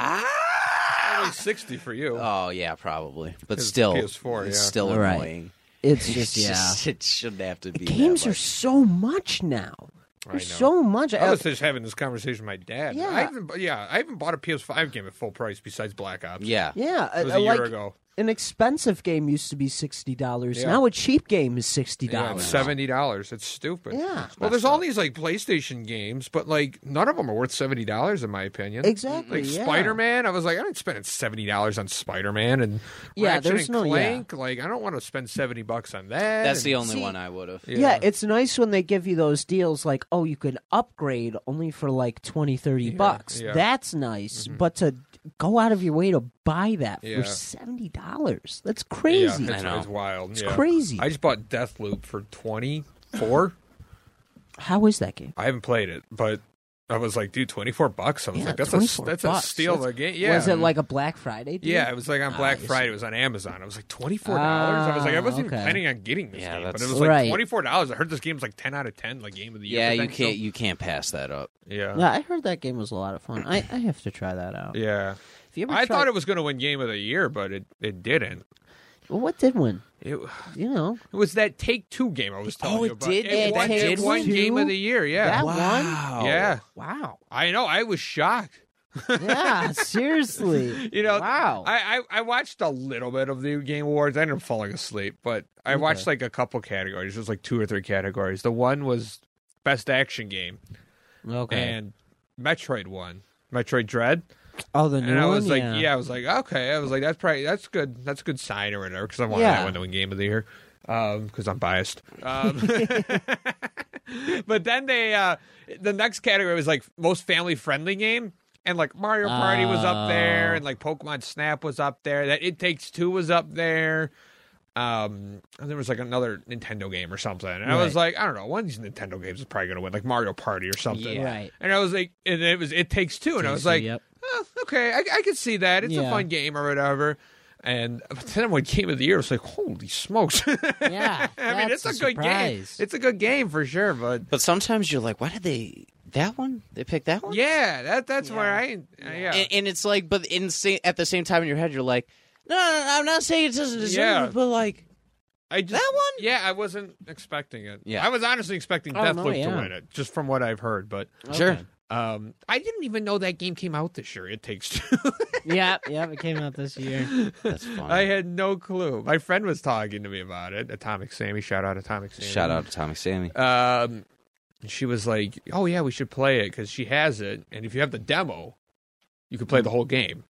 Speaker 4: Only sixty for you.
Speaker 1: Oh yeah, probably. But
Speaker 4: It's
Speaker 1: still,
Speaker 4: PS4,
Speaker 1: it's
Speaker 4: yeah.
Speaker 1: still
Speaker 3: All right.
Speaker 1: annoying.
Speaker 3: it's just yeah,
Speaker 1: it shouldn't have to be.
Speaker 3: games
Speaker 1: that
Speaker 3: are
Speaker 1: much.
Speaker 3: so much now.
Speaker 4: know.
Speaker 3: There's so much. Uh,
Speaker 4: I was just having this conversation with my dad.
Speaker 3: Yeah.
Speaker 4: I haven't, yeah, I haven't bought a PS5 game at full price besides Black Ops.
Speaker 1: Yeah.
Speaker 3: yeah,
Speaker 4: it was
Speaker 3: uh,
Speaker 4: a year
Speaker 3: like,
Speaker 4: ago.
Speaker 3: An expensive game used to be sixty dollars.
Speaker 4: Yeah.
Speaker 3: Now a cheap game is sixty
Speaker 4: Yeah, it's
Speaker 3: dollars.
Speaker 4: seventy dollars. It's stupid.
Speaker 3: Yeah.
Speaker 4: Well, there's all these like PlayStation games, but like none of them are worth seventy dollars in my opinion.
Speaker 3: exactly.
Speaker 4: Like
Speaker 3: yeah.
Speaker 4: Spider Man, I was like, I ain't spending seventy dollars on Spider Man and
Speaker 3: Yeah,
Speaker 4: Ratchet
Speaker 3: there's
Speaker 4: and
Speaker 3: no- yeah.
Speaker 4: Clank. Like, I don't want to spend seventy bucks on that.
Speaker 1: That's the
Speaker 4: And-
Speaker 1: only
Speaker 3: See-
Speaker 1: one I would have.
Speaker 4: Yeah.
Speaker 3: Yeah. it's nice when they give you those deals like, oh, you can upgrade only for like 20, 30 bucks.
Speaker 4: yeah. Mm-hmm.
Speaker 3: That's nice. But to go out of your way to buy that for
Speaker 4: Yeah.
Speaker 3: $70, that's
Speaker 4: Yeah,
Speaker 3: crazy.
Speaker 4: it's,
Speaker 1: I know.
Speaker 4: it's wild. It's
Speaker 3: crazy.
Speaker 4: I just bought Deathloop for twenty four.
Speaker 3: How is that game?
Speaker 4: I haven't played it, but I was like, dude, twenty four bucks. I was
Speaker 3: Yeah,
Speaker 4: like, that's a
Speaker 3: 24
Speaker 4: that's
Speaker 3: bucks.
Speaker 4: a steal of a game. Yeah.
Speaker 3: Was it like a Black Friday deal?
Speaker 4: Yeah, it was like
Speaker 1: Ah,
Speaker 4: on Black Friday. It was on Amazon. It was like twenty four dollars. I was like, I
Speaker 3: Ah,
Speaker 4: wasn't
Speaker 3: okay.
Speaker 4: even planning on getting this
Speaker 1: Oh, Yeah,
Speaker 4: game, but it
Speaker 1: that's-
Speaker 4: was like
Speaker 3: Right.
Speaker 4: twenty four dollars. I heard this game's like ten out of ten, like game of the year.
Speaker 1: Yeah, you
Speaker 4: potential.
Speaker 1: can't you can't pass that up.
Speaker 4: Yeah,
Speaker 3: Yeah, I heard that game was a lot of fun. I, I have to try that out.
Speaker 4: yeah.
Speaker 3: If you ever
Speaker 4: I
Speaker 3: tried-
Speaker 4: thought it was going to win game of the year, but it, it didn't.
Speaker 3: Well, what did win?
Speaker 4: It, it
Speaker 3: You know,
Speaker 4: was that Take Two game I was telling
Speaker 1: Oh,
Speaker 4: you
Speaker 1: it
Speaker 4: about.
Speaker 1: did?
Speaker 4: It,
Speaker 1: It
Speaker 4: won,
Speaker 1: did
Speaker 4: it won
Speaker 3: win?
Speaker 4: game of the year. Yeah,
Speaker 3: That Wow.
Speaker 4: yeah.
Speaker 3: wow.
Speaker 4: I know. I was shocked.
Speaker 3: Yeah, seriously.
Speaker 4: You know,
Speaker 3: wow.
Speaker 4: I, I I watched a little bit of the Game Awards. I ended up falling asleep, but I watched like a couple categories. It was like two or three categories. The one was best action game,
Speaker 3: okay.
Speaker 4: and Metroid won. Metroid Dread,
Speaker 3: oh, the new
Speaker 4: and I was
Speaker 3: one?
Speaker 4: like, yeah. I was like, okay, I was like, that's probably that's good, that's a good sign or whatever, because I wanted
Speaker 3: Yeah.
Speaker 4: that one to win Game of the Year, because I'm biased. Um, but then they, uh, the next category was like most family friendly game, and like Mario Party was up
Speaker 3: Oh.
Speaker 4: there, and like Pokemon Snap was up there, that It Takes Two was up there. Um, and there was like another Nintendo game or something, and I was like, I don't know, one of these Nintendo games is probably gonna win, like Mario Party or something,
Speaker 1: Yeah.
Speaker 3: Right.
Speaker 4: and I was like, and it was It Takes Two, and I
Speaker 3: Takes
Speaker 4: was
Speaker 3: Two,
Speaker 4: like,
Speaker 3: yep.
Speaker 4: oh, okay, I, I can see that. It's
Speaker 3: Yeah.
Speaker 4: a fun game or whatever. And but then when Game of the Year, it's like, holy smokes!
Speaker 3: Yeah,
Speaker 4: I mean, it's
Speaker 3: that's
Speaker 4: a, good game.
Speaker 3: surprise.
Speaker 4: It's a good game for sure, but
Speaker 1: But sometimes you're like, why did they that one? They picked that one?
Speaker 4: yeah, that that's where I yeah.
Speaker 1: And, and it's like, but in sa- at the same time in your head, you're like, no, no, no, I'm not saying it doesn't deserve
Speaker 4: Yeah.
Speaker 1: it, but like,
Speaker 4: I just,
Speaker 1: That one?
Speaker 4: Yeah, I wasn't expecting it.
Speaker 1: Yeah.
Speaker 4: I was honestly expecting
Speaker 3: Oh, no,
Speaker 4: Deathloop
Speaker 3: yeah.
Speaker 4: to win it, just from what I've heard. But
Speaker 1: sure.
Speaker 4: um, I didn't even know that game came out this year. It takes two.
Speaker 3: yep, yep. It came out this year.
Speaker 1: That's fun.
Speaker 4: I had no clue. My friend was talking to me about it. Atomic Sammy, shout out Atomic Sammy.
Speaker 1: Shout out to Tommy Sammy.
Speaker 4: um, she was like, "Oh yeah, we should play it because she has it, and if you have the demo, you can play the whole game."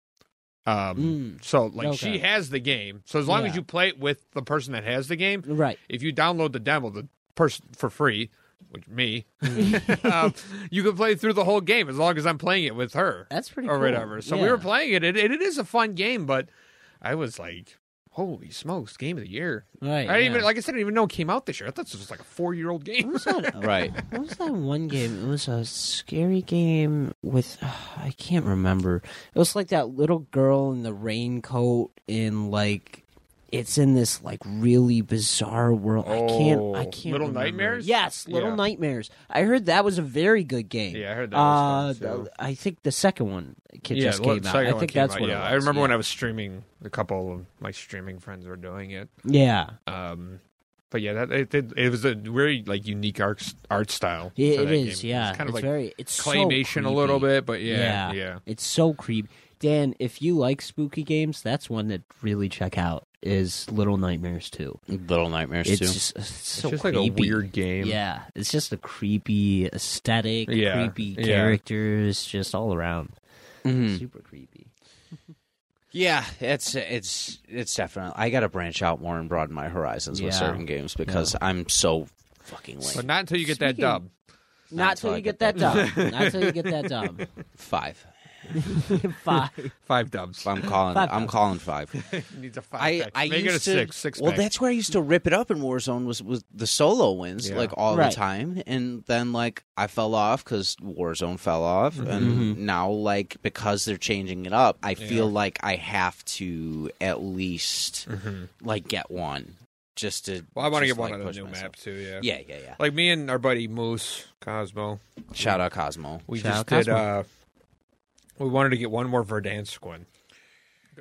Speaker 4: Um, so like
Speaker 3: Mm. Okay.
Speaker 4: she has the game, so as long
Speaker 3: Yeah.
Speaker 4: as you play it with the person that has the game,
Speaker 3: Right.
Speaker 4: if you download the demo, the person for free, which me,
Speaker 3: Mm.
Speaker 4: um, you can play through the whole game as long as I'm playing it with her
Speaker 3: That's pretty
Speaker 4: or
Speaker 3: cool.
Speaker 4: whatever. So we
Speaker 3: Yeah.
Speaker 4: were playing it, and it, it is a fun game, but I was like. Holy smokes! Game of the year.
Speaker 3: Right.
Speaker 4: I didn't
Speaker 3: yeah.
Speaker 4: even like I said. I didn't even know it came out this year. I thought this was like a four-year-old game.
Speaker 3: What was that?
Speaker 1: Right.
Speaker 3: What was that one game? It was a scary game with I can't remember. It was like that little girl in the raincoat and like it's in this like really bizarre world. I can't. I
Speaker 4: Oh,
Speaker 3: can't.
Speaker 4: Little
Speaker 3: remember.
Speaker 4: Nightmares?
Speaker 3: Yes, Little
Speaker 4: Yeah.
Speaker 3: Nightmares. I heard that was a very good game.
Speaker 4: Yeah, I heard that was
Speaker 3: uh,
Speaker 4: fun, too.
Speaker 3: the- I think the second one it just
Speaker 4: well,
Speaker 3: came out.
Speaker 4: second
Speaker 3: I
Speaker 4: one
Speaker 3: think
Speaker 4: came
Speaker 3: that's
Speaker 4: out,
Speaker 3: what.
Speaker 4: Yeah,
Speaker 3: it was.
Speaker 4: I remember when I was streaming. A couple of my streaming friends were doing it.
Speaker 3: Yeah.
Speaker 4: Um, but yeah, that it, it, it was a very like unique art s- art style.
Speaker 3: Yeah,
Speaker 4: to
Speaker 3: it
Speaker 4: that
Speaker 3: is.
Speaker 4: game.
Speaker 3: Yeah,
Speaker 4: it's kind of
Speaker 3: it's
Speaker 4: like
Speaker 3: very it's so
Speaker 4: claymation a little
Speaker 3: creepy.
Speaker 4: bit, but yeah, yeah.
Speaker 3: It's so creepy. Dan, if you like spooky games, that's one that really check out is Little Nightmares too.
Speaker 1: Little Nightmares
Speaker 3: It's
Speaker 1: too.
Speaker 3: just it's so
Speaker 4: it's just
Speaker 3: creepy.
Speaker 4: like a weird game.
Speaker 3: Yeah, it's just a creepy aesthetic,
Speaker 4: Yeah,
Speaker 3: creepy
Speaker 4: yeah. Mm-hmm.
Speaker 3: characters, just all around.
Speaker 1: Mhm.
Speaker 3: Super creepy.
Speaker 1: Yeah, it's it's it's definitely. I got to branch out more and broaden my horizons with
Speaker 3: Yeah.
Speaker 1: certain games because I'm so fucking
Speaker 4: but
Speaker 1: lame.
Speaker 4: not until you get that
Speaker 3: Speaking-
Speaker 4: dub.
Speaker 3: Not
Speaker 1: till
Speaker 3: till
Speaker 1: I
Speaker 3: you
Speaker 1: get
Speaker 3: get that dub. Not till you get that dub.
Speaker 1: Five.
Speaker 3: Five.
Speaker 4: Five dubs.
Speaker 1: I'm calling.
Speaker 3: Five
Speaker 1: I'm calling five.
Speaker 4: needs a five.
Speaker 1: I
Speaker 4: pack.
Speaker 1: I
Speaker 4: Make
Speaker 1: used
Speaker 4: it a
Speaker 1: to
Speaker 4: six. Six.
Speaker 1: well,
Speaker 4: pack.
Speaker 1: that's where I used to rip it up in Warzone was was the solo wins
Speaker 4: Yeah.
Speaker 1: like all
Speaker 3: Right.
Speaker 1: the time, and then like I fell off because Warzone fell off,
Speaker 4: Mm-hmm.
Speaker 1: and now like because they're changing it up, I feel like I have to at least like get one just to.
Speaker 4: Mm-hmm. Well, I want to
Speaker 1: just,
Speaker 4: get one
Speaker 1: like,
Speaker 4: on the
Speaker 1: push
Speaker 4: new
Speaker 1: myself.
Speaker 4: map too. Yeah.
Speaker 1: Yeah, yeah, yeah.
Speaker 4: Like me and our buddy Moose Cosmo,
Speaker 1: Shout out Cosmo.
Speaker 4: we
Speaker 3: Shout
Speaker 4: just
Speaker 3: out
Speaker 4: did.
Speaker 3: Cosmo.
Speaker 4: uh We wanted to get one more Verdant squin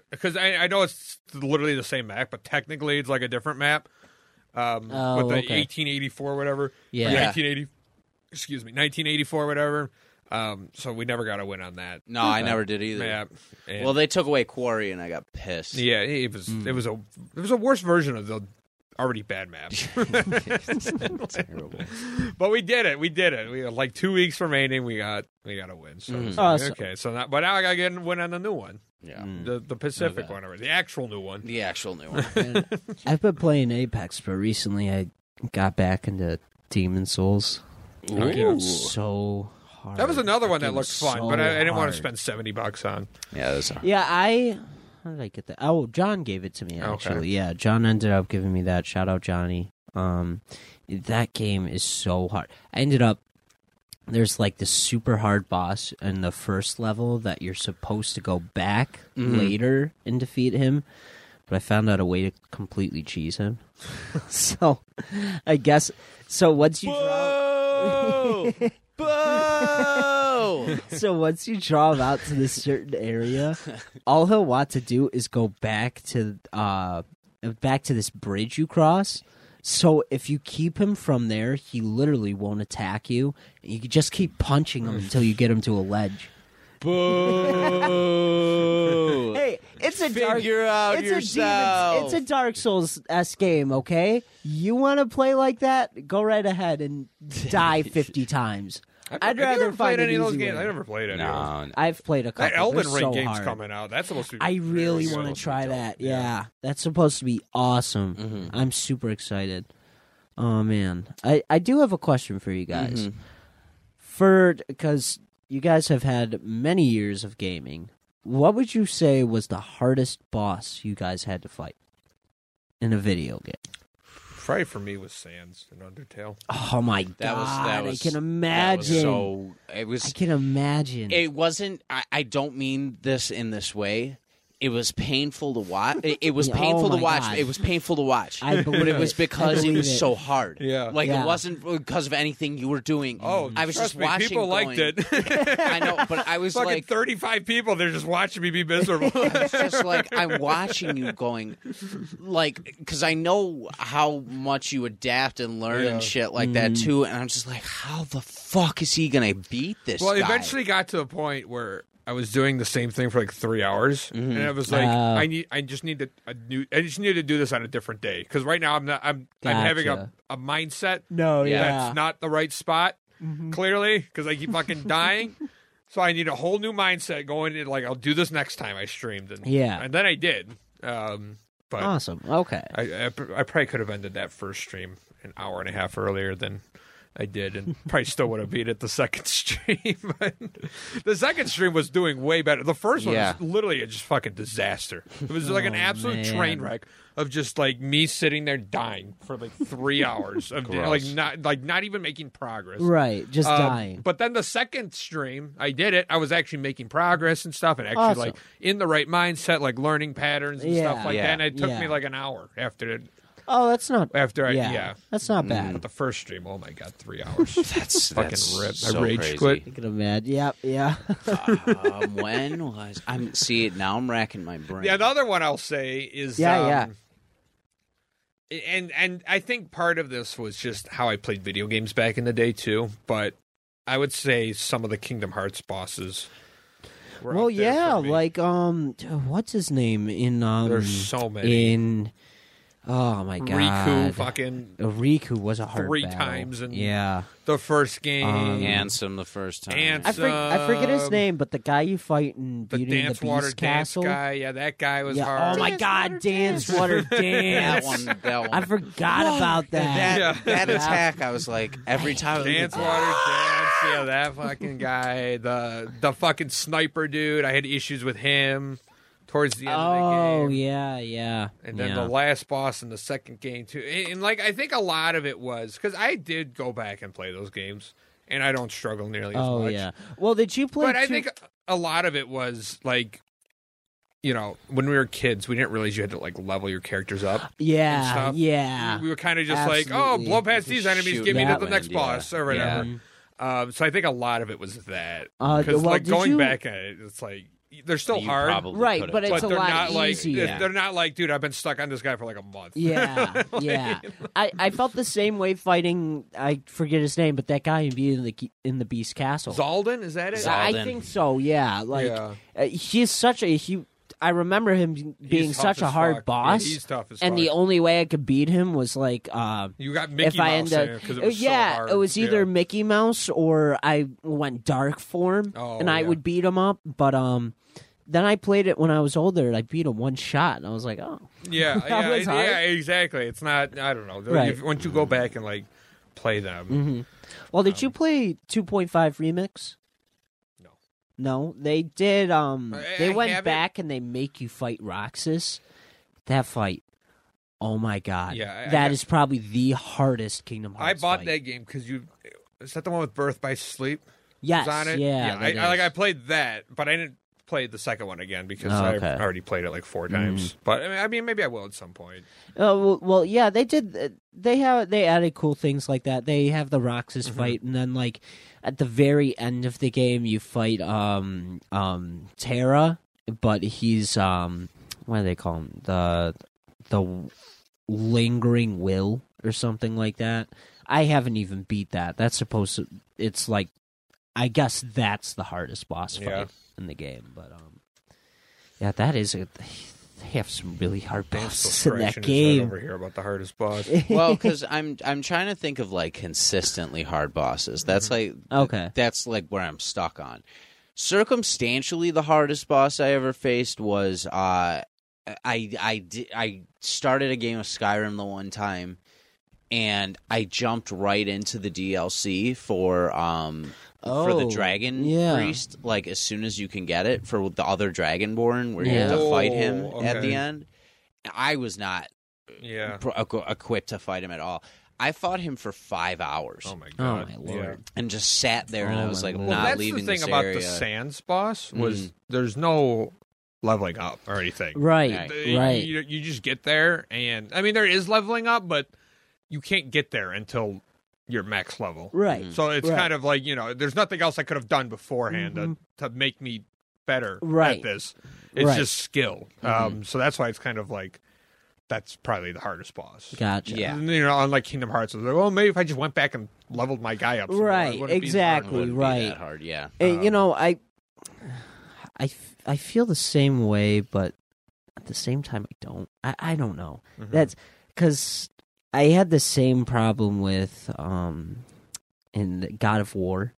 Speaker 4: because I, I know it's literally the same map, but technically it's like a different map. Um,
Speaker 3: Oh,
Speaker 4: with the
Speaker 3: okay.
Speaker 4: 1884 whatever. or
Speaker 3: Yeah.
Speaker 4: 1980. Excuse me, 1984 whatever. Um, so we never got a win on that
Speaker 1: No, I never did either.
Speaker 4: map. And-
Speaker 1: Well, they took away Quarry, and I got pissed.
Speaker 4: Yeah, it was
Speaker 3: Hmm.
Speaker 4: it was a it was a worse version of the already bad map.
Speaker 1: Terrible.
Speaker 4: but we did it. We did it. We had like two weeks remaining. We got we got a win. So it's like,
Speaker 3: Awesome.
Speaker 4: okay, so now but now I gotta get a win on the new one,
Speaker 1: Yeah.
Speaker 3: Mm.
Speaker 4: the the Pacific one, or the actual new one.
Speaker 1: The actual new one.
Speaker 3: I've been playing Apex, but recently I got back into Demon Souls.
Speaker 1: Ooh.
Speaker 3: So hard.
Speaker 4: That was another one that
Speaker 3: Freaking
Speaker 4: looked fun,
Speaker 3: so
Speaker 4: but I, I didn't want
Speaker 3: hard.
Speaker 4: to spend seventy bucks on.
Speaker 1: Yeah, those are.
Speaker 3: Yeah, I. How did I get that? Oh, John gave it to me
Speaker 4: Okay.
Speaker 3: actually. Yeah, John ended up giving me that. Shout out Johnny. Um, that game is so hard. I ended up. There's like this super hard boss in the first level that you're supposed to go back
Speaker 4: Mm-hmm.
Speaker 3: later and defeat him, but I found out a way to completely cheese him. so, I guess. So once you draw, Oh!
Speaker 1: Boo! Boo!
Speaker 3: so once you draw him out to this certain area, all he'll want to do is go back to uh back to this bridge you cross. So if you keep him from there, he literally won't attack you. You can just keep punching him until you get him to a ledge.
Speaker 1: Boo!
Speaker 3: Hey, it's a
Speaker 1: Figure
Speaker 3: dark,
Speaker 1: out
Speaker 3: it's A
Speaker 1: yourself.
Speaker 3: Demon's- it's a Dark Souls s game, okay? You want to play like that? Go right ahead and die fifty times. I'd,
Speaker 4: Have you
Speaker 3: rather
Speaker 4: ever
Speaker 3: find
Speaker 4: played any
Speaker 3: an
Speaker 4: of those
Speaker 3: easy
Speaker 4: games.
Speaker 3: way.
Speaker 4: I never played any. Of those.
Speaker 1: no,
Speaker 3: I've played a couple.
Speaker 4: That Elden
Speaker 3: They're
Speaker 4: Ring
Speaker 3: so
Speaker 4: game's
Speaker 3: hard.
Speaker 4: coming out. That's supposed to. be
Speaker 3: I really
Speaker 4: very
Speaker 3: want
Speaker 4: good.
Speaker 3: to try that. Yeah. Mm-hmm. that's supposed to be awesome. I'm super excited. Oh man, I I do have a question for you guys. For because you guys have had many years of gaming, what would you say was the hardest boss you guys had to fight in a video game?
Speaker 4: Probably for me was Sands and Undertale.
Speaker 3: Oh my god,
Speaker 1: that was that was.
Speaker 3: I can
Speaker 1: that was
Speaker 3: imagine.
Speaker 1: so it
Speaker 3: I
Speaker 1: was.
Speaker 3: can imagine.
Speaker 1: It wasn't. I, I don't mean this in this way. It was painful to watch. It, it was
Speaker 3: Yeah, oh
Speaker 1: painful to
Speaker 3: my
Speaker 1: watch.
Speaker 3: God.
Speaker 1: It was painful to watch.
Speaker 3: I believe
Speaker 1: but it was
Speaker 3: it. I
Speaker 1: because it
Speaker 3: believe
Speaker 1: was
Speaker 3: it.
Speaker 1: so hard.
Speaker 4: Yeah.
Speaker 1: like
Speaker 3: Yeah.
Speaker 1: it wasn't because of anything you were doing.
Speaker 4: Oh,
Speaker 1: I was
Speaker 4: trust
Speaker 1: just
Speaker 4: me,
Speaker 1: watching.
Speaker 4: People liked
Speaker 1: going-
Speaker 4: it.
Speaker 1: I know, but I was
Speaker 4: Fucking
Speaker 1: like,
Speaker 4: thirty-five people. They're just watching me be miserable.
Speaker 1: it's just like I'm watching you going, like, because I know how much you adapt and learn
Speaker 4: Yeah.
Speaker 1: and shit like that
Speaker 3: Mm-hmm.
Speaker 1: too, and I'm just like, how the fuck is he gonna beat this?
Speaker 4: Well, it
Speaker 1: guy?
Speaker 4: eventually got to a point where I was doing the same thing for like three hours, and I was like,
Speaker 3: Ah.
Speaker 4: I need, I just need to, a new, I just need to do this on a different day because right now I'm not, I'm, I'm having a,
Speaker 3: Gotcha.
Speaker 4: a mindset
Speaker 3: no,
Speaker 1: Yeah.
Speaker 4: that's not the right spot, clearly, because I keep fucking dying. so I need a whole new mindset going. In, like I'll do this next time I streamed, and
Speaker 3: Yeah.
Speaker 4: and then I did. Um, but
Speaker 3: awesome. Okay.
Speaker 4: I, I, I probably could have ended that first stream an hour and a half earlier than I did, and probably still would have beat it the second stream. But the second stream was doing way better. The first one
Speaker 1: Yeah.
Speaker 4: was literally a just fucking disaster. It was like an
Speaker 3: Oh,
Speaker 4: absolute
Speaker 3: man.
Speaker 4: train wreck of just like me sitting there dying for like three hours of like not like not even making progress.
Speaker 3: Right, just
Speaker 4: Um,
Speaker 3: dying.
Speaker 4: But then the second stream, I did it. I was actually making progress and stuff, and actually
Speaker 3: Awesome.
Speaker 4: like in the right mindset, like learning patterns and
Speaker 3: Yeah.
Speaker 4: stuff like
Speaker 1: Yeah.
Speaker 4: that. And it took
Speaker 3: Yeah.
Speaker 4: me like an hour after it,
Speaker 3: Oh, that's not
Speaker 4: after I yeah.
Speaker 3: That's not bad.
Speaker 4: But the first stream, oh my god, three hours.
Speaker 1: that's
Speaker 4: Fucking
Speaker 1: that's
Speaker 4: rip. I
Speaker 1: So
Speaker 4: rage
Speaker 1: crazy.
Speaker 4: quit.
Speaker 3: I can imagine. Yeah, yeah.
Speaker 1: um, when was I'm see it now? I'm racking my brain.
Speaker 4: the other one I'll say is
Speaker 3: Yeah,
Speaker 4: um,
Speaker 3: yeah.
Speaker 4: And and I think part of this was just how I played video games back in the day too. But I would say some of the Kingdom Hearts bosses. Were
Speaker 3: well,
Speaker 4: up there
Speaker 3: yeah.
Speaker 4: for me.
Speaker 3: Like, um, what's his name in um
Speaker 4: there's so many.
Speaker 3: in Oh my god,
Speaker 4: Riku fucking
Speaker 3: Uh, Riku was a hard
Speaker 4: Three
Speaker 3: battle.
Speaker 4: times and-
Speaker 3: yeah.
Speaker 4: the
Speaker 3: Um,
Speaker 4: first game.
Speaker 3: Mm.
Speaker 1: Ansem the first time.
Speaker 4: Ansem.
Speaker 1: I
Speaker 3: I,
Speaker 1: f-
Speaker 3: for- I forget his
Speaker 4: Um,
Speaker 3: name, but the guy you fight in
Speaker 4: the
Speaker 3: Beauty
Speaker 4: dance
Speaker 3: and the
Speaker 4: water
Speaker 3: Beast
Speaker 4: dance
Speaker 3: Castle.
Speaker 4: guy, yeah, that guy was
Speaker 3: yeah.
Speaker 4: hard.
Speaker 3: Oh my
Speaker 4: Yeah.
Speaker 3: god, dance water
Speaker 1: that
Speaker 3: dance.
Speaker 1: one. That one.
Speaker 3: I forgot about that.
Speaker 1: That,
Speaker 4: Yeah.
Speaker 1: that attack, I was like, every time. I look
Speaker 4: Dance
Speaker 1: at that-
Speaker 4: water dance, yeah, that fucking guy, the the fucking sniper dude. I had issues with him towards the end of the
Speaker 3: Oh
Speaker 4: game.
Speaker 3: yeah, yeah.
Speaker 4: And then
Speaker 3: yeah.
Speaker 4: the last boss in the second game too. And, and, like I think a lot of it was because I did go back and play those games, and I don't struggle nearly as
Speaker 3: oh
Speaker 4: much.
Speaker 3: yeah. Well, did you play?
Speaker 4: but I
Speaker 3: two-
Speaker 4: think a lot of it was like, you know, when we were kids, we didn't realize you had to like level your characters up. and
Speaker 3: yeah,
Speaker 4: stuff.
Speaker 3: yeah.
Speaker 4: we were kind of just like, oh,
Speaker 3: Ah, absolutely.
Speaker 4: blow past
Speaker 1: Just
Speaker 4: these enemies,
Speaker 1: shoot
Speaker 4: get me to
Speaker 1: that
Speaker 4: the
Speaker 1: wind,
Speaker 4: next
Speaker 1: yeah.
Speaker 4: boss or whatever. Um, so I think a lot of it was that
Speaker 3: Uh,
Speaker 4: because
Speaker 3: well,
Speaker 4: like
Speaker 3: did
Speaker 4: going
Speaker 3: you-
Speaker 4: back at it, it's like they're still
Speaker 1: You
Speaker 4: hard.
Speaker 1: probably
Speaker 3: Right,
Speaker 1: could've
Speaker 3: but it's
Speaker 4: but
Speaker 1: done.
Speaker 3: a
Speaker 4: they're
Speaker 3: lot
Speaker 4: not like
Speaker 3: easier.
Speaker 4: they're not like, dude, I've been stuck on this guy for like a month.
Speaker 3: Yeah, yeah. I, I felt the same way fighting. I forget his name, but that guy in Beauty and the Ge- in the Beast Castle.
Speaker 4: Zaldan, is that it?
Speaker 1: Zal-
Speaker 3: I
Speaker 1: Zaldan.
Speaker 3: think so. Yeah, like
Speaker 4: Yeah.
Speaker 3: Uh, he's such a he. I remember him being
Speaker 4: He's tough
Speaker 3: such a
Speaker 4: as
Speaker 3: hard
Speaker 4: fuck. Yeah,
Speaker 3: boss,
Speaker 4: he's tough as
Speaker 3: and the
Speaker 4: fuck.
Speaker 3: only way I could beat him was like. Uh,
Speaker 4: You got Mickey
Speaker 3: if I
Speaker 4: Mouse
Speaker 3: end
Speaker 4: in
Speaker 3: up, Oh,
Speaker 4: it 'cause it was so
Speaker 3: yeah,
Speaker 4: hard.
Speaker 3: it was either
Speaker 4: Yeah.
Speaker 3: Mickey Mouse or I went dark form,
Speaker 4: Oh,
Speaker 3: and I
Speaker 4: yeah.
Speaker 3: would beat him up. But um, then I played it when I was older, and I beat him one shot, and I was like, oh,
Speaker 4: Yeah,
Speaker 3: That
Speaker 4: yeah,
Speaker 3: was hard.
Speaker 4: yeah, exactly. It's not. I don't know.
Speaker 3: Right. Mm.
Speaker 4: If- once you go back and like play them,
Speaker 3: Mm-hmm. Well, did you play 2.5 Remix?
Speaker 4: Um, No.
Speaker 3: No, they did. Um,
Speaker 4: I-
Speaker 3: they
Speaker 4: I
Speaker 3: went
Speaker 4: haven't-
Speaker 3: back and they make you fight Roxas. That fight, oh my god!
Speaker 4: Yeah, I- I
Speaker 3: that
Speaker 4: got-
Speaker 3: is probably the hardest Kingdom
Speaker 4: I
Speaker 3: Hearts.
Speaker 4: bought
Speaker 3: fight.
Speaker 4: that game because you. Is that the one with Birth by Sleep?
Speaker 3: Yes,
Speaker 4: on it?
Speaker 3: yeah.
Speaker 4: I,
Speaker 3: that
Speaker 4: I like.
Speaker 3: is.
Speaker 4: I played that, but I didn't play the second one again because
Speaker 3: Oh, okay. Mm.
Speaker 4: I already played it like four times. But I mean, I mean, maybe I will at some point.
Speaker 3: Oh well, well, yeah, they did. uh, They have they added cool things like that. They have the Roxas
Speaker 4: Mm-hmm.
Speaker 3: fight, and then like at the very end of the game, you fight um um Terra, but he's um what do they call him the the lingering will or something like that. I haven't even beat that. That's supposed to. It's like I guess that's the hardest boss fight
Speaker 4: Yeah.
Speaker 3: in the game, but um yeah, that is a. They have some really hard bosses in that
Speaker 4: Correction is right
Speaker 3: game.
Speaker 4: over here about the hardest boss.
Speaker 1: well, because I'm I'm trying to think of like consistently hard bosses. That's
Speaker 4: Mm-hmm.
Speaker 1: like
Speaker 3: Okay.
Speaker 1: that's like where I'm stuck on. Circumstantially, the hardest boss I ever faced was uh, I I di- I started a game of Skyrim the one time, and I jumped right into the DLC for um for the
Speaker 3: Oh,
Speaker 1: dragon
Speaker 3: yeah.
Speaker 1: priest. Like as soon as you can get it for the other Dragonborn, where you
Speaker 3: Yeah.
Speaker 1: have to fight him
Speaker 4: Oh,
Speaker 1: at the
Speaker 4: okay.
Speaker 1: end. I was not
Speaker 4: yeah.
Speaker 1: pro- equ- equipped to fight him at all. I fought him for five hours
Speaker 4: Oh my
Speaker 3: Oh
Speaker 4: god.
Speaker 3: my
Speaker 4: Yeah.
Speaker 3: lord!
Speaker 1: and just sat there, and
Speaker 3: Oh
Speaker 1: I was
Speaker 3: my
Speaker 1: like, I'm
Speaker 3: lord.
Speaker 4: Well,
Speaker 1: not
Speaker 4: that's the
Speaker 1: leaving
Speaker 4: thing
Speaker 1: this
Speaker 4: about
Speaker 1: area.
Speaker 4: the Sans boss was
Speaker 3: Mm.
Speaker 4: there's no leveling up or anything.
Speaker 3: Right,
Speaker 1: Right.
Speaker 4: They-
Speaker 3: right.
Speaker 4: You, you just get there, and I mean, there is leveling up, but you can't get there until your max level.
Speaker 3: Right.
Speaker 1: Mm-hmm.
Speaker 4: So
Speaker 3: Right.
Speaker 4: it's
Speaker 3: Mm-hmm.
Speaker 4: kind of like you know, there's nothing else I could have done beforehand to, to make me better
Speaker 3: Right.
Speaker 4: at this. It's
Speaker 3: Right.
Speaker 4: just skill.
Speaker 1: Mm-hmm.
Speaker 4: Um, so that's why it's kind of like that's probably the hardest boss.
Speaker 3: Gotcha.
Speaker 1: Yeah.
Speaker 4: And, you know, unlike Kingdom Hearts, it was like, well, maybe if I just went back and leveled my guy up, some more, it
Speaker 3: Right,
Speaker 4: wouldn't be as hard.
Speaker 3: exactly.
Speaker 1: Wouldn't be
Speaker 3: Right.
Speaker 1: that hard, yeah.
Speaker 3: And,
Speaker 4: Um,
Speaker 3: you know, I, I, f- I feel the same way, but at the same time, I don't. I, I don't know.
Speaker 4: Mm-hmm.
Speaker 3: That's because I had the same problem with um, in God of War.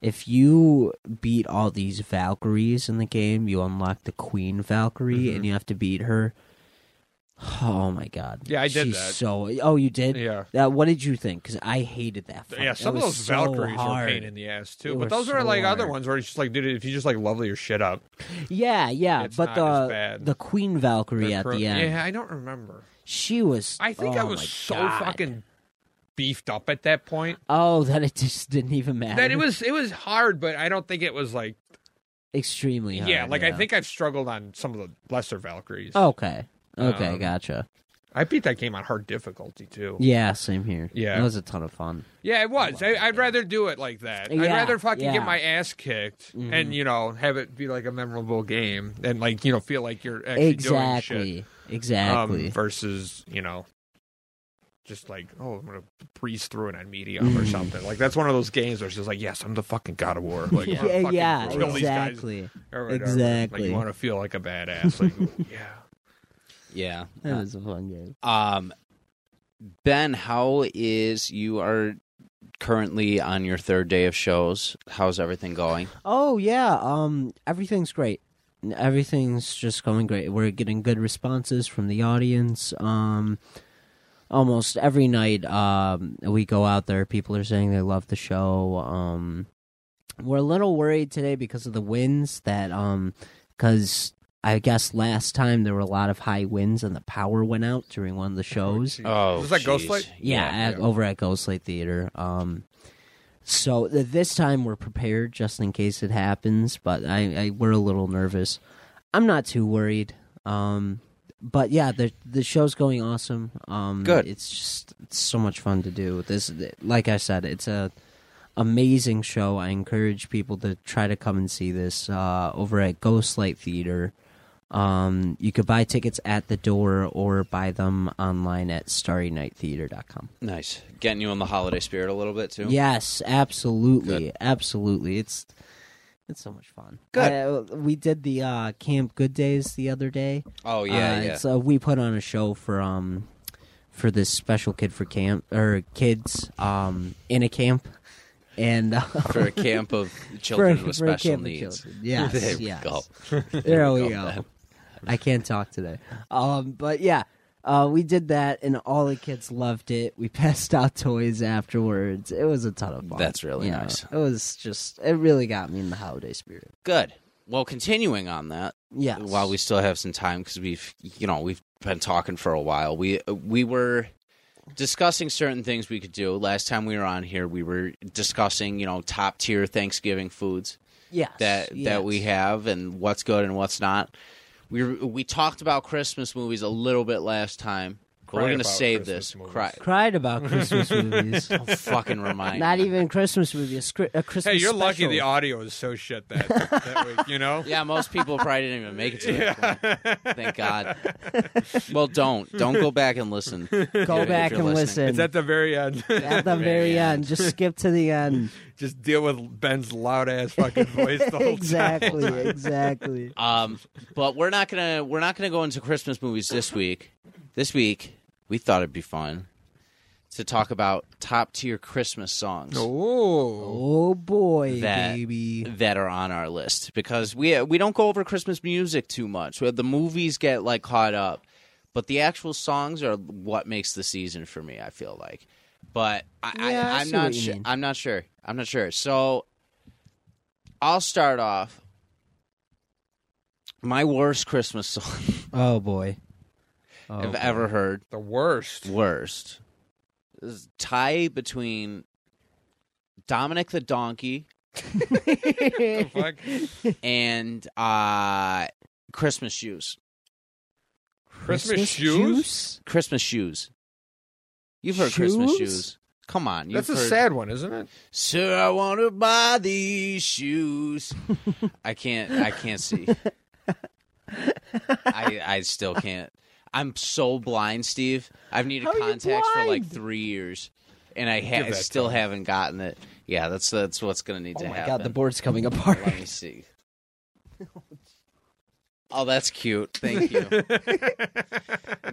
Speaker 3: If you beat all these Valkyries in the game, you unlock the Queen Valkyrie,
Speaker 4: Mm-hmm.
Speaker 3: and you have to beat her. Oh my God!
Speaker 4: Yeah, I did
Speaker 3: She's
Speaker 4: that.
Speaker 3: So, oh, you did?
Speaker 4: Yeah.
Speaker 3: That, what did you think? Because I hated that. Fight.
Speaker 4: Yeah, some
Speaker 3: That
Speaker 4: of
Speaker 3: was
Speaker 4: those
Speaker 3: so
Speaker 4: Valkyries
Speaker 3: hard.
Speaker 4: are pain in the ass too.
Speaker 3: They were
Speaker 4: But those are
Speaker 3: so
Speaker 4: like other
Speaker 3: hard.
Speaker 4: ones where it's just like, dude, if you just like level your shit up,
Speaker 3: Yeah, yeah,
Speaker 4: It's
Speaker 3: but
Speaker 4: not
Speaker 3: the
Speaker 4: as bad.
Speaker 3: the Queen Valkyrie
Speaker 4: They're
Speaker 3: at
Speaker 4: cur-
Speaker 3: the end,
Speaker 4: Yeah, I don't remember.
Speaker 3: she was.
Speaker 4: I think
Speaker 3: oh
Speaker 4: I
Speaker 3: my
Speaker 4: was so
Speaker 3: God.
Speaker 4: fucking beefed up at that point
Speaker 3: Oh, that it just didn't even matter.
Speaker 4: that it was it was hard, but I don't think it was like
Speaker 3: extremely
Speaker 4: yeah,
Speaker 3: hard.
Speaker 4: like I think I've struggled on some of the lesser Valkyries.
Speaker 3: Okay. Okay,
Speaker 4: Um,
Speaker 3: gotcha.
Speaker 4: I beat that game on hard difficulty too.
Speaker 3: Yeah, same here.
Speaker 4: Yeah.
Speaker 3: that was a ton of fun.
Speaker 4: Yeah, it was. I, I'd rather do it like that. I'd
Speaker 3: Yeah,
Speaker 4: rather fucking
Speaker 3: yeah. Mm-hmm.
Speaker 4: get my ass kicked and you know have it be like a memorable game and like you know feel like you're actually doing shit.
Speaker 3: Exactly. Exactly.
Speaker 4: um, versus you know just like oh i'm gonna breeze through it on medium
Speaker 3: Mm.
Speaker 4: or something like that's one of those games where it's just like yes i'm the fucking god of war like I'm gonna
Speaker 3: yeah,
Speaker 4: fucking
Speaker 3: yeah,
Speaker 4: kill these guys
Speaker 3: exactly.
Speaker 4: or whatever. like
Speaker 3: Exactly.
Speaker 4: you want to feel like a badass like yeah
Speaker 1: Yeah.
Speaker 3: That was a fun game.
Speaker 1: Um, ben, how is you are currently on your third day of shows? How's everything going?
Speaker 3: Oh yeah, um, everything's great. Everything's just going great. We're getting good responses from the audience. Um, almost every night, um, we go out there. People are saying they love the show. Um, we're a little worried today because of the winds. That um, because I guess last time there were a lot of high winds and the power went out during one of the shows.
Speaker 1: Oh,
Speaker 4: was that
Speaker 1: jeez.
Speaker 4: Ghostlight?
Speaker 3: Yeah, at, over at Ghostlight Theater. Um, so th- this time we're prepared just in case it happens, but I, I we're a little nervous. I'm not too worried. Um, but yeah, the the show's going awesome. Um,
Speaker 1: Good.
Speaker 3: It's just it's so much fun to do. This, like I said, it's a amazing show. I encourage people to try to come and see this uh, over at Ghostlight Theater. Um, you could buy tickets at the door or buy them online at starrynighttheater.com.
Speaker 1: Nice. Getting you in the holiday spirit a little bit too.
Speaker 3: Yes, absolutely. Absolutely. It's it's so much fun.
Speaker 1: Good.
Speaker 3: Uh, we did the uh, Camp Good Days the other day.
Speaker 1: Oh yeah,
Speaker 3: Uh,
Speaker 1: yeah.
Speaker 3: It's, uh, we put on a show for um for this special kid for camp or kids um in a camp and uh,
Speaker 1: for a camp of children
Speaker 3: for-
Speaker 1: with
Speaker 3: for a
Speaker 1: special
Speaker 3: camp of
Speaker 1: needs.
Speaker 3: children. Yes,
Speaker 1: There we
Speaker 3: yes.
Speaker 1: go.
Speaker 3: there we
Speaker 1: go,
Speaker 3: go.
Speaker 1: man.
Speaker 3: I can't talk today. Um, but yeah, uh, we did that, and all the kids loved it. We passed out toys afterwards. It was a ton of fun.
Speaker 1: That's really
Speaker 3: You know,
Speaker 1: nice.
Speaker 3: It was just. It really got me in the holiday spirit.
Speaker 1: Good. Well, continuing on that,
Speaker 3: Yeah.
Speaker 1: while we still have some time because we've you know we've been talking for a while we we were discussing certain things we could do last time we were on here we were discussing you know top tier thanksgiving foods
Speaker 3: yes,
Speaker 1: that
Speaker 3: yes.
Speaker 1: that we have and what's good and what's not we were- we talked about christmas movies a little bit last time but we're
Speaker 4: Cried
Speaker 1: gonna
Speaker 4: about
Speaker 1: save
Speaker 4: Christmas
Speaker 1: this
Speaker 4: movies.
Speaker 1: cry
Speaker 3: cried about Christmas movies.
Speaker 1: fucking remind
Speaker 3: Not even Christmas movie. A, scri- a Christmas.
Speaker 4: Hey, you're lucky
Speaker 3: special.
Speaker 4: the audio is so shit that, that week, you know?
Speaker 1: yeah most people probably didn't even make it to that point thank god well don't don't go back and listen
Speaker 3: Go
Speaker 1: if
Speaker 3: back
Speaker 1: you're
Speaker 3: and
Speaker 1: listening.
Speaker 4: It's
Speaker 3: listen.
Speaker 4: at the very end.
Speaker 3: At the very end, just skip to the end.
Speaker 4: Just deal with Ben's loud ass fucking voice the whole time.
Speaker 3: exactly, exactly.
Speaker 1: Um, but we're not gonna we're not gonna go into Christmas movies this week. This week we thought it'd be fun to talk about top tier Christmas songs
Speaker 4: Ooh.
Speaker 3: Oh boy,
Speaker 1: That-
Speaker 3: baby.
Speaker 1: that are on our list because we we don't go over Christmas music too much. The movies get like caught up, but the actual songs are what makes the season for me. I feel like, but I,
Speaker 3: Yeah, I
Speaker 1: I, I'm
Speaker 3: see
Speaker 1: not
Speaker 3: what you
Speaker 1: sure.
Speaker 3: mean.
Speaker 1: I'm not sure. I'm not sure. So I'll start off. My worst Christmas song
Speaker 3: Oh boy. Oh,
Speaker 1: I've ever heard.
Speaker 4: The worst.
Speaker 1: worst is tie between Dominic the Donkey
Speaker 4: The fuck?
Speaker 1: and uh Christmas shoes.
Speaker 4: Christmas, shoes?
Speaker 1: Christmas shoes. You've heard Christmas
Speaker 3: Shoes?
Speaker 1: shoes. Come on, you've
Speaker 4: That's a
Speaker 1: heard,
Speaker 4: sad one, isn't it?
Speaker 1: Sir, I want to buy these shoes. I can't. I can't see. I I still can't. I'm so blind, Steve. I've needed
Speaker 3: How are you
Speaker 1: contacts for like
Speaker 3: blind?
Speaker 1: three years, and I
Speaker 4: Give
Speaker 1: ha-
Speaker 4: that
Speaker 1: still
Speaker 4: to me.
Speaker 1: haven't gotten it. Yeah, that's that's what's gonna need to
Speaker 3: Oh my
Speaker 1: happen.
Speaker 3: god, the board's coming apart.
Speaker 1: Let me see. Oh, that's cute. Thank you. glad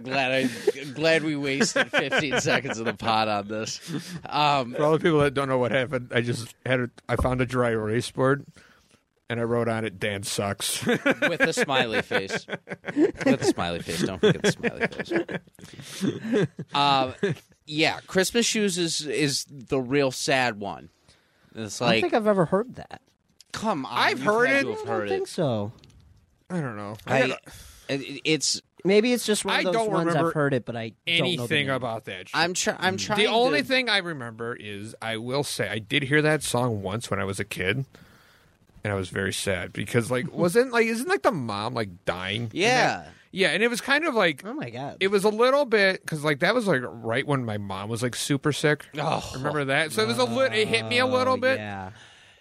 Speaker 1: I glad we wasted 15 seconds of the pot on this. Um,
Speaker 4: For all the people that don't know what happened, I just had a, I found a dry erase board, and I wrote on it, "Dan sucks."
Speaker 1: with a smiley face. With a smiley face. Don't forget the smiley face. Um, yeah, Christmas shoes is is the real sad one. It's
Speaker 3: I don't
Speaker 1: like,
Speaker 3: think I've ever heard that.
Speaker 1: come on,
Speaker 4: I've
Speaker 1: you've
Speaker 4: heard
Speaker 1: had
Speaker 4: it.
Speaker 1: to have
Speaker 3: I
Speaker 1: heard
Speaker 3: don't think
Speaker 1: it.
Speaker 3: so.
Speaker 4: I don't know.
Speaker 1: I,
Speaker 4: got
Speaker 1: it- it's
Speaker 3: Maybe it's just one
Speaker 4: I
Speaker 3: of those
Speaker 4: don't
Speaker 3: ones
Speaker 4: remember
Speaker 3: I've heard it, but I don't know the
Speaker 4: anything
Speaker 3: name.
Speaker 4: about that. Shit.
Speaker 1: I'm try, I'm trying.
Speaker 4: the only
Speaker 1: to,
Speaker 4: thing I remember is I will say I did hear that song once when I was a kid, and I was very sad because like wasn't like isn't like the mom like dying? in that?
Speaker 1: Yeah.
Speaker 4: yeah, and it was kind of like
Speaker 3: Oh my god.
Speaker 4: it was a little bit because like that was like right when my mom was like super sick.
Speaker 1: Oh.
Speaker 4: remember that? So it was a little. It hit me a little
Speaker 3: Oh,
Speaker 4: bit.
Speaker 3: Yeah.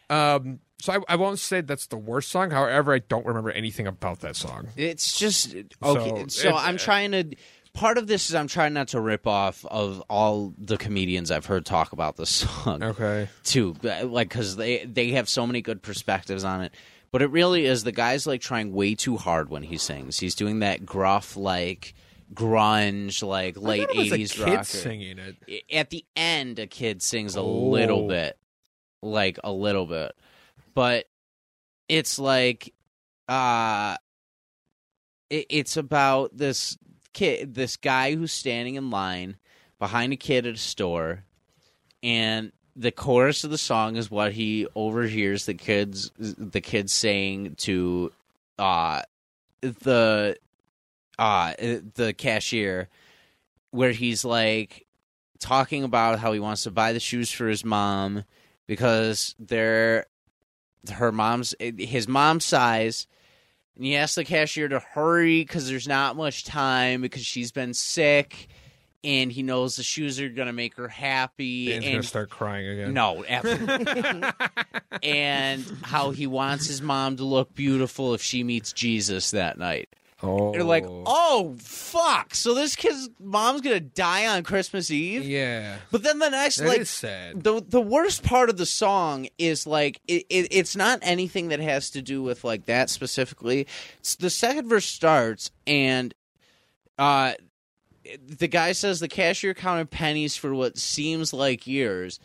Speaker 4: Um, so I, I won't say that's the worst song. However, I don't remember anything about that song.
Speaker 1: It's just okay. So,
Speaker 4: it's-
Speaker 1: I'm trying to. Part of this is I'm trying not to rip off of all the comedians I've heard talk about this song.
Speaker 4: Okay.
Speaker 1: too like because they they have so many good perspectives on it but it really is the guy's like trying way too hard when he sings he's doing that gruff like grunge, like late
Speaker 4: I thought it was
Speaker 1: eighties
Speaker 4: a kid
Speaker 1: rocker.
Speaker 4: singing it.
Speaker 1: I- At the end, a kid sings a
Speaker 4: Oh.
Speaker 1: little bit, like a little bit, but it's like, uh, it, it's about this kid, this guy who's standing in line behind a kid at a store, and the chorus of the song is what he overhears the kids the kids saying to uh the uh the cashier where he's like talking about how he wants to buy the shoes for his mom because they're her mom's his mom's size and he asks the cashier to hurry because there's not much time because she's been sick and he knows the shoes are gonna make her happy
Speaker 4: Dan's gonna
Speaker 1: and
Speaker 4: start crying again.
Speaker 1: no, absolutely. not. and how he wants his mom to look beautiful if she meets Jesus that night.
Speaker 4: Oh.
Speaker 1: You're like, oh fuck! So this kid's mom's gonna die on Christmas Eve.
Speaker 4: yeah,
Speaker 1: But then the next,
Speaker 4: that is
Speaker 1: like,
Speaker 4: sad.
Speaker 1: the the worst part of the song is like it, it, it's not anything that has to do with like that specifically. It's, the second verse starts and uh the guy says the cashier counted pennies for what seems like years.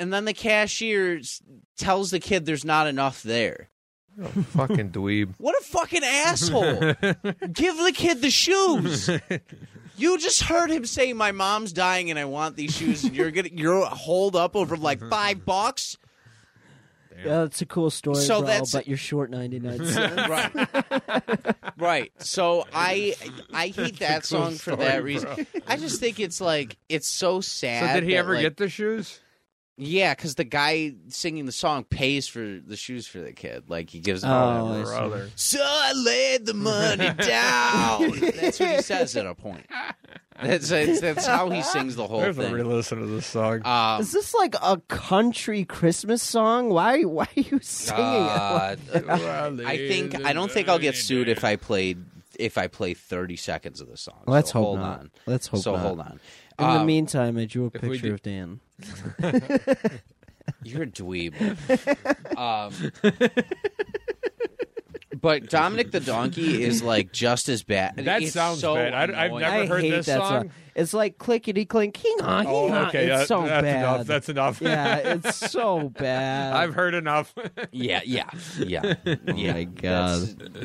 Speaker 1: And then the cashier s- tells the kid there's not enough there.
Speaker 4: Oh, fucking dweeb.
Speaker 1: What a fucking asshole. Give the kid the shoes. You just heard him say, "My mom's dying, and I want these shoes." And you're gonna you're hold up over like five bucks.
Speaker 3: Yeah, that's a cool story,
Speaker 1: So
Speaker 3: bro,
Speaker 1: that's-
Speaker 3: but you're short 99 cents.
Speaker 1: right right so i i hate that
Speaker 4: cool
Speaker 1: song for
Speaker 4: story,
Speaker 1: that reason i just think it's like it's so
Speaker 4: So
Speaker 1: sad
Speaker 4: did he
Speaker 1: that,
Speaker 4: ever
Speaker 1: like-
Speaker 4: get the shoes?
Speaker 1: yeah because the guy singing the song pays for the shoes for the kid like he gives him
Speaker 3: Oh,
Speaker 1: whatever.
Speaker 3: I see.
Speaker 4: Brother.
Speaker 1: so i laid the money down that's what he says at a point that's that's, that's how he sings the whole
Speaker 4: I have to
Speaker 1: thing
Speaker 4: re-listen to this song.
Speaker 1: um,
Speaker 3: Is this like a country Christmas song? Why why are you singing it?
Speaker 1: uh, I think I don't think I'll get sued if I played if I play 30 seconds of the song.
Speaker 3: Let's
Speaker 1: so
Speaker 3: hope
Speaker 1: hold
Speaker 3: not.
Speaker 1: on.
Speaker 3: Let's hope
Speaker 1: so
Speaker 3: not.
Speaker 1: hold on.
Speaker 3: In the
Speaker 1: Um,
Speaker 3: meantime, I drew a
Speaker 4: if we
Speaker 3: picture
Speaker 4: do-
Speaker 3: of Dan.
Speaker 1: You're a dweeb. um, but Dominic the Donkey is like just as bad.
Speaker 4: That
Speaker 1: It's
Speaker 4: sounds
Speaker 1: so
Speaker 4: bad. I- I've
Speaker 1: annoying.
Speaker 4: Never
Speaker 3: I
Speaker 4: heard
Speaker 3: hate
Speaker 4: this
Speaker 3: that song.
Speaker 4: song?
Speaker 3: It's like clickety clink, hing on, hing
Speaker 4: Oh,
Speaker 3: on.
Speaker 4: okay.
Speaker 3: it's
Speaker 4: that-
Speaker 3: so
Speaker 4: that's
Speaker 3: bad.
Speaker 4: enough. That's enough.
Speaker 3: yeah, it's so bad.
Speaker 4: I've heard enough.
Speaker 1: Yeah, yeah, yeah. yeah.
Speaker 3: Oh my God.
Speaker 1: That's-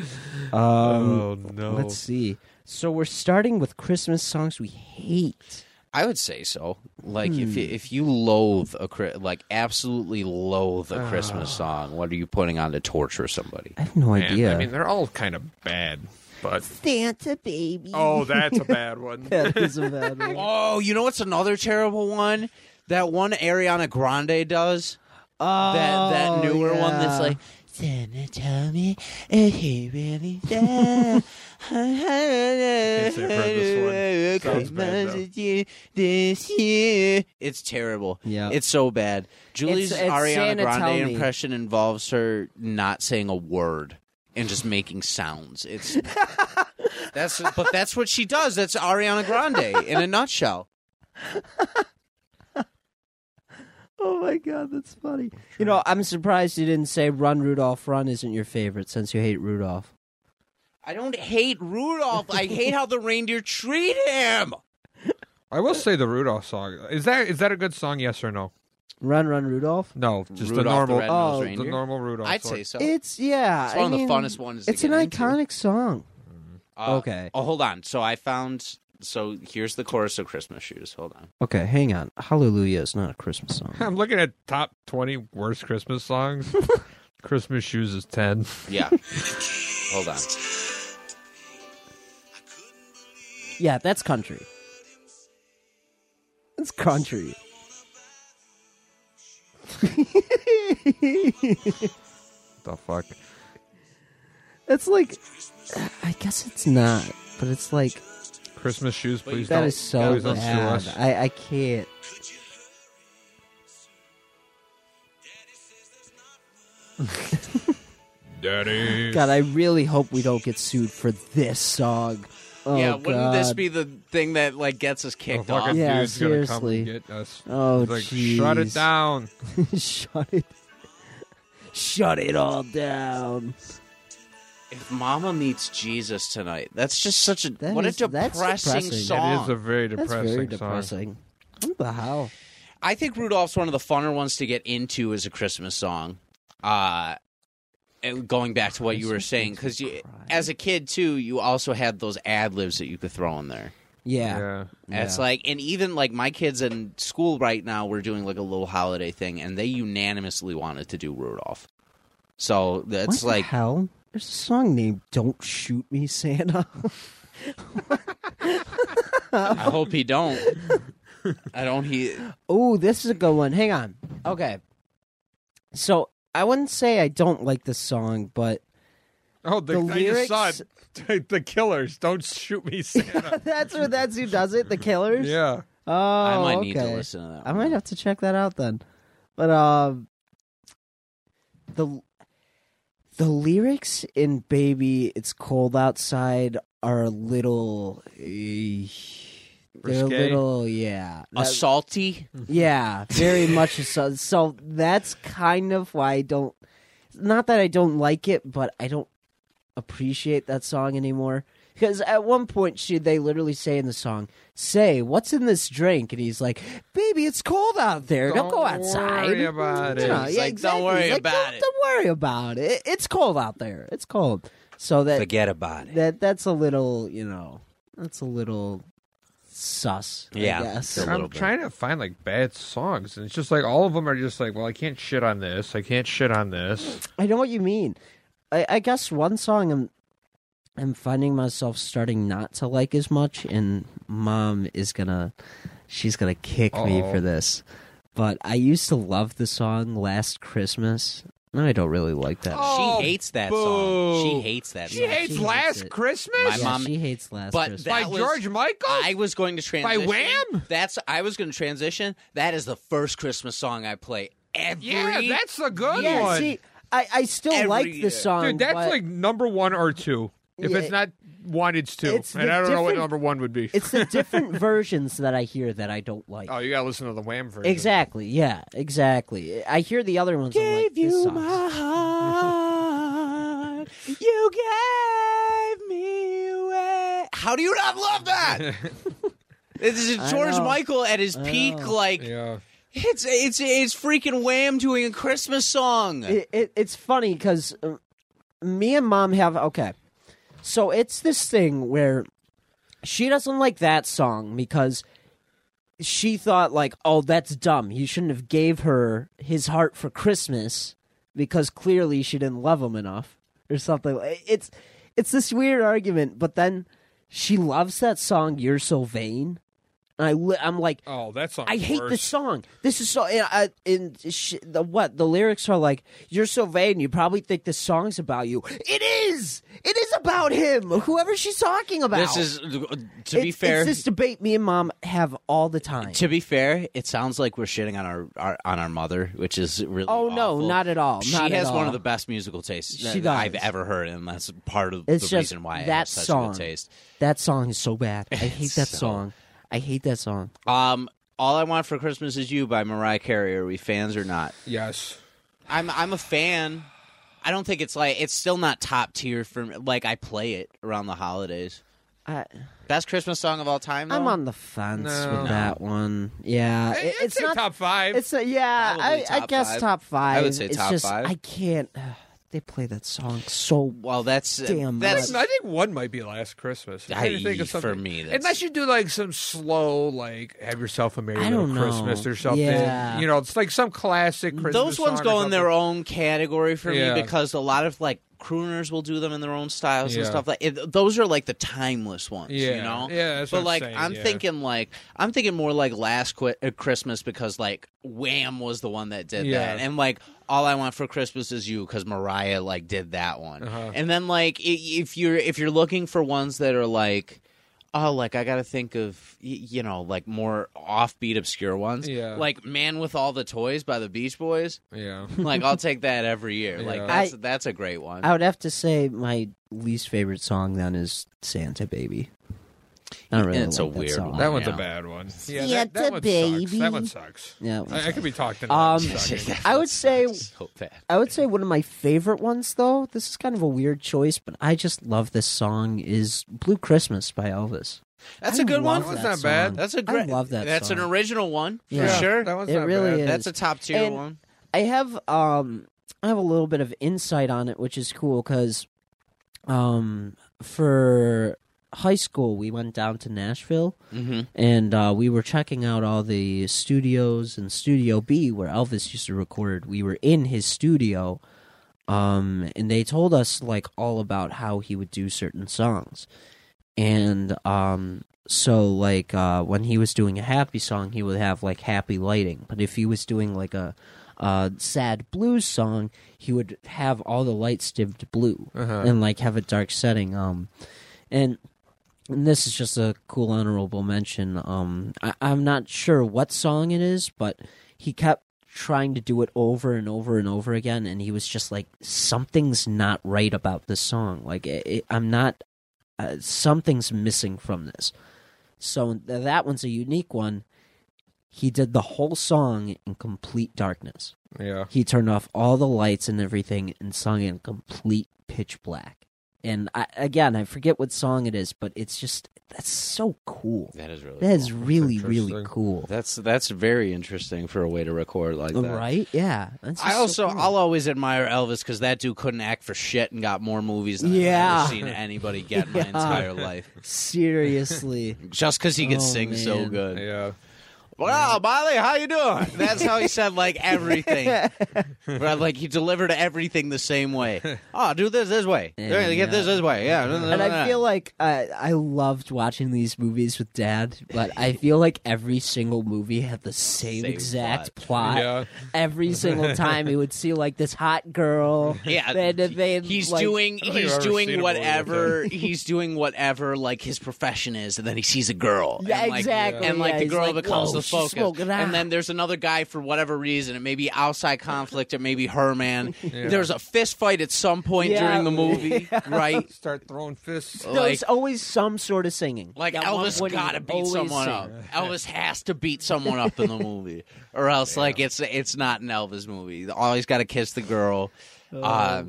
Speaker 3: um,
Speaker 4: oh no.
Speaker 3: Let's see. So we're starting with Christmas songs we hate.
Speaker 1: I would say so. Like if
Speaker 3: Hmm.
Speaker 1: you, if you loathe a Chri- like absolutely loathe a Christmas
Speaker 3: Ah.
Speaker 1: song, what are you putting on to torture somebody?
Speaker 3: I have no
Speaker 4: Man,
Speaker 3: idea.
Speaker 4: I mean, they're all kind of bad, but
Speaker 3: Santa baby.
Speaker 4: oh, that's a bad one.
Speaker 3: that is a bad one.
Speaker 1: Oh, you know what's another terrible one? That one Ariana Grande does.
Speaker 3: Oh,
Speaker 1: That that newer one
Speaker 3: yeah.
Speaker 1: that's like Santa tell me if he really died.
Speaker 4: I've heard this one. Sounds bad,
Speaker 1: Christmas is you this year. It's terrible.
Speaker 3: Yeah.
Speaker 1: It's so bad. Julie's
Speaker 3: it's
Speaker 1: Ariana
Speaker 3: Santa Tell
Speaker 1: Grande
Speaker 3: Me.
Speaker 1: impression involves her not saying a word and just making sounds. It's that's but that's what she does. That's Ariana Grande in a nutshell.
Speaker 3: Oh my god, that's funny. You know, I'm surprised you didn't say "Run Rudolph, Run" isn't your favorite since you hate Rudolph.
Speaker 1: I don't hate Rudolph. I hate how the reindeer treat him.
Speaker 4: I will say the Rudolph song is that is that a good song? Yes or no?
Speaker 3: Run, Run Rudolph.
Speaker 4: No, just the
Speaker 1: Rudolph the
Speaker 4: normal,
Speaker 1: Red-Nosed
Speaker 3: oh, the Eh,
Speaker 4: the
Speaker 1: Reindeer.
Speaker 4: normal Rudolph.
Speaker 1: I'd
Speaker 4: song.
Speaker 1: say so.
Speaker 3: It's yeah.
Speaker 1: It's one
Speaker 3: I
Speaker 1: of the
Speaker 3: mean,
Speaker 1: funnest ones to
Speaker 3: It's an
Speaker 1: get into.
Speaker 3: iconic song.
Speaker 1: Uh,
Speaker 3: okay.
Speaker 1: Oh, hold on. So I found. So here's the chorus of Christmas shoes. Hold on.
Speaker 3: Okay, hang on. Hallelujah is not a Christmas song.
Speaker 4: I'm looking at top 20 worst Christmas songs. Christmas shoes is 10.
Speaker 1: Yeah. hold on.
Speaker 3: yeah, that's country. It's country.
Speaker 4: the fuck.
Speaker 3: It's like, I guess it's not, but it's like
Speaker 4: Christmas shoes, please
Speaker 3: that
Speaker 4: don't.
Speaker 3: is so
Speaker 4: please don't sue
Speaker 3: bad.
Speaker 4: us.
Speaker 3: I I can't.
Speaker 4: Daddy.
Speaker 3: God, I really hope we don't get sued for this song. Oh,
Speaker 1: yeah. Wouldn't this
Speaker 3: God.
Speaker 1: be the thing that like gets us
Speaker 4: The
Speaker 1: kicked off?
Speaker 4: fucking
Speaker 3: Yeah,
Speaker 4: dude's gonna come
Speaker 3: seriously.
Speaker 4: and get us.
Speaker 3: Oh,
Speaker 4: He's like, shut it
Speaker 3: jeez.
Speaker 4: down.
Speaker 3: Shut it. Shut it all down.
Speaker 1: If Mama meets Jesus tonight, that's just such a
Speaker 3: That
Speaker 1: what
Speaker 3: is-
Speaker 1: a
Speaker 3: that's
Speaker 1: depressing,
Speaker 3: depressing. That is
Speaker 1: song.
Speaker 4: It is a very
Speaker 3: Oh, That's
Speaker 4: depressing
Speaker 3: very
Speaker 4: song.
Speaker 3: depressing. What the hell?
Speaker 1: I think Rudolph's one of the funner ones to get into as a Christmas song. Uh and going back to what you were
Speaker 3: Christmas
Speaker 1: saying,
Speaker 3: makes
Speaker 1: because
Speaker 3: me
Speaker 1: you,
Speaker 3: cry.
Speaker 1: as a kid too, you also had those ad libs that you could throw in there.
Speaker 3: Yeah.
Speaker 4: Yeah.
Speaker 1: And It's like, and even like my kids in school right now, we're doing like a little holiday thing, and they unanimously wanted to do Rudolph. So
Speaker 3: What
Speaker 1: that's
Speaker 3: the
Speaker 1: like,
Speaker 3: hell. There's a song named "Don't Shoot Me, Santa."
Speaker 1: I hope he don't. I don't. He
Speaker 3: oh, this is a good one. Hang on. Okay. So I wouldn't say I don't like this song, but
Speaker 4: Oh, the,
Speaker 3: The
Speaker 4: I just saw it.
Speaker 3: lyrics-
Speaker 4: the Killers. Don't shoot me, Santa.
Speaker 3: that's who that's who does it. The Killers.
Speaker 4: yeah.
Speaker 3: Oh,
Speaker 1: I might need to
Speaker 3: okay.
Speaker 1: listen to that.
Speaker 3: I
Speaker 1: one.
Speaker 3: might have to check that out then. But um, the the lyrics in "Baby, It's Cold Outside" are a little, eh, they're a
Speaker 4: Risque?
Speaker 3: little, yeah,
Speaker 1: a
Speaker 3: That-
Speaker 1: salty.
Speaker 3: yeah, very much so. So that's kind of why I don't. Not that I don't like it, but I don't appreciate that song anymore. Because at one point, she they literally say in the song, "Say what's in this drink," and he's like, "Baby, it's cold out there. Don't, go outside."
Speaker 4: Worry about
Speaker 3: You
Speaker 4: it.
Speaker 3: know,
Speaker 1: He's
Speaker 3: yeah,
Speaker 1: like, "Don't
Speaker 3: exactly.
Speaker 1: worry
Speaker 3: He's like,
Speaker 1: about
Speaker 3: "Don't-
Speaker 1: it."
Speaker 3: Don't worry about it. It's cold out there. It's cold. So that
Speaker 1: Forget about it.
Speaker 3: that that's a little, you know, that's a little sus. I
Speaker 1: Yeah.
Speaker 3: guess.
Speaker 1: A little
Speaker 4: I'm
Speaker 1: bit.
Speaker 4: trying to find like bad songs, and it's just like all of them are just like, well, I can't shit on this. I can't shit on this.
Speaker 3: I know what you mean. I, I guess one song I'm I'm finding myself starting not to like as much, and mom is gonna she's gonna kick me
Speaker 4: Uh-oh.
Speaker 3: for this. But I used to love the song "Last Christmas." No, I don't really like that.
Speaker 4: Oh,
Speaker 1: she hates that
Speaker 4: boo.
Speaker 1: song. She hates that.
Speaker 4: She
Speaker 1: song.
Speaker 4: hates
Speaker 3: hates
Speaker 4: Last
Speaker 3: it.
Speaker 4: Christmas
Speaker 1: My
Speaker 3: Yeah,
Speaker 1: mom-
Speaker 3: she hates "Last
Speaker 1: but
Speaker 3: Christmas."
Speaker 4: by
Speaker 1: That was-
Speaker 4: George Michael.
Speaker 1: I was going to transition.
Speaker 4: Wham?
Speaker 1: That's I was going to transition. That is the first Christmas song I play every.
Speaker 4: yeah, that's a good
Speaker 3: yeah,
Speaker 4: one,
Speaker 3: see, I, I still
Speaker 1: Every
Speaker 3: like the
Speaker 1: year.
Speaker 3: song.
Speaker 4: dude. That's
Speaker 3: but
Speaker 4: like number one or two. If
Speaker 3: Yeah.
Speaker 4: it's not one, it's two,
Speaker 3: It's
Speaker 4: and
Speaker 3: the
Speaker 4: I don't know what
Speaker 3: different-
Speaker 4: number one would be.
Speaker 3: it's the different versions that I hear that I don't like.
Speaker 4: Oh, you gotta listen to the Wham version.
Speaker 3: exactly. Yeah. Exactly. I hear the other ones. I'm like, this song's-
Speaker 1: heart. You gave me away. How do you not love that? this is
Speaker 3: I
Speaker 1: George
Speaker 3: know.
Speaker 1: Michael at his peak.
Speaker 3: know.
Speaker 1: Like
Speaker 4: Yeah.
Speaker 1: it's it's it's freaking Wham doing a Christmas song.
Speaker 3: it, it, it's funny because me and mom have okay so it's this thing where she doesn't like that song because she thought like oh that's dumb he shouldn't have gave her his heart for christmas because clearly she didn't love him enough or something it's it's this weird argument but then she loves that song you're so vain and I li- i'm like
Speaker 4: Oh, that song.
Speaker 3: I hate
Speaker 4: worse.
Speaker 3: this song. This is so. And, I, and sh- the what the lyrics are like. You're so vain. You probably think this song's about you. It is. It is about him. Whoever she's talking about.
Speaker 1: This is to be
Speaker 3: It's-
Speaker 1: fair.
Speaker 3: It's this debate me and mom have all the time.
Speaker 1: to be fair, it sounds like we're shitting on our, our on our mother, which is really.
Speaker 3: oh no,
Speaker 1: awful.
Speaker 3: not at all.
Speaker 1: She
Speaker 3: Not at
Speaker 1: has one
Speaker 3: all.
Speaker 1: of the best musical tastes
Speaker 3: She
Speaker 1: that I've
Speaker 3: does.
Speaker 1: ever heard, and that's part of
Speaker 3: It's
Speaker 1: the
Speaker 3: just
Speaker 1: reason why I
Speaker 3: that
Speaker 1: have such
Speaker 3: song.
Speaker 1: a good taste.
Speaker 3: That song is so bad. I hate that
Speaker 1: So-
Speaker 3: song. I hate that song.
Speaker 1: Um, All I Want for Christmas Is You by Mariah Carey. Are we fans or not?
Speaker 4: Yes.
Speaker 1: I'm I'm a fan. I don't think it's like it's still not top tier for me. Like I play it around the holidays.
Speaker 3: I,
Speaker 1: Best Christmas song of all time. Though?
Speaker 3: I'm on the fence
Speaker 4: No.
Speaker 3: with
Speaker 4: No.
Speaker 3: that one. Yeah, it-
Speaker 4: I'd
Speaker 3: it's
Speaker 4: say
Speaker 3: not
Speaker 4: top five.
Speaker 3: It's a, yeah,
Speaker 1: Probably
Speaker 3: I, I
Speaker 1: top
Speaker 3: guess
Speaker 1: five.
Speaker 3: top five.
Speaker 1: I would say
Speaker 3: it's
Speaker 1: top
Speaker 3: just,
Speaker 1: five.
Speaker 3: I can't. uh, they play that song so.
Speaker 1: Well, that's uh,
Speaker 3: Damn
Speaker 1: that's
Speaker 4: I think one might be Last Christmas. I'm
Speaker 1: I-
Speaker 4: trying to think of
Speaker 1: for
Speaker 4: something.
Speaker 1: me, that's-
Speaker 4: unless you do like some slow, like have yourself a merry
Speaker 3: I
Speaker 4: little
Speaker 3: don't know.
Speaker 4: Christmas or something.
Speaker 3: Yeah.
Speaker 4: You know, it's like some classic Christmas.
Speaker 1: those ones
Speaker 4: song or
Speaker 1: go in their
Speaker 4: something.
Speaker 1: own category for
Speaker 4: Yeah.
Speaker 1: me because a lot of like crooners will do them in their own styles and
Speaker 4: Yeah.
Speaker 1: stuff like it, those are like the timeless ones you
Speaker 4: Yeah.
Speaker 1: know
Speaker 4: Yeah, that's
Speaker 1: but
Speaker 4: what I'm
Speaker 1: like
Speaker 4: saying,
Speaker 1: i'm
Speaker 4: yeah.
Speaker 1: thinking like i'm thinking more like last Qui- uh, christmas because like wham was the one that did
Speaker 4: Yeah.
Speaker 1: that and like all i want for christmas is you because mariah like did that one
Speaker 4: Uh-huh.
Speaker 1: and then like i- if you're if you're looking for ones that are like oh like i gotta think of y- you know like more offbeat obscure ones
Speaker 4: Yeah.
Speaker 1: like man with all the toys by the beach boys
Speaker 4: Yeah.
Speaker 1: like I'll take that every year. Like
Speaker 4: Yeah.
Speaker 1: that's
Speaker 3: I-
Speaker 1: that's a great one.
Speaker 3: I would have to say my least favorite song then is Santa Baby. I really
Speaker 1: It's
Speaker 3: like
Speaker 1: a
Speaker 3: that
Speaker 1: weird
Speaker 3: song.
Speaker 1: one.
Speaker 4: That one's
Speaker 1: yeah.
Speaker 4: a bad one. Yeah,
Speaker 5: Yeah,
Speaker 4: that, that
Speaker 5: it's a
Speaker 4: one sucks.
Speaker 5: baby.
Speaker 4: That one sucks.
Speaker 3: Yeah, that one
Speaker 4: I, I could be talked into
Speaker 3: Um,
Speaker 4: that sucking.
Speaker 3: I would say
Speaker 1: so bad.
Speaker 3: I would say one of my favorite ones though. This is kind of a weird choice, but I just love this song is Blue Christmas by Elvis.
Speaker 1: That's
Speaker 3: I
Speaker 1: a good one.
Speaker 3: love
Speaker 4: That's
Speaker 3: that
Speaker 4: not bad.
Speaker 3: song.
Speaker 1: That's a
Speaker 3: I
Speaker 1: great.
Speaker 3: love that
Speaker 1: That's an
Speaker 3: song.
Speaker 1: original one for
Speaker 3: Yeah.
Speaker 1: sure.
Speaker 4: That one's
Speaker 3: It
Speaker 4: not
Speaker 3: really
Speaker 4: bad.
Speaker 3: is.
Speaker 1: That's a top tier
Speaker 3: And-
Speaker 1: one.
Speaker 3: I have um I have a little bit of insight on it, which is cool because um for high school we went down to Nashville
Speaker 1: Mm-hmm.
Speaker 3: and uh, we were checking out all the studios and Studio B where Elvis used to record. We were in his studio, um, and they told us like all about how he would do certain songs, and um, so like uh, when he was doing a happy song, he would have like happy lighting, but if he was doing like a uh, sad blues song, he would have all the lights dimmed to blue
Speaker 4: Uh-huh.
Speaker 3: and like have a dark setting. Um, and and this is just a cool honorable mention. Um, I, I'm not sure what song it is, but he kept trying to do it over and over and over again, and he was just like, "Something's not right about this song. Like, it, it, I'm not. Uh, something's missing from this." So th- that one's a unique one. He did the whole song in complete darkness.
Speaker 4: Yeah.
Speaker 3: He turned off all the lights and everything and sung in complete pitch black. And I, again, I forget what song it is, but it's just that's so cool.
Speaker 1: That is really.
Speaker 3: That is
Speaker 1: cool.
Speaker 3: really really
Speaker 4: interesting.
Speaker 3: cool,
Speaker 1: That's that's very interesting for a way to record like that.
Speaker 3: right? Yeah, that's
Speaker 1: I
Speaker 3: just so
Speaker 1: also
Speaker 3: cool.
Speaker 1: I'll always admire Elvis because that dude couldn't act for shit and got more movies than
Speaker 3: Yeah.
Speaker 1: I've ever seen anybody get in my
Speaker 3: Yeah.
Speaker 1: entire life.
Speaker 3: seriously.
Speaker 1: Just because he could
Speaker 3: Oh,
Speaker 1: sing so
Speaker 3: man.
Speaker 1: good.
Speaker 4: Yeah.
Speaker 1: Wow, Molly, how you doing? That's how he said like everything. But like he delivered everything the same way. Oh, do this this way.
Speaker 3: Yeah.
Speaker 1: Get this this way. Yeah.
Speaker 3: and I feel like uh, I loved watching these movies with Dad, but I feel like every single movie had the same,
Speaker 1: Same
Speaker 3: exact plot.
Speaker 4: Yeah.
Speaker 3: Every single time, he would see like this hot girl.
Speaker 1: Yeah,
Speaker 3: then, then,
Speaker 1: he's
Speaker 3: like-
Speaker 1: doing
Speaker 4: I don't think
Speaker 1: he's
Speaker 4: I've ever seen
Speaker 1: doing
Speaker 4: a movie like
Speaker 1: whatever he's doing whatever like his profession is, and then he sees a girl.
Speaker 3: Yeah,
Speaker 1: and, like,
Speaker 3: exactly,
Speaker 1: And like
Speaker 3: yeah,
Speaker 1: the
Speaker 3: he's
Speaker 1: girl
Speaker 3: like,
Speaker 1: becomes
Speaker 3: "Whoa,
Speaker 1: the
Speaker 3: she's
Speaker 1: focus,
Speaker 3: smoking ah. hot."
Speaker 1: and then there's another guy for whatever reason. It may be outside conflict, it may be her man. There's a fist fight at some point
Speaker 3: Yeah.
Speaker 1: during the movie, right?
Speaker 4: Start throwing fists.
Speaker 1: Oh.
Speaker 3: There's
Speaker 1: like-
Speaker 3: always some sort of singing.
Speaker 1: Like
Speaker 3: That one
Speaker 1: Elvis
Speaker 3: would
Speaker 1: gotta beat
Speaker 3: always
Speaker 1: someone
Speaker 3: sing.
Speaker 1: up. Elvis has to beat someone up in the movie, or else like it's it's not an Elvis movie. Always got to kiss the girl. Uh,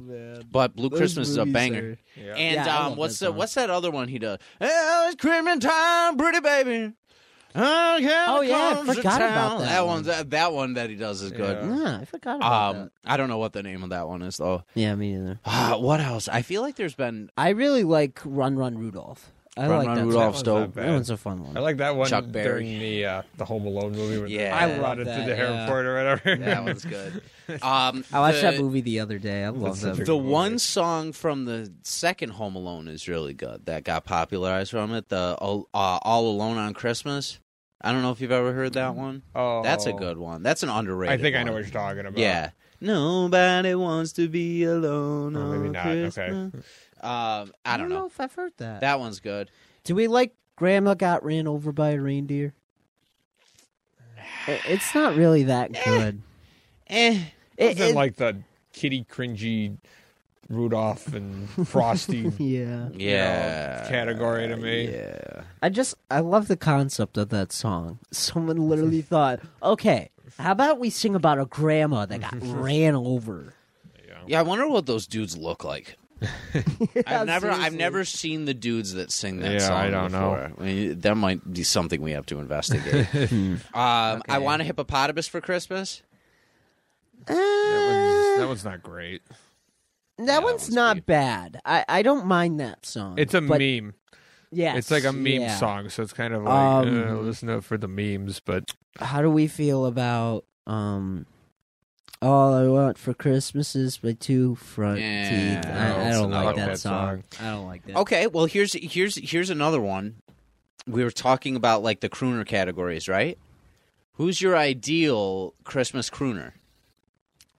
Speaker 1: but Blue
Speaker 3: Oh, Those
Speaker 1: Christmas is a
Speaker 3: movies
Speaker 1: banger.
Speaker 3: are-
Speaker 4: Yeah.
Speaker 1: And
Speaker 3: Yeah, I
Speaker 1: um,
Speaker 3: love
Speaker 1: what's
Speaker 3: that
Speaker 1: the,
Speaker 3: song.
Speaker 1: what's that other one he does? Oh, it's Christmas time, pretty baby. Oh yeah,
Speaker 3: Oh, yeah, I forgot about that
Speaker 1: That
Speaker 3: one.
Speaker 1: one's that, that one that he does is good.
Speaker 3: Yeah, I forgot about
Speaker 1: Um,
Speaker 3: that.
Speaker 1: I don't know what the name of that one is though.
Speaker 3: Yeah, me neither.
Speaker 1: Ah, what else? I feel like there's been
Speaker 3: I really like Run Run Rudolph. I
Speaker 1: Run
Speaker 3: like
Speaker 1: Run
Speaker 3: that
Speaker 1: Rudolph's
Speaker 3: song.
Speaker 4: That one's
Speaker 1: dope.
Speaker 4: not
Speaker 3: That
Speaker 4: bad.
Speaker 3: one's a fun one.
Speaker 4: I like that one
Speaker 1: Chuck Berry.
Speaker 4: during the uh, the Home Alone movie. When
Speaker 1: Yeah. I
Speaker 4: I
Speaker 1: love
Speaker 4: rotted through
Speaker 3: that,
Speaker 4: the
Speaker 3: yeah.
Speaker 4: airport or whatever.
Speaker 1: that one's good. Um,
Speaker 3: I watched
Speaker 1: the,
Speaker 3: that movie the other day. I love that.
Speaker 4: such
Speaker 3: movie.
Speaker 4: a-
Speaker 1: The one song from the second Home Alone is really good that got popularized from it. The uh, All Alone on Christmas. I don't know if you've ever heard that one.
Speaker 4: Oh,
Speaker 1: That's a good one. That's an underrated.
Speaker 4: I think I know
Speaker 1: one.
Speaker 4: what you're talking about.
Speaker 1: Yeah. Nobody wants to be alone.
Speaker 4: Or maybe
Speaker 1: on
Speaker 4: not. Okay.
Speaker 1: Christmas. Um, I don't know.
Speaker 3: if I've heard that.
Speaker 1: That one's good.
Speaker 3: Do we like Grandma Got Ran Over by a Reindeer? I- It's not really that good.
Speaker 1: Eh.
Speaker 3: It,
Speaker 4: Isn't
Speaker 3: it-
Speaker 4: like the kitty cringy Rudolph and Frosty
Speaker 3: yeah,
Speaker 1: Yeah.
Speaker 4: category to me.
Speaker 1: Yeah.
Speaker 3: I just I love the concept of that song. Someone literally thought, okay, how about we sing about a grandma that got ran over?
Speaker 1: Yeah. I wonder what those dudes look like.
Speaker 3: Yeah,
Speaker 1: I've never, I've
Speaker 3: seriously.
Speaker 1: never seen the dudes that sing that
Speaker 4: Yeah,
Speaker 1: song.
Speaker 4: I don't know.
Speaker 1: before. I mean, that might be something we have to investigate. um, I want a hippopotamus for Christmas.
Speaker 4: That one's, that one's not great.
Speaker 3: That
Speaker 1: that
Speaker 3: one's
Speaker 1: one's
Speaker 3: not
Speaker 1: deep.
Speaker 3: bad. I, I don't mind that song.
Speaker 4: It's a
Speaker 3: but
Speaker 4: meme.
Speaker 3: Yes,
Speaker 4: It's like a meme
Speaker 3: yeah.
Speaker 4: song, so it's kind of like
Speaker 3: Um,
Speaker 4: uh, listen up for the memes, but
Speaker 3: How do we feel about um? All I want for Christmas is my two front
Speaker 1: Yeah,
Speaker 3: teeth. I, I
Speaker 4: that's
Speaker 3: don't
Speaker 4: another
Speaker 3: like
Speaker 4: one.
Speaker 3: that
Speaker 4: That
Speaker 3: song. Oh,
Speaker 4: song.
Speaker 3: I don't like that.
Speaker 1: Okay, well here's here's here's another one. We were talking about like the crooner categories, right? Who's your ideal Christmas crooner?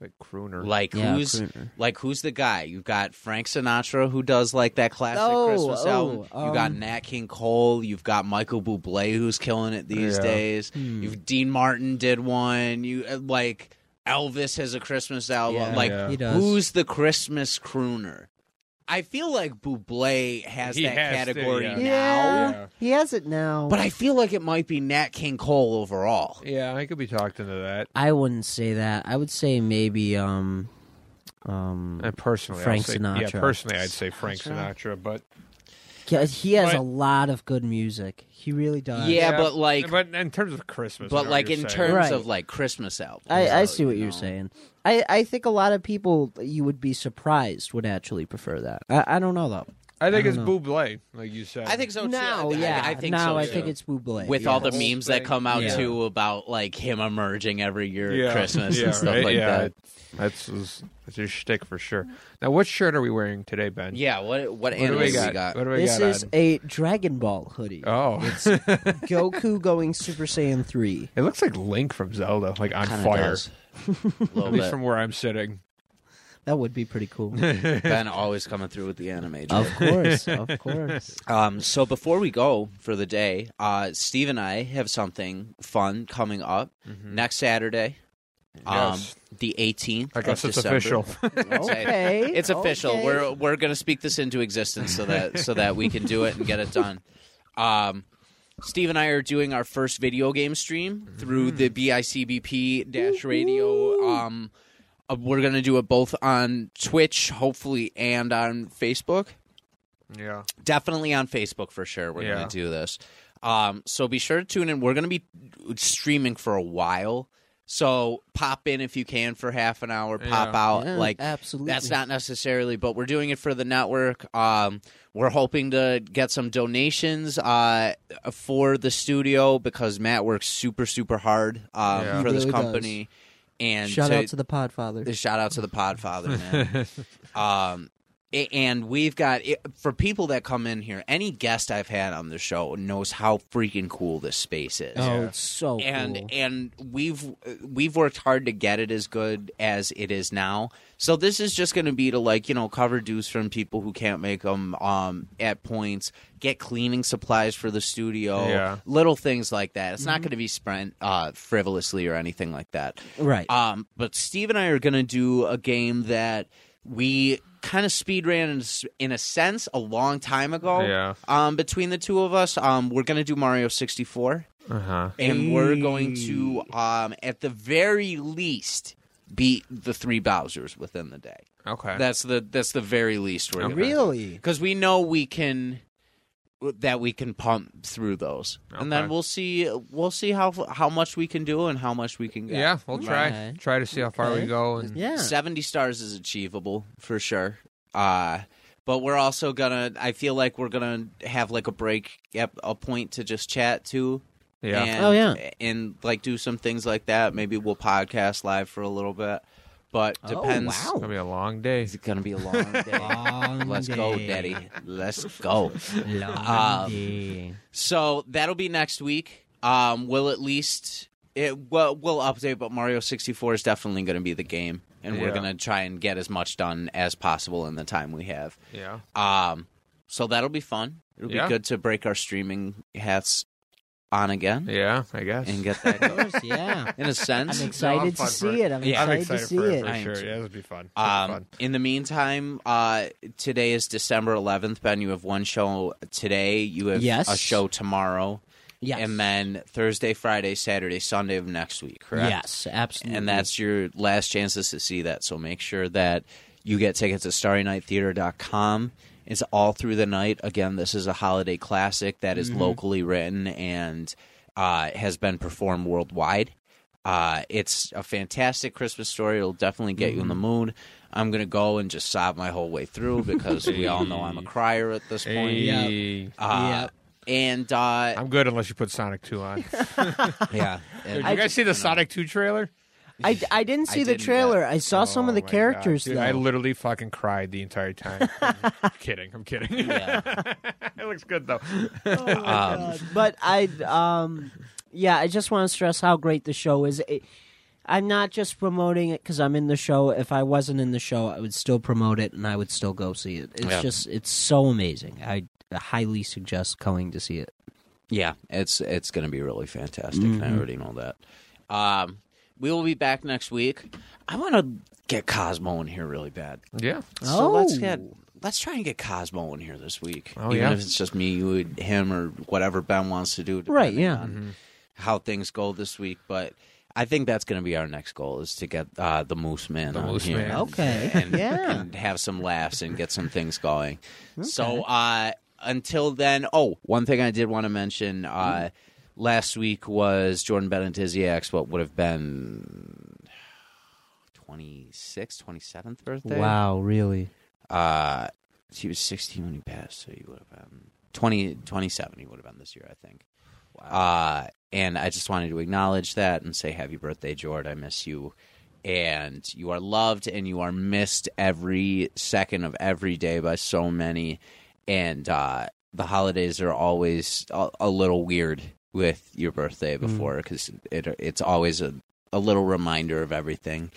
Speaker 4: like crooner.
Speaker 1: Like
Speaker 3: Yeah,
Speaker 1: who's
Speaker 3: crooner.
Speaker 1: like who's the guy? You've got Frank Sinatra who does like that classic
Speaker 3: Oh,
Speaker 1: Christmas
Speaker 3: oh,
Speaker 1: album. you got
Speaker 3: um,
Speaker 1: Nat King Cole. You've got Michael Bublé who's killing it these
Speaker 4: Yeah.
Speaker 1: days.
Speaker 3: Hmm.
Speaker 1: You've Dean Martin did one. You uh, like Elvis has a Christmas album.
Speaker 3: Yeah,
Speaker 1: like
Speaker 4: yeah.
Speaker 3: He does.
Speaker 1: who's the Christmas crooner? I feel like Buble has
Speaker 4: He
Speaker 1: that
Speaker 4: has to,
Speaker 1: category
Speaker 4: yeah.
Speaker 1: now,
Speaker 3: Yeah,
Speaker 4: Yeah.
Speaker 3: he has it now.
Speaker 1: but I feel like it might be Nat King Cole overall.
Speaker 4: Yeah, I could be talked into that.
Speaker 3: I wouldn't say that. I would say maybe um, um,
Speaker 4: And personally, I'll
Speaker 3: Frank
Speaker 4: say-
Speaker 3: Sinatra.
Speaker 4: Yeah, personally, I'd say Frank Sinatra, but
Speaker 3: yeah, he has
Speaker 4: But-
Speaker 3: a lot of good music. He really does.
Speaker 1: Yeah, but like-
Speaker 4: but in terms of Christmas, I know
Speaker 1: But
Speaker 4: what
Speaker 1: like
Speaker 4: you're
Speaker 1: in
Speaker 4: saying.
Speaker 1: terms
Speaker 3: Right.
Speaker 1: of like Christmas albums,
Speaker 3: I, I
Speaker 1: though,
Speaker 3: see what
Speaker 1: you
Speaker 3: you're
Speaker 1: know?
Speaker 3: saying. I, I think a lot of people you would be surprised would actually prefer that. I, I don't know though.
Speaker 4: I think
Speaker 3: I
Speaker 4: it's
Speaker 3: don't
Speaker 4: Buble, like you said.
Speaker 1: Oh, I think so. too.
Speaker 3: now,
Speaker 1: I- I-
Speaker 3: yeah,
Speaker 1: I, think
Speaker 3: now
Speaker 1: so,
Speaker 3: I
Speaker 1: too.
Speaker 3: think it's Buble
Speaker 1: with all the
Speaker 4: whole
Speaker 1: memes
Speaker 4: thing.
Speaker 1: that come out
Speaker 3: Yeah.
Speaker 1: too about like him emerging every year
Speaker 4: yeah.
Speaker 1: at Christmas
Speaker 4: yeah,
Speaker 1: and stuff
Speaker 4: right?
Speaker 1: like
Speaker 4: yeah.
Speaker 1: that.
Speaker 4: That's his- that's your shtick for sure. Now, what shirt are we wearing today, Ben?
Speaker 1: Yeah, what what
Speaker 4: What do we
Speaker 1: animals
Speaker 4: got?
Speaker 1: we got?
Speaker 4: What do we
Speaker 3: This
Speaker 4: got?
Speaker 3: is
Speaker 4: on?
Speaker 3: a Dragon Ball hoodie.
Speaker 4: Oh,
Speaker 3: Goku going Super Saiyan three.
Speaker 4: it looks like Link from Zelda, like on
Speaker 1: Kinda
Speaker 4: fire.
Speaker 1: does.
Speaker 4: At
Speaker 1: Little
Speaker 4: least
Speaker 1: bit.
Speaker 4: from where I'm sitting.
Speaker 3: That would be pretty cool.
Speaker 1: Ben always coming through with the anime.
Speaker 3: of course, of course.
Speaker 1: Um, so before we go for the day, uh, Steve and I have something fun coming up next Saturday, um,
Speaker 4: Mm-hmm. Yes.
Speaker 1: the 18th.
Speaker 4: I guess
Speaker 1: of
Speaker 4: it's
Speaker 1: December.
Speaker 4: official.
Speaker 3: Okay,
Speaker 1: it's official.
Speaker 3: okay.
Speaker 1: We're we're gonna speak this into existence so that so that we can do it and get it done. Um, Steve and I are doing our first video game stream through the
Speaker 3: Mm-hmm.
Speaker 1: BICBP dash radio. Um, uh, we're gonna do it both on Twitch, hopefully, and on Facebook
Speaker 4: yeah.
Speaker 1: definitely on Facebook for sure. We're
Speaker 4: Yeah.
Speaker 1: going to do this. Um, so be sure to tune in. We're going to be streaming for a while. So pop in if you can for half an hour, pop
Speaker 4: Yeah.
Speaker 1: out.
Speaker 3: Yeah,
Speaker 1: like
Speaker 3: absolutely.
Speaker 1: That's not necessarily, but we're doing it for the network. Um, we're hoping to get some donations uh, for the studio because Matt works super super hard um,
Speaker 4: Yeah. He
Speaker 1: for this
Speaker 3: really does.
Speaker 1: company. And
Speaker 3: Shout
Speaker 1: to,
Speaker 3: out to the Podfather.
Speaker 1: the shout out to the Podfather, man. um, a- and we've got it, for people that come in here. Any guest I've had on the show knows how freaking cool this space is.
Speaker 3: Oh, it's so
Speaker 1: And
Speaker 3: cool.
Speaker 1: and we've we've worked hard to get it as good as it is now. So this is just going to be to like you know cover dues from people who can't make them um, at points, get cleaning supplies for the studio,
Speaker 4: Yeah.
Speaker 1: little things like that. It's not
Speaker 3: Mm-hmm.
Speaker 1: going to be spent uh, frivolously or anything like that.
Speaker 3: Right.
Speaker 1: Um, but Steve and I are going to do a game that we kind of speed ran in, s- in a sense a long time ago.
Speaker 4: Yeah.
Speaker 1: Um, between the two of us, um, we're going to do Mario 64,
Speaker 4: Uh huh.
Speaker 1: and we're going to, um, at the very least, beat the three Bowser's within the day.
Speaker 4: Okay.
Speaker 1: That's the that's the very least we're gonna
Speaker 3: really?
Speaker 1: because we know we can that we can pump through those, and then
Speaker 4: Okay.
Speaker 1: we'll see we'll see how how much we can do and how much we can get.
Speaker 4: yeah, we'll try
Speaker 3: Okay.
Speaker 4: try to see how far
Speaker 3: Okay.
Speaker 4: we go. And
Speaker 3: Yeah.
Speaker 1: 70 stars is achievable for sure. Uh but we're also gonna I feel like we're gonna have like a break at a point to just chat too.
Speaker 4: yeah,
Speaker 1: And,
Speaker 3: Oh, yeah.
Speaker 1: And like do some things like that. Maybe we'll podcast live for a little bit. But
Speaker 3: Oh,
Speaker 1: depends.
Speaker 3: wow.
Speaker 4: it's gonna be a long day.
Speaker 1: It's gonna be a long day.
Speaker 3: Long
Speaker 1: Let's go,
Speaker 3: day.
Speaker 1: Daddy. Let's go.
Speaker 3: Long
Speaker 1: Um,
Speaker 3: day.
Speaker 1: So that'll be next week. Um, we'll at least it well we'll update, but Mario sixty four is definitely going to be the game, and we're
Speaker 4: Yeah.
Speaker 1: going to try and get as much done as possible in the time we have.
Speaker 4: Yeah.
Speaker 1: Um, so that'll be fun. It'll
Speaker 4: Yeah.
Speaker 1: be good to break our streaming hats on again
Speaker 4: Yeah, I guess.
Speaker 1: and get that
Speaker 3: Of
Speaker 1: going.
Speaker 3: course, yeah.
Speaker 1: in a sense.
Speaker 3: I'm excited to
Speaker 4: fun for
Speaker 3: see it. I'm
Speaker 1: Yeah.
Speaker 4: I'm
Speaker 3: excited
Speaker 4: excited
Speaker 3: to see
Speaker 4: for
Speaker 3: it.
Speaker 4: for
Speaker 1: I am
Speaker 4: sure.
Speaker 1: too.
Speaker 4: Yeah, this would be fun. This would be
Speaker 1: Um, in the meantime, uh, today is December 11th. Ben, you have one show today. You have
Speaker 3: Yes.
Speaker 1: a show tomorrow.
Speaker 3: Yes.
Speaker 1: And then Thursday, Friday, Saturday, Sunday of next week, correct?
Speaker 3: Yes, absolutely.
Speaker 4: Mm-hmm.
Speaker 1: And that's your last chances to see that. So make sure that you get tickets at starrynighttheater.com. It's all through the night. Again, this is a holiday classic that
Speaker 4: Mm-hmm.
Speaker 1: is locally written and uh, has been performed worldwide. Uh, it's a fantastic Christmas story. It'll definitely get you
Speaker 4: Mm-hmm.
Speaker 1: in the mood. I'm going to go and just sob my whole way through because we all know I'm a crier at this
Speaker 4: fun.
Speaker 1: point.
Speaker 3: Yeah.
Speaker 4: Hey,
Speaker 1: Uh, And uh,
Speaker 4: I'm good unless you put Sonic 2 on. Did
Speaker 1: yeah, And-
Speaker 4: you guys see the Sonic 2 trailer?
Speaker 3: I, I didn't see the
Speaker 1: didn't
Speaker 3: trailer. I saw some of
Speaker 4: Oh
Speaker 3: the
Speaker 4: my God,
Speaker 3: characters
Speaker 4: dude,
Speaker 3: though.
Speaker 4: I literally fucking cried the entire time. I'm kidding. I'm kidding. it looks good though.
Speaker 1: um,
Speaker 3: Uh, but I um yeah, I just want to stress how great the show is. It, I'm not just promoting it because I'm in the show. If I wasn't in the show, I would still promote it and I would still go see it. It's
Speaker 1: Yeah.
Speaker 3: just it's so amazing. I highly suggest going to see it.
Speaker 1: Yeah, it's it's going to be really fantastic. and I already know that. Um, we will be back next week. I want to get Cosmo in here really bad.
Speaker 4: yeah.
Speaker 1: So let's get let's try and get Cosmo in here this week.
Speaker 4: Oh,
Speaker 1: Even
Speaker 4: yeah.
Speaker 1: if it's just me, you, and him, or whatever Ben wants to do.
Speaker 3: Right,
Speaker 1: depending
Speaker 3: yeah.
Speaker 1: on
Speaker 4: Mm-hmm.
Speaker 1: How things go this week, but I think that's going to be our next goal is to get uh, the Moose Man
Speaker 4: The
Speaker 1: on
Speaker 4: Moose
Speaker 1: here.
Speaker 4: Man.
Speaker 3: Okay,
Speaker 1: And,
Speaker 3: yeah.
Speaker 1: and have some laughs and get some things going. So uh, until then, oh, one thing I did want to mention. Uh,
Speaker 4: Mm-hmm.
Speaker 1: Last week was Jordan Benetiziak's what would have been 26th, 27th birthday
Speaker 3: Wow, really?
Speaker 1: uh he was 16 when he passed so he would have been 20 27 he would have been this year i think uh and i just wanted to acknowledge that and say happy birthday jord i miss you and you are loved and you are missed every second of every day by so many and uh the holidays are always a, a little weird with your birthday before because it, it's always a, a little reminder of everything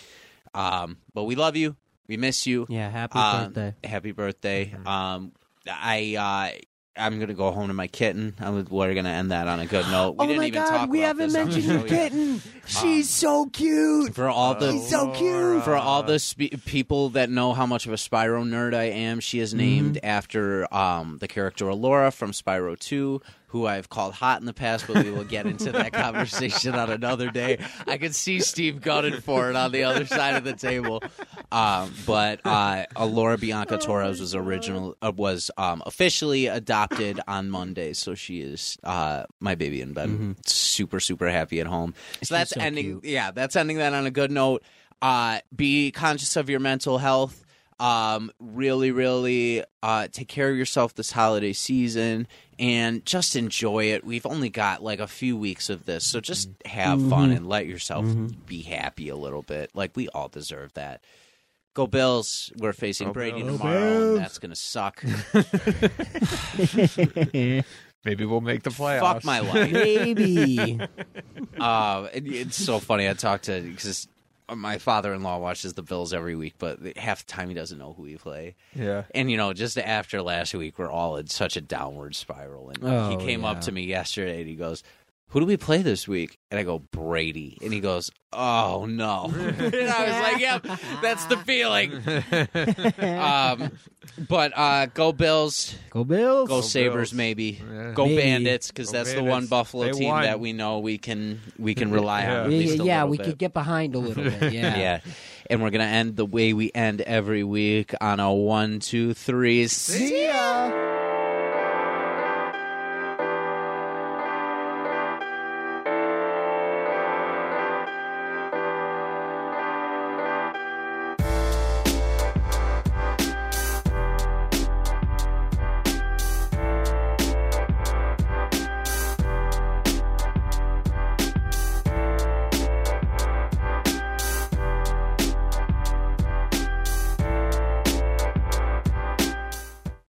Speaker 1: um but we love you we miss you
Speaker 3: Yeah, happy
Speaker 1: um,
Speaker 3: birthday.
Speaker 1: Happy birthday. Um, I uh, I'm gonna go home to my kitten. I was, we're gonna end that on a good note.
Speaker 3: Oh
Speaker 1: We didn't even talk about this on the show yet. Um,
Speaker 3: She's so cute.
Speaker 1: For all the
Speaker 3: She's so cute.
Speaker 1: for all the spe- people that know how much of a Spyro nerd I am, she is named
Speaker 3: Mm-hmm.
Speaker 1: after um, the character Laura from Spyro 2, who I've called hot in the past, but we will get into that conversation on another day. I could see Steve gunning for it on the other side of the table. Um, but uh, Laura Bianca Torres was original uh, was um, officially adopted on Monday, so she is uh, my baby in bed.
Speaker 3: Mm-hmm.
Speaker 1: Super super happy at home. So that's
Speaker 2: so
Speaker 1: ending.
Speaker 2: cute.
Speaker 1: Yeah, that's ending that on a good note. Uh, be conscious of your mental health. Um, really, really uh, take care of yourself this holiday season and just enjoy it. We've only got like a few weeks of this, so just have
Speaker 2: Mm-hmm.
Speaker 1: fun and let yourself be happy a little bit. Like we all deserve that. Go Bills! We're facing Brady tomorrow, and that's gonna suck.
Speaker 4: Maybe we'll make the playoffs.
Speaker 1: Fuck my life.
Speaker 3: Baby.
Speaker 1: Uh, it- it's so funny. I talk to because my father-in-law watches the Bills every week, but half the time he doesn't know who we play.
Speaker 4: Yeah.
Speaker 1: And you know, just after last week, we're all in such a downward spiral. And
Speaker 3: Oh,
Speaker 1: he came
Speaker 3: yeah.
Speaker 1: up to me yesterday and he goes, "Who do we play this week?" And I go, "Brady." And he goes, "Oh no!" and I was like, "Yep, that's the feeling." um, but uh, go Bills,
Speaker 3: Go Bills.
Speaker 1: go, Sabers,
Speaker 4: Bills.
Speaker 1: maybe.
Speaker 4: Yeah.
Speaker 1: Go
Speaker 3: Maybe.
Speaker 1: Bandits, because
Speaker 4: Go
Speaker 1: that's the
Speaker 4: Bandits.
Speaker 1: one Buffalo
Speaker 4: They
Speaker 1: team
Speaker 4: won.
Speaker 1: that we know we can we can rely on.
Speaker 4: Yeah.
Speaker 1: at
Speaker 3: yeah,
Speaker 1: least a
Speaker 3: yeah,
Speaker 1: little
Speaker 3: we
Speaker 1: bit.
Speaker 3: could get behind a little bit. Yeah.
Speaker 1: Yeah. And we're going to end the way we end every week on a one, two, three. See ya!